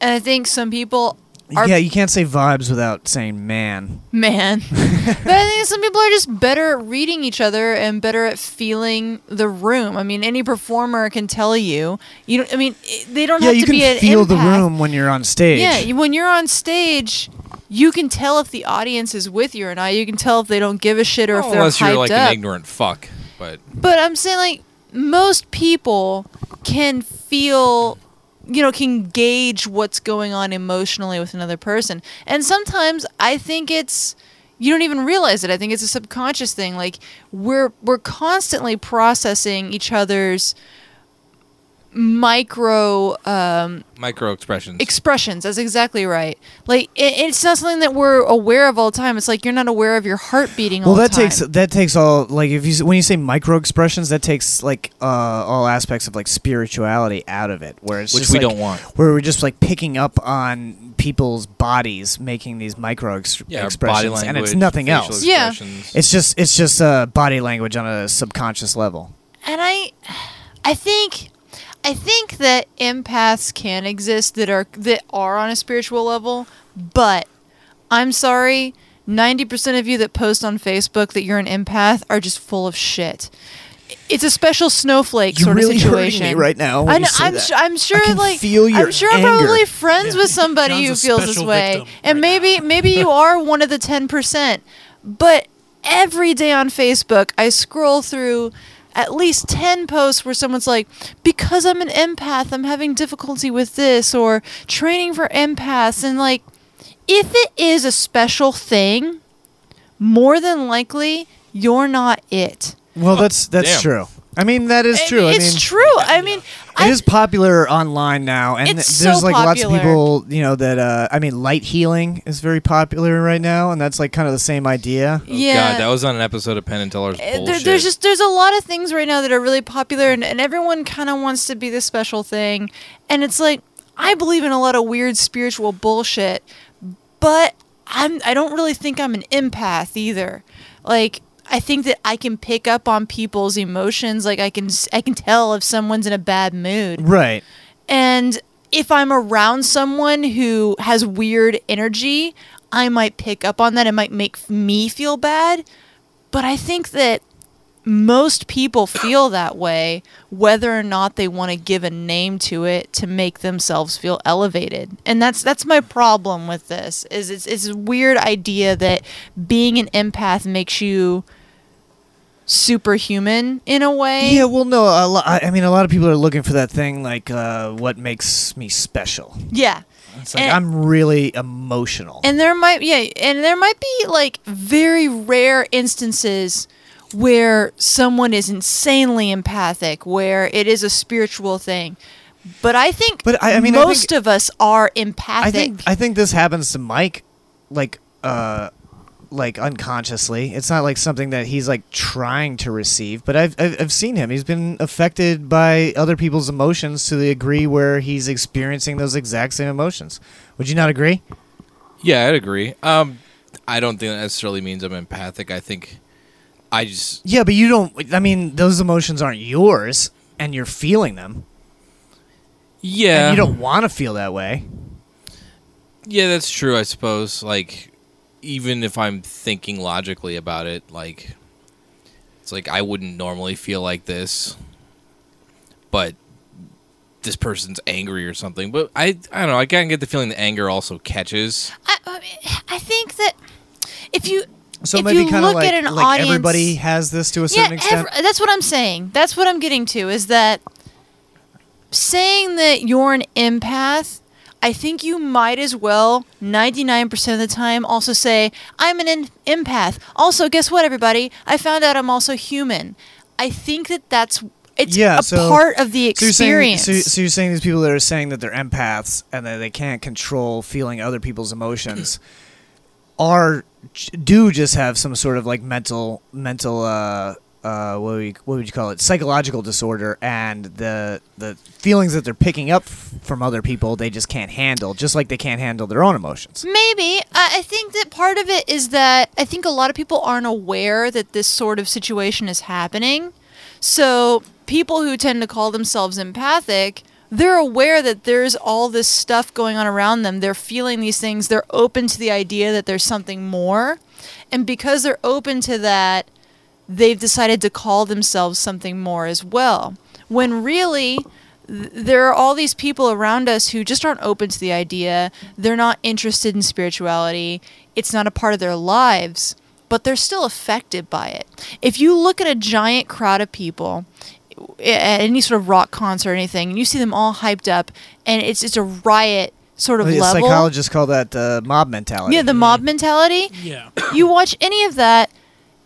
J: And I think some people are
G: yeah, you can't say vibes without saying man.
J: man. but I think some people are just better at reading each other and better at feeling the room. I mean, any performer can tell you. You don't, I mean, i- they don't
G: yeah,
J: have
G: you
J: to
G: can
J: be an
G: feel the
J: empath.
G: room when you're on stage.
J: Yeah, you- when you're on stage, you can tell if the audience is with you or not. You can tell if they don't give a shit or if they're
H: Unless
J: hyped
H: you're like
J: up.
H: an ignorant fuck, but
J: But I'm saying like most people can feel you know can gauge what's going on emotionally with another person. And sometimes I think it's you don't even realize it. I think it's a subconscious thing. Like we're we're constantly processing each other's micro um
H: micro expressions.
J: expressions that's exactly right like it, it's not something that we're aware of all the time it's like you're not aware of your heart beating all
G: Well,
J: the
G: that
J: time
G: takes that takes all like if you s- when you say micro expressions, that takes like uh, all aspects of like spirituality out of it, where it's
H: Which
G: just,
H: we
G: like,
H: don't want.
G: Where we're just like picking up on people's bodies making these micro ex-
H: Yeah,
G: expressions,
H: body
G: and it's
H: language,
G: nothing
H: facial
G: else.
J: Yeah. expressions.
G: it's just it's just uh, body language on a subconscious level.
J: and I, I think, I think that empaths can exist that are that are on a spiritual level, but I'm sorry, ninety percent of you that post on Facebook that you're an empath are just full of shit. It's a special snowflake
G: You're
J: sort
G: really
J: of
G: hurting
J: situation
G: me right now when
J: I
G: you say
J: am
G: that.
J: I'm sure,
G: I can
J: like,
G: feel your
J: I'm sure I'm
G: anger.
J: probably friends with somebody
G: John's
J: who
G: a
J: feels this
G: special
J: way,
G: victim
J: and maybe maybe you are one of the ten percent. But every day on Facebook, I scroll through at least ten posts where someone's like, "Because I'm an empath, I'm having difficulty with this," or "Training for empaths," and like, if it is a special thing, more than likely you're not it.
G: Well, that's that's
J: damn.
G: true. I mean, that is
J: I-
G: true. I
J: It's
G: mean,
J: true. I mean,
G: It is popular online now, and
J: It's
G: th- there's
J: so
G: like lots of
J: popular.
G: people, you know, that uh, I mean, light healing is very popular right now, and that's like kind of the same idea.
H: Oh, God, that was on an episode of Penn and Teller's
J: Uh,
H: bullshit.
J: there, there's just there's a lot of things right now that are really popular and, and everyone kind of wants to be this special thing and it's like i believe in a lot of weird spiritual bullshit but i'm i don't really think i'm an empath either like i think that i can pick up on people's emotions like i can s- i can tell if someone's in a bad mood
G: Right.
J: and if I'm around someone who has weird energy, I might pick up on that. It might make me feel bad. But I think that most people feel that way, whether or not they want to give a name to it to make themselves feel elevated. And that's that's my problem with this. Is it's it's a weird idea that being an empath makes you superhuman in a way.
G: Yeah, well, no, a lo- I I mean, a lot of people are looking for that thing like, uh, what makes me special?
J: Yeah.
G: It's like
J: And-
G: I'm really emotional.
J: And there might yeah, and there might be like very rare instances where someone is insanely empathic, where it is a spiritual thing. But I think
G: But I- I mean, I think-
J: most of us are empathic.
G: I think I think this happens to Mike, like, uh, like unconsciously. It's not like something that he's like trying to receive, but I've I've, I've seen him. He's been affected by other people's emotions to the degree where he's experiencing those exact same emotions. Would you not agree?
H: yeah, I'd agree. Um, I don't think that necessarily means I'm empathic. I think I just
G: Yeah, but you don't. I mean, those emotions aren't yours, and you're feeling them.
H: yeah.
G: and you don't want to feel that way.
H: Yeah, that's true. I suppose. Like, even if I'm thinking logically about it, like, it's like I wouldn't normally feel like this, but this person's angry or something. But I, I don't know. I kind of get the feeling that anger also catches.
J: I think that if you
G: So
J: if
G: maybe
J: you
G: kind of
J: look
G: like,
J: at an
G: like
J: audience,
G: everybody has this to a certain extent.
J: ev- that's what I'm saying. That's what I'm getting to is that saying that you're an empath, I think you might as well 99% of the time also say, I'm an em- empath. Also, guess what, everybody? I found out I'm also human. I think that that's it's
G: yeah,
J: a
G: so-
J: part of the
G: so you're saying-
J: experience.
G: So, so you're saying these people that are saying that they're empaths and that they can't control feeling other people's emotions are do just have some sort of like mental mental uh uh what would you, what would you call it psychological disorder and the the feelings that they're picking up f- from other people they just can't handle just like they can't handle their own emotions.
J: Maybe. I I think that part of it is that I think a lot of people aren't aware that this sort of situation is happening. So people who tend to call themselves empathic they're aware that there's all this stuff going on around them. They're feeling these things. They're open to the idea that there's something more. And because they're open to that, they've decided to call themselves something more as well. When really, th- there are all these people around us who just aren't open to the idea. They're not interested in spirituality. It's not a part of their lives, but they're still affected by it. If you look at a giant crowd of people, at any sort of rock concert or anything, and you see them all hyped up, and it's it's a riot sort of
G: Well, yeah,
J: level.
G: Psychologists call that uh, mob mentality.
J: Yeah, the mob mentality.
H: Yeah.
J: You watch any of that,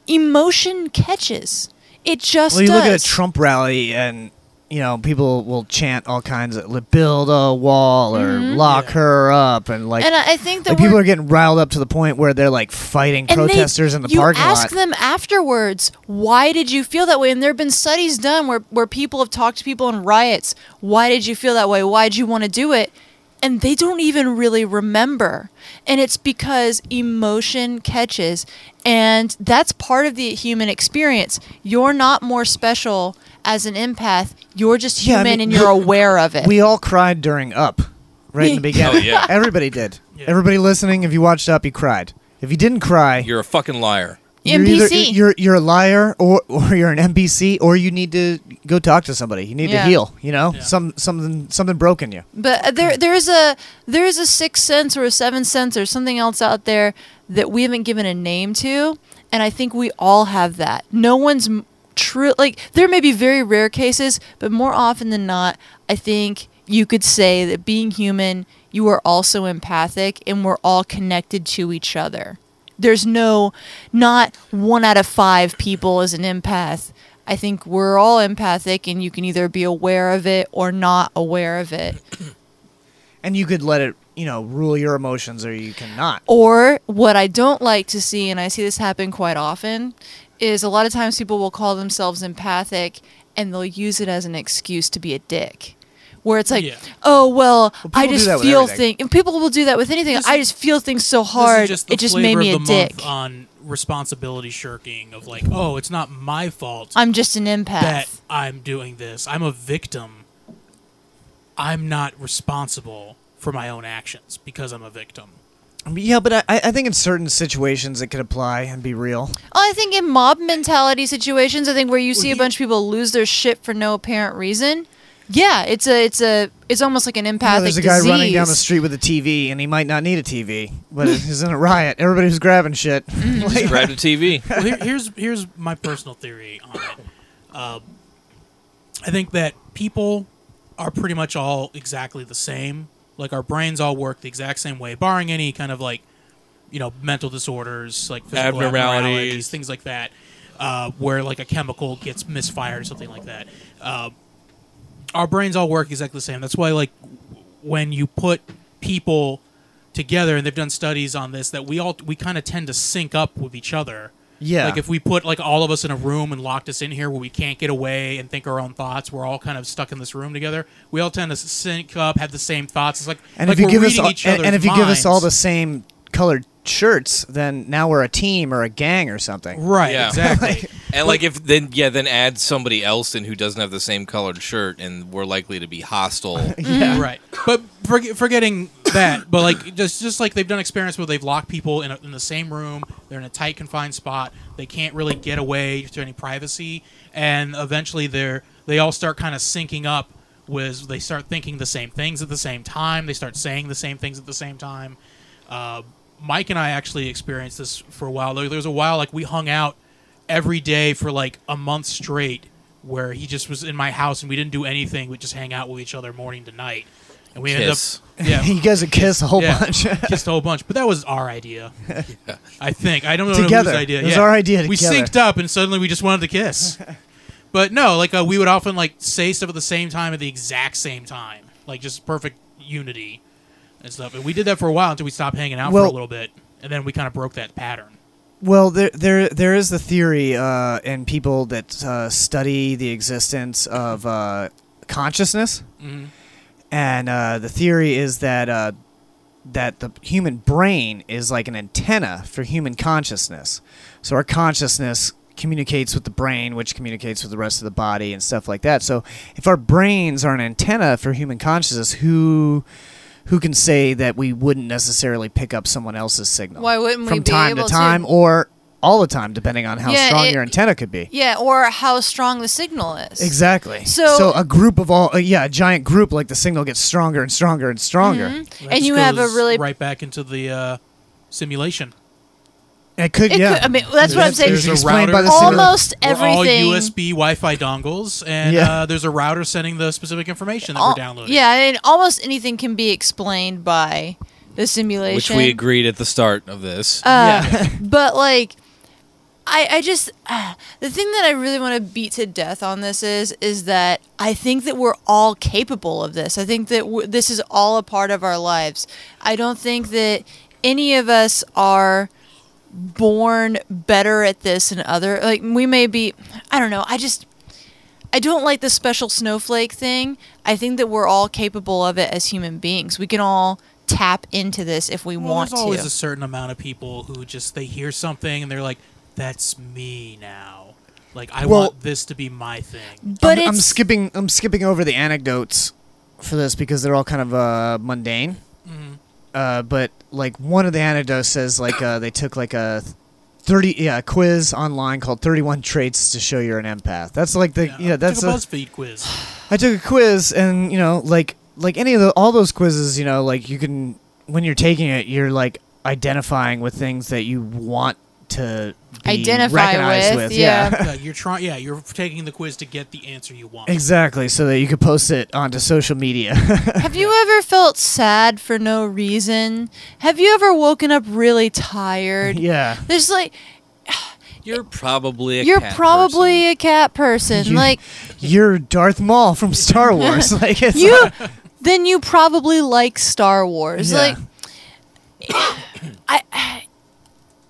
J: emotion catches. It just
G: well, you
J: does.
G: look at a Trump rally, and you know people will chant all kinds of like, "build a wall" or
J: Mhm.
G: "lock her up," and like.
J: and I, I think that
G: like
J: we're,
G: people are getting riled up to the point where they're like fighting
J: and they-
G: protesters in the
J: you
G: parking
J: ask
G: lot.
J: them afterwards, why did you feel that way? And there have been studies done where, where people have talked to people in riots. Why did you feel that way? Why did you want to do it? And they don't even really remember. And it's because emotion catches. And that's part of the human experience. You're not more special as an empath. You're just
G: Yeah, I
J: human
G: mean-
J: and you're aware of it.
G: We all cried during Up, right in the
M: Yeah.
G: beginning.
M: Oh, yeah.
G: Everybody did. Everybody listening, if you watched Up, you cried. If you didn't cry,
M: You're a fucking liar.
G: You're either-
J: NPC.
G: you're you're a liar, or or you're an NPC, or you need to go talk to somebody. You need
J: Yeah.
G: to heal. You know, some something something broke in you.
J: But uh, there, there is a there is a sixth sense or a seventh sense or something else out there that we haven't given a name to, and I think we all have that. No one's m- true. Like there may be very rare cases, but more often than not, I think you could say that being human, you are also empathic, and we're all connected to each other. There's no, not one out of five people is an empath. I think we're all empathic, and you can either be aware of it or not aware of it.
G: And you could let it, you know, rule your emotions, or you cannot.
J: Oh. Or what I don't like to see, and I see this happen quite often, is a lot of times people will call themselves empathic and they'll use it as an excuse to be a dick. Where it's like,
H: Yeah.
J: oh well, I
H: people do
J: just
H: that with
J: feel
H: everything.
J: things. And people will do that with anything.
H: This
J: I
H: is-
J: just feel things so
H: This is
J: hard.
H: just the
J: it just
H: flavor
J: made me a
H: of the month
J: dick.
H: on responsibility shirking of like, oh, it's not my fault.
J: I'm just an empath.
H: That I'm doing this. I'm a victim. I'm not responsible for my own actions because I'm a victim.
G: Yeah, but I I think in certain situations it could apply and be real.
J: I think in mob mentality situations, I think where you see a bunch of people lose their shit for no apparent reason. Yeah, it's a, it's a, it's almost like an
G: You know,
J: empathic
G: there's a guy
J: disease.
G: running down the street with a TV, and he might not need a TV, but he's in a riot. Everybody's grabbing shit.
M: Just grab the TV.
H: well, here, here's here's my personal theory on it. Uh, I think that people are pretty much all exactly the same. Like our brains all work the exact same way, barring any kind of like, you know, mental disorders, like physical
M: Abnormalities.
H: abnormalities, things like that, uh, where like a chemical gets misfired or something like that. Uh, our brains all work exactly the same. That's why like when you put people together and they've done studies on this that we all we kind of tend to sync up with each other
G: Yeah.
H: like if we put like all of us in a room and locked us in here where we can't get away and think our own thoughts we're all kind of stuck in this room together we all tend to sync up have the same thoughts it's like
G: And
H: like
G: if you
H: we're
G: give us
H: reading
G: all,
H: each
G: and, and
H: other's
G: if you give us all
H: minds.
G: the same colored shirts, then now we're a team or a gang or something.
H: Right,
M: Yeah.
H: exactly.
M: and like if then yeah, then add somebody else in who doesn't have the same colored shirt, and we're likely to be hostile.
H: yeah. Right. But forg forgetting that, but like just just like they've done experiments where they've locked people in, a, in the same room, they're in a tight confined spot, they can't really get away to any privacy, and eventually they're they all start kind of syncing up. Was they start thinking the same things at the same time? They start saying the same things at the same time. Uh, Mike and I actually experienced this for a while. There, there was a while like we hung out every day for like a month straight where he just was in my house and we didn't do anything. We just hang out with each other morning to night. And we
M: Kiss.
H: ended up yeah.
G: you guys would kiss a whole
H: Yeah,
G: bunch.
H: kissed a whole bunch, but that was our idea. I think I don't know
G: Together.
H: whose idea.
G: It was
H: yeah.
G: our idea
H: We
G: together.
H: synced up, and suddenly we just wanted to kiss. but no, like uh, we would often like say stuff at the same time at the exact same time, like just perfect unity and stuff. And we did that for a while until we stopped hanging out for
G: Well-
H: a little bit, and then we kind of broke that pattern.
G: Well, there, there, there is the theory, uh, and people that uh, study the existence of uh, consciousness,
H: Mhm.
G: and uh, the theory is that uh, that the human brain is like an antenna for human consciousness. So our consciousness communicates with the brain, which communicates with the rest of the body and stuff like that. So if our brains are an antenna for human consciousness, who who can say that we wouldn't necessarily pick up someone else's signal?
J: Why wouldn't we
G: from
J: be
G: time
J: able
G: to
J: to?
G: time or all the time, depending on how
J: Yeah,
G: strong
J: it-
G: your antenna could be?
J: Yeah, or how strong the signal is.
G: Exactly.
J: So-
G: a group of all, uh, yeah, a giant group, like the signal gets stronger and stronger and stronger.
J: Mhm.
I: That
J: And
I: just
J: you have a
I: goes
J: really
I: right back into the uh, simulation.
G: It could,
J: It
G: yeah.
J: could- I mean, that's what I'm saying.
I: There's a
J: Explained
I: router.
J: by the Almost
I: We're
J: everything-
I: all USB Wi-Fi dongles, and
G: Yeah.
I: uh, there's a router sending the specific information that
J: al-
I: we're downloading.
J: Yeah, and almost anything can be explained by the
H: which
J: simulation.
H: we agreed at the start of this.
J: Uh, but like, I I just uh, the thing that I really want to beat to death on this is is that I think that we're all capable of this. I think that w- this is all a part of our lives. I don't think that any of us are born better at this and other like we may be I don't know. I just I don't like the special snowflake thing. I think that we're all capable of it as human beings. We can all tap into this if we
I: Well,
J: want
I: there's
J: to.
I: always a certain amount of people who just they hear something and they're like, "That's me now." Like I
G: Well-
I: want this to be my thing.
J: But
G: I'm, I'm
J: it's-
G: skipping. I'm skipping over the anecdotes for this because they're all kind of uh, mundane. Uh, but like one of the anecdotes says, like uh, they took like a thirty yeah a quiz online called Thirty One Traits to Show You're an Empath. That's like the yeah, that's
I: Took a
G: a-
I: BuzzFeed quiz.
G: I took a quiz, and you know, like like any of the all those quizzes, you know, like you can when you're taking it, you're like identifying with things that you want to be
J: Identify
G: recognized
J: with,
G: with. Yeah.
I: yeah, you're trying. Yeah, you're taking the quiz to get the answer you want.
G: Exactly, so that you could post it onto social media.
J: Have you ever felt sad for no reason? Have you ever woken up really tired?
G: yeah.
J: There's like
H: You're probably a
J: you're
H: cat
J: probably a cat person.
G: You-
J: like
G: You're Darth Maul from Star Wars. like it's
J: you then you probably like Star Wars.
G: Yeah.
J: Like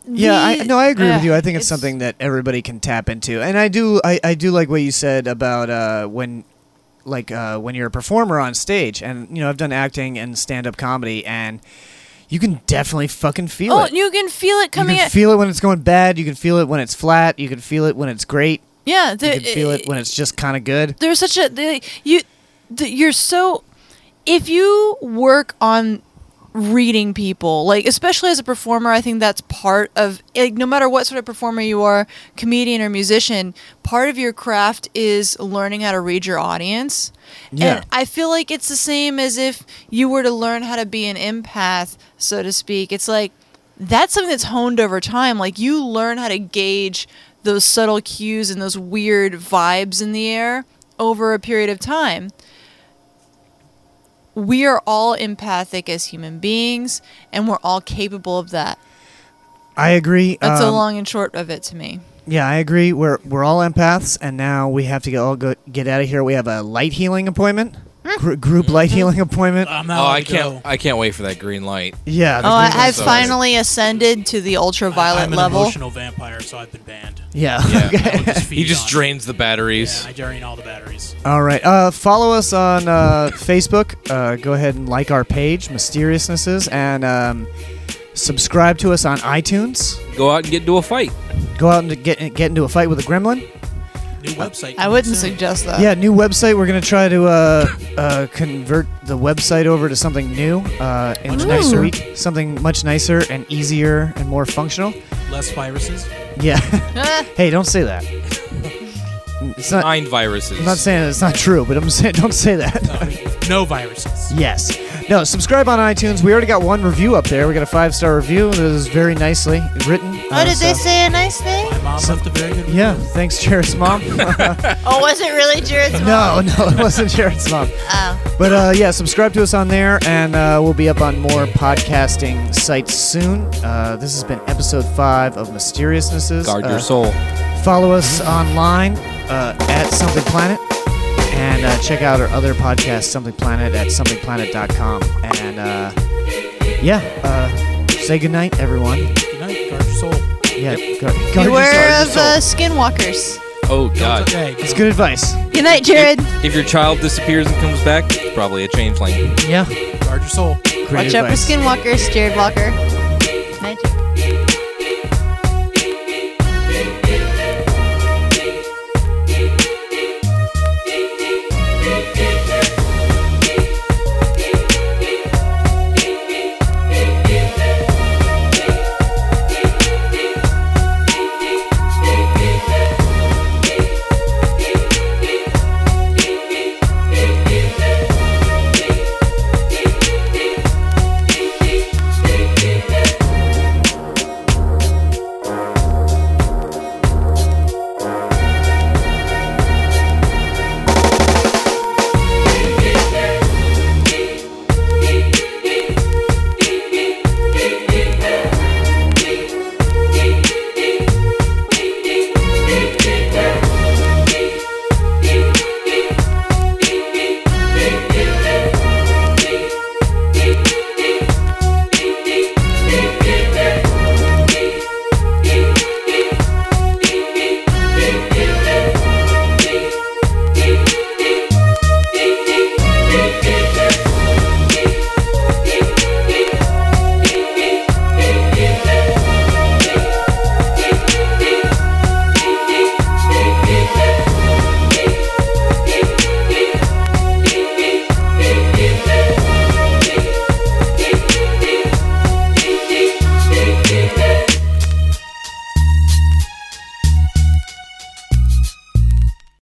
G: Yeah, I,
J: the-
G: no, I agree
J: Ugh,
G: with you. I think it's, something that everybody can tap into, and I do. I, I do like what you said about uh, when, like uh, when you're a performer on stage, and you know I've done acting and stand up comedy, and you can definitely fucking feel
J: oh,
G: it.
J: you can feel it
G: You
J: coming
G: can
J: out.
G: feel it when it's going bad. You can feel it when it's flat. You can feel it when it's great.
J: yeah, the,
G: You can feel
J: Eh,
G: it when it's just kind of good.
J: there's such a the, you the, you're so if you work on reading people like especially as a performer i think that's part of like no matter what sort of performer you are comedian or musician part of your craft is learning how to read your audience
G: Yeah.
J: and i feel like it's the same as if you were to learn how to be an empath so to speak it's like that's something that's honed over time. Like you learn how to gauge those subtle cues and those weird vibes in the air over a period of time. We are all empathic as human beings, and we're all capable of that.
G: I agree.
J: That's the
G: um,
J: long and short of it to me.
G: Yeah, I agree. We're we're all empaths, and now we have to get all go, get out of here. We have a light healing appointment,
J: Hmm.
G: Gr- group light
J: Mm-hmm.
G: healing appointment.
I: I'm
H: Oh, I can't. I can't wait for that green light.
G: Yeah. the
J: Oh, I,
G: group
J: I've
G: light-
J: finally ascended to the ultraviolet
I: I'm an
J: level.
I: emotional vampire, so I've been banned.
G: Yeah.
H: Yeah.
G: okay.
H: he just drains the batteries.
I: I drain all the batteries.
G: All right. Uh, follow us on uh, Facebook. Uh, go ahead and like our page, Mysteriousnesses, and um, subscribe to us on iTunes.
H: Go out and get into a fight.
G: Go out and get get into a fight with a gremlin.
I: New website.
J: I wouldn't suggest that.
G: yeah, new website. We're gonna try to uh, uh, convert the website over to something new uh, in the next
J: nicer.
G: week. Something much nicer and easier and more functional.
I: Less viruses.
G: Yeah. hey, don't say that. It's not.
H: Mind viruses.
G: I'm not saying it's not true, but I'm saying don't say that.
I: No viruses.
G: Yes. No, subscribe on iTunes. We already got one review up there. We got a five star review that is very nicely written.
J: Oh, did they
G: so-
J: say a nice thing?
I: My mom left a very good.
G: Yeah, thanks, Jared's mom.
J: Oh, was it really Jared's mom?
G: no, no, it wasn't Jared's mom.
J: Oh.
G: But uh, yeah, subscribe to us on there, and uh, we'll be up on more podcasting sites soon. Uh, this has been episode five of Mysteriousnesses.
H: Guard your
G: Uh,
H: soul.
G: Follow us online uh, at Something Planet. And uh, check out our other podcast, Something Planet, at somethingplanet.com. And uh, yeah, uh, say goodnight, everyone.
I: Good night. Guard your soul.
G: Yeah, go, go
J: Beware
H: Guard
J: of
H: your
J: uh, skinwalkers.
H: Oh God.
I: Hey,
G: It's good advice.
J: Good night, Jared.
H: If your child disappears and comes back, it's probably a changeling.
G: Yeah,
I: guard your soul.
G: great
J: Watch
G: advice.
J: out for skinwalkers, Jared Walker. Night, Jared.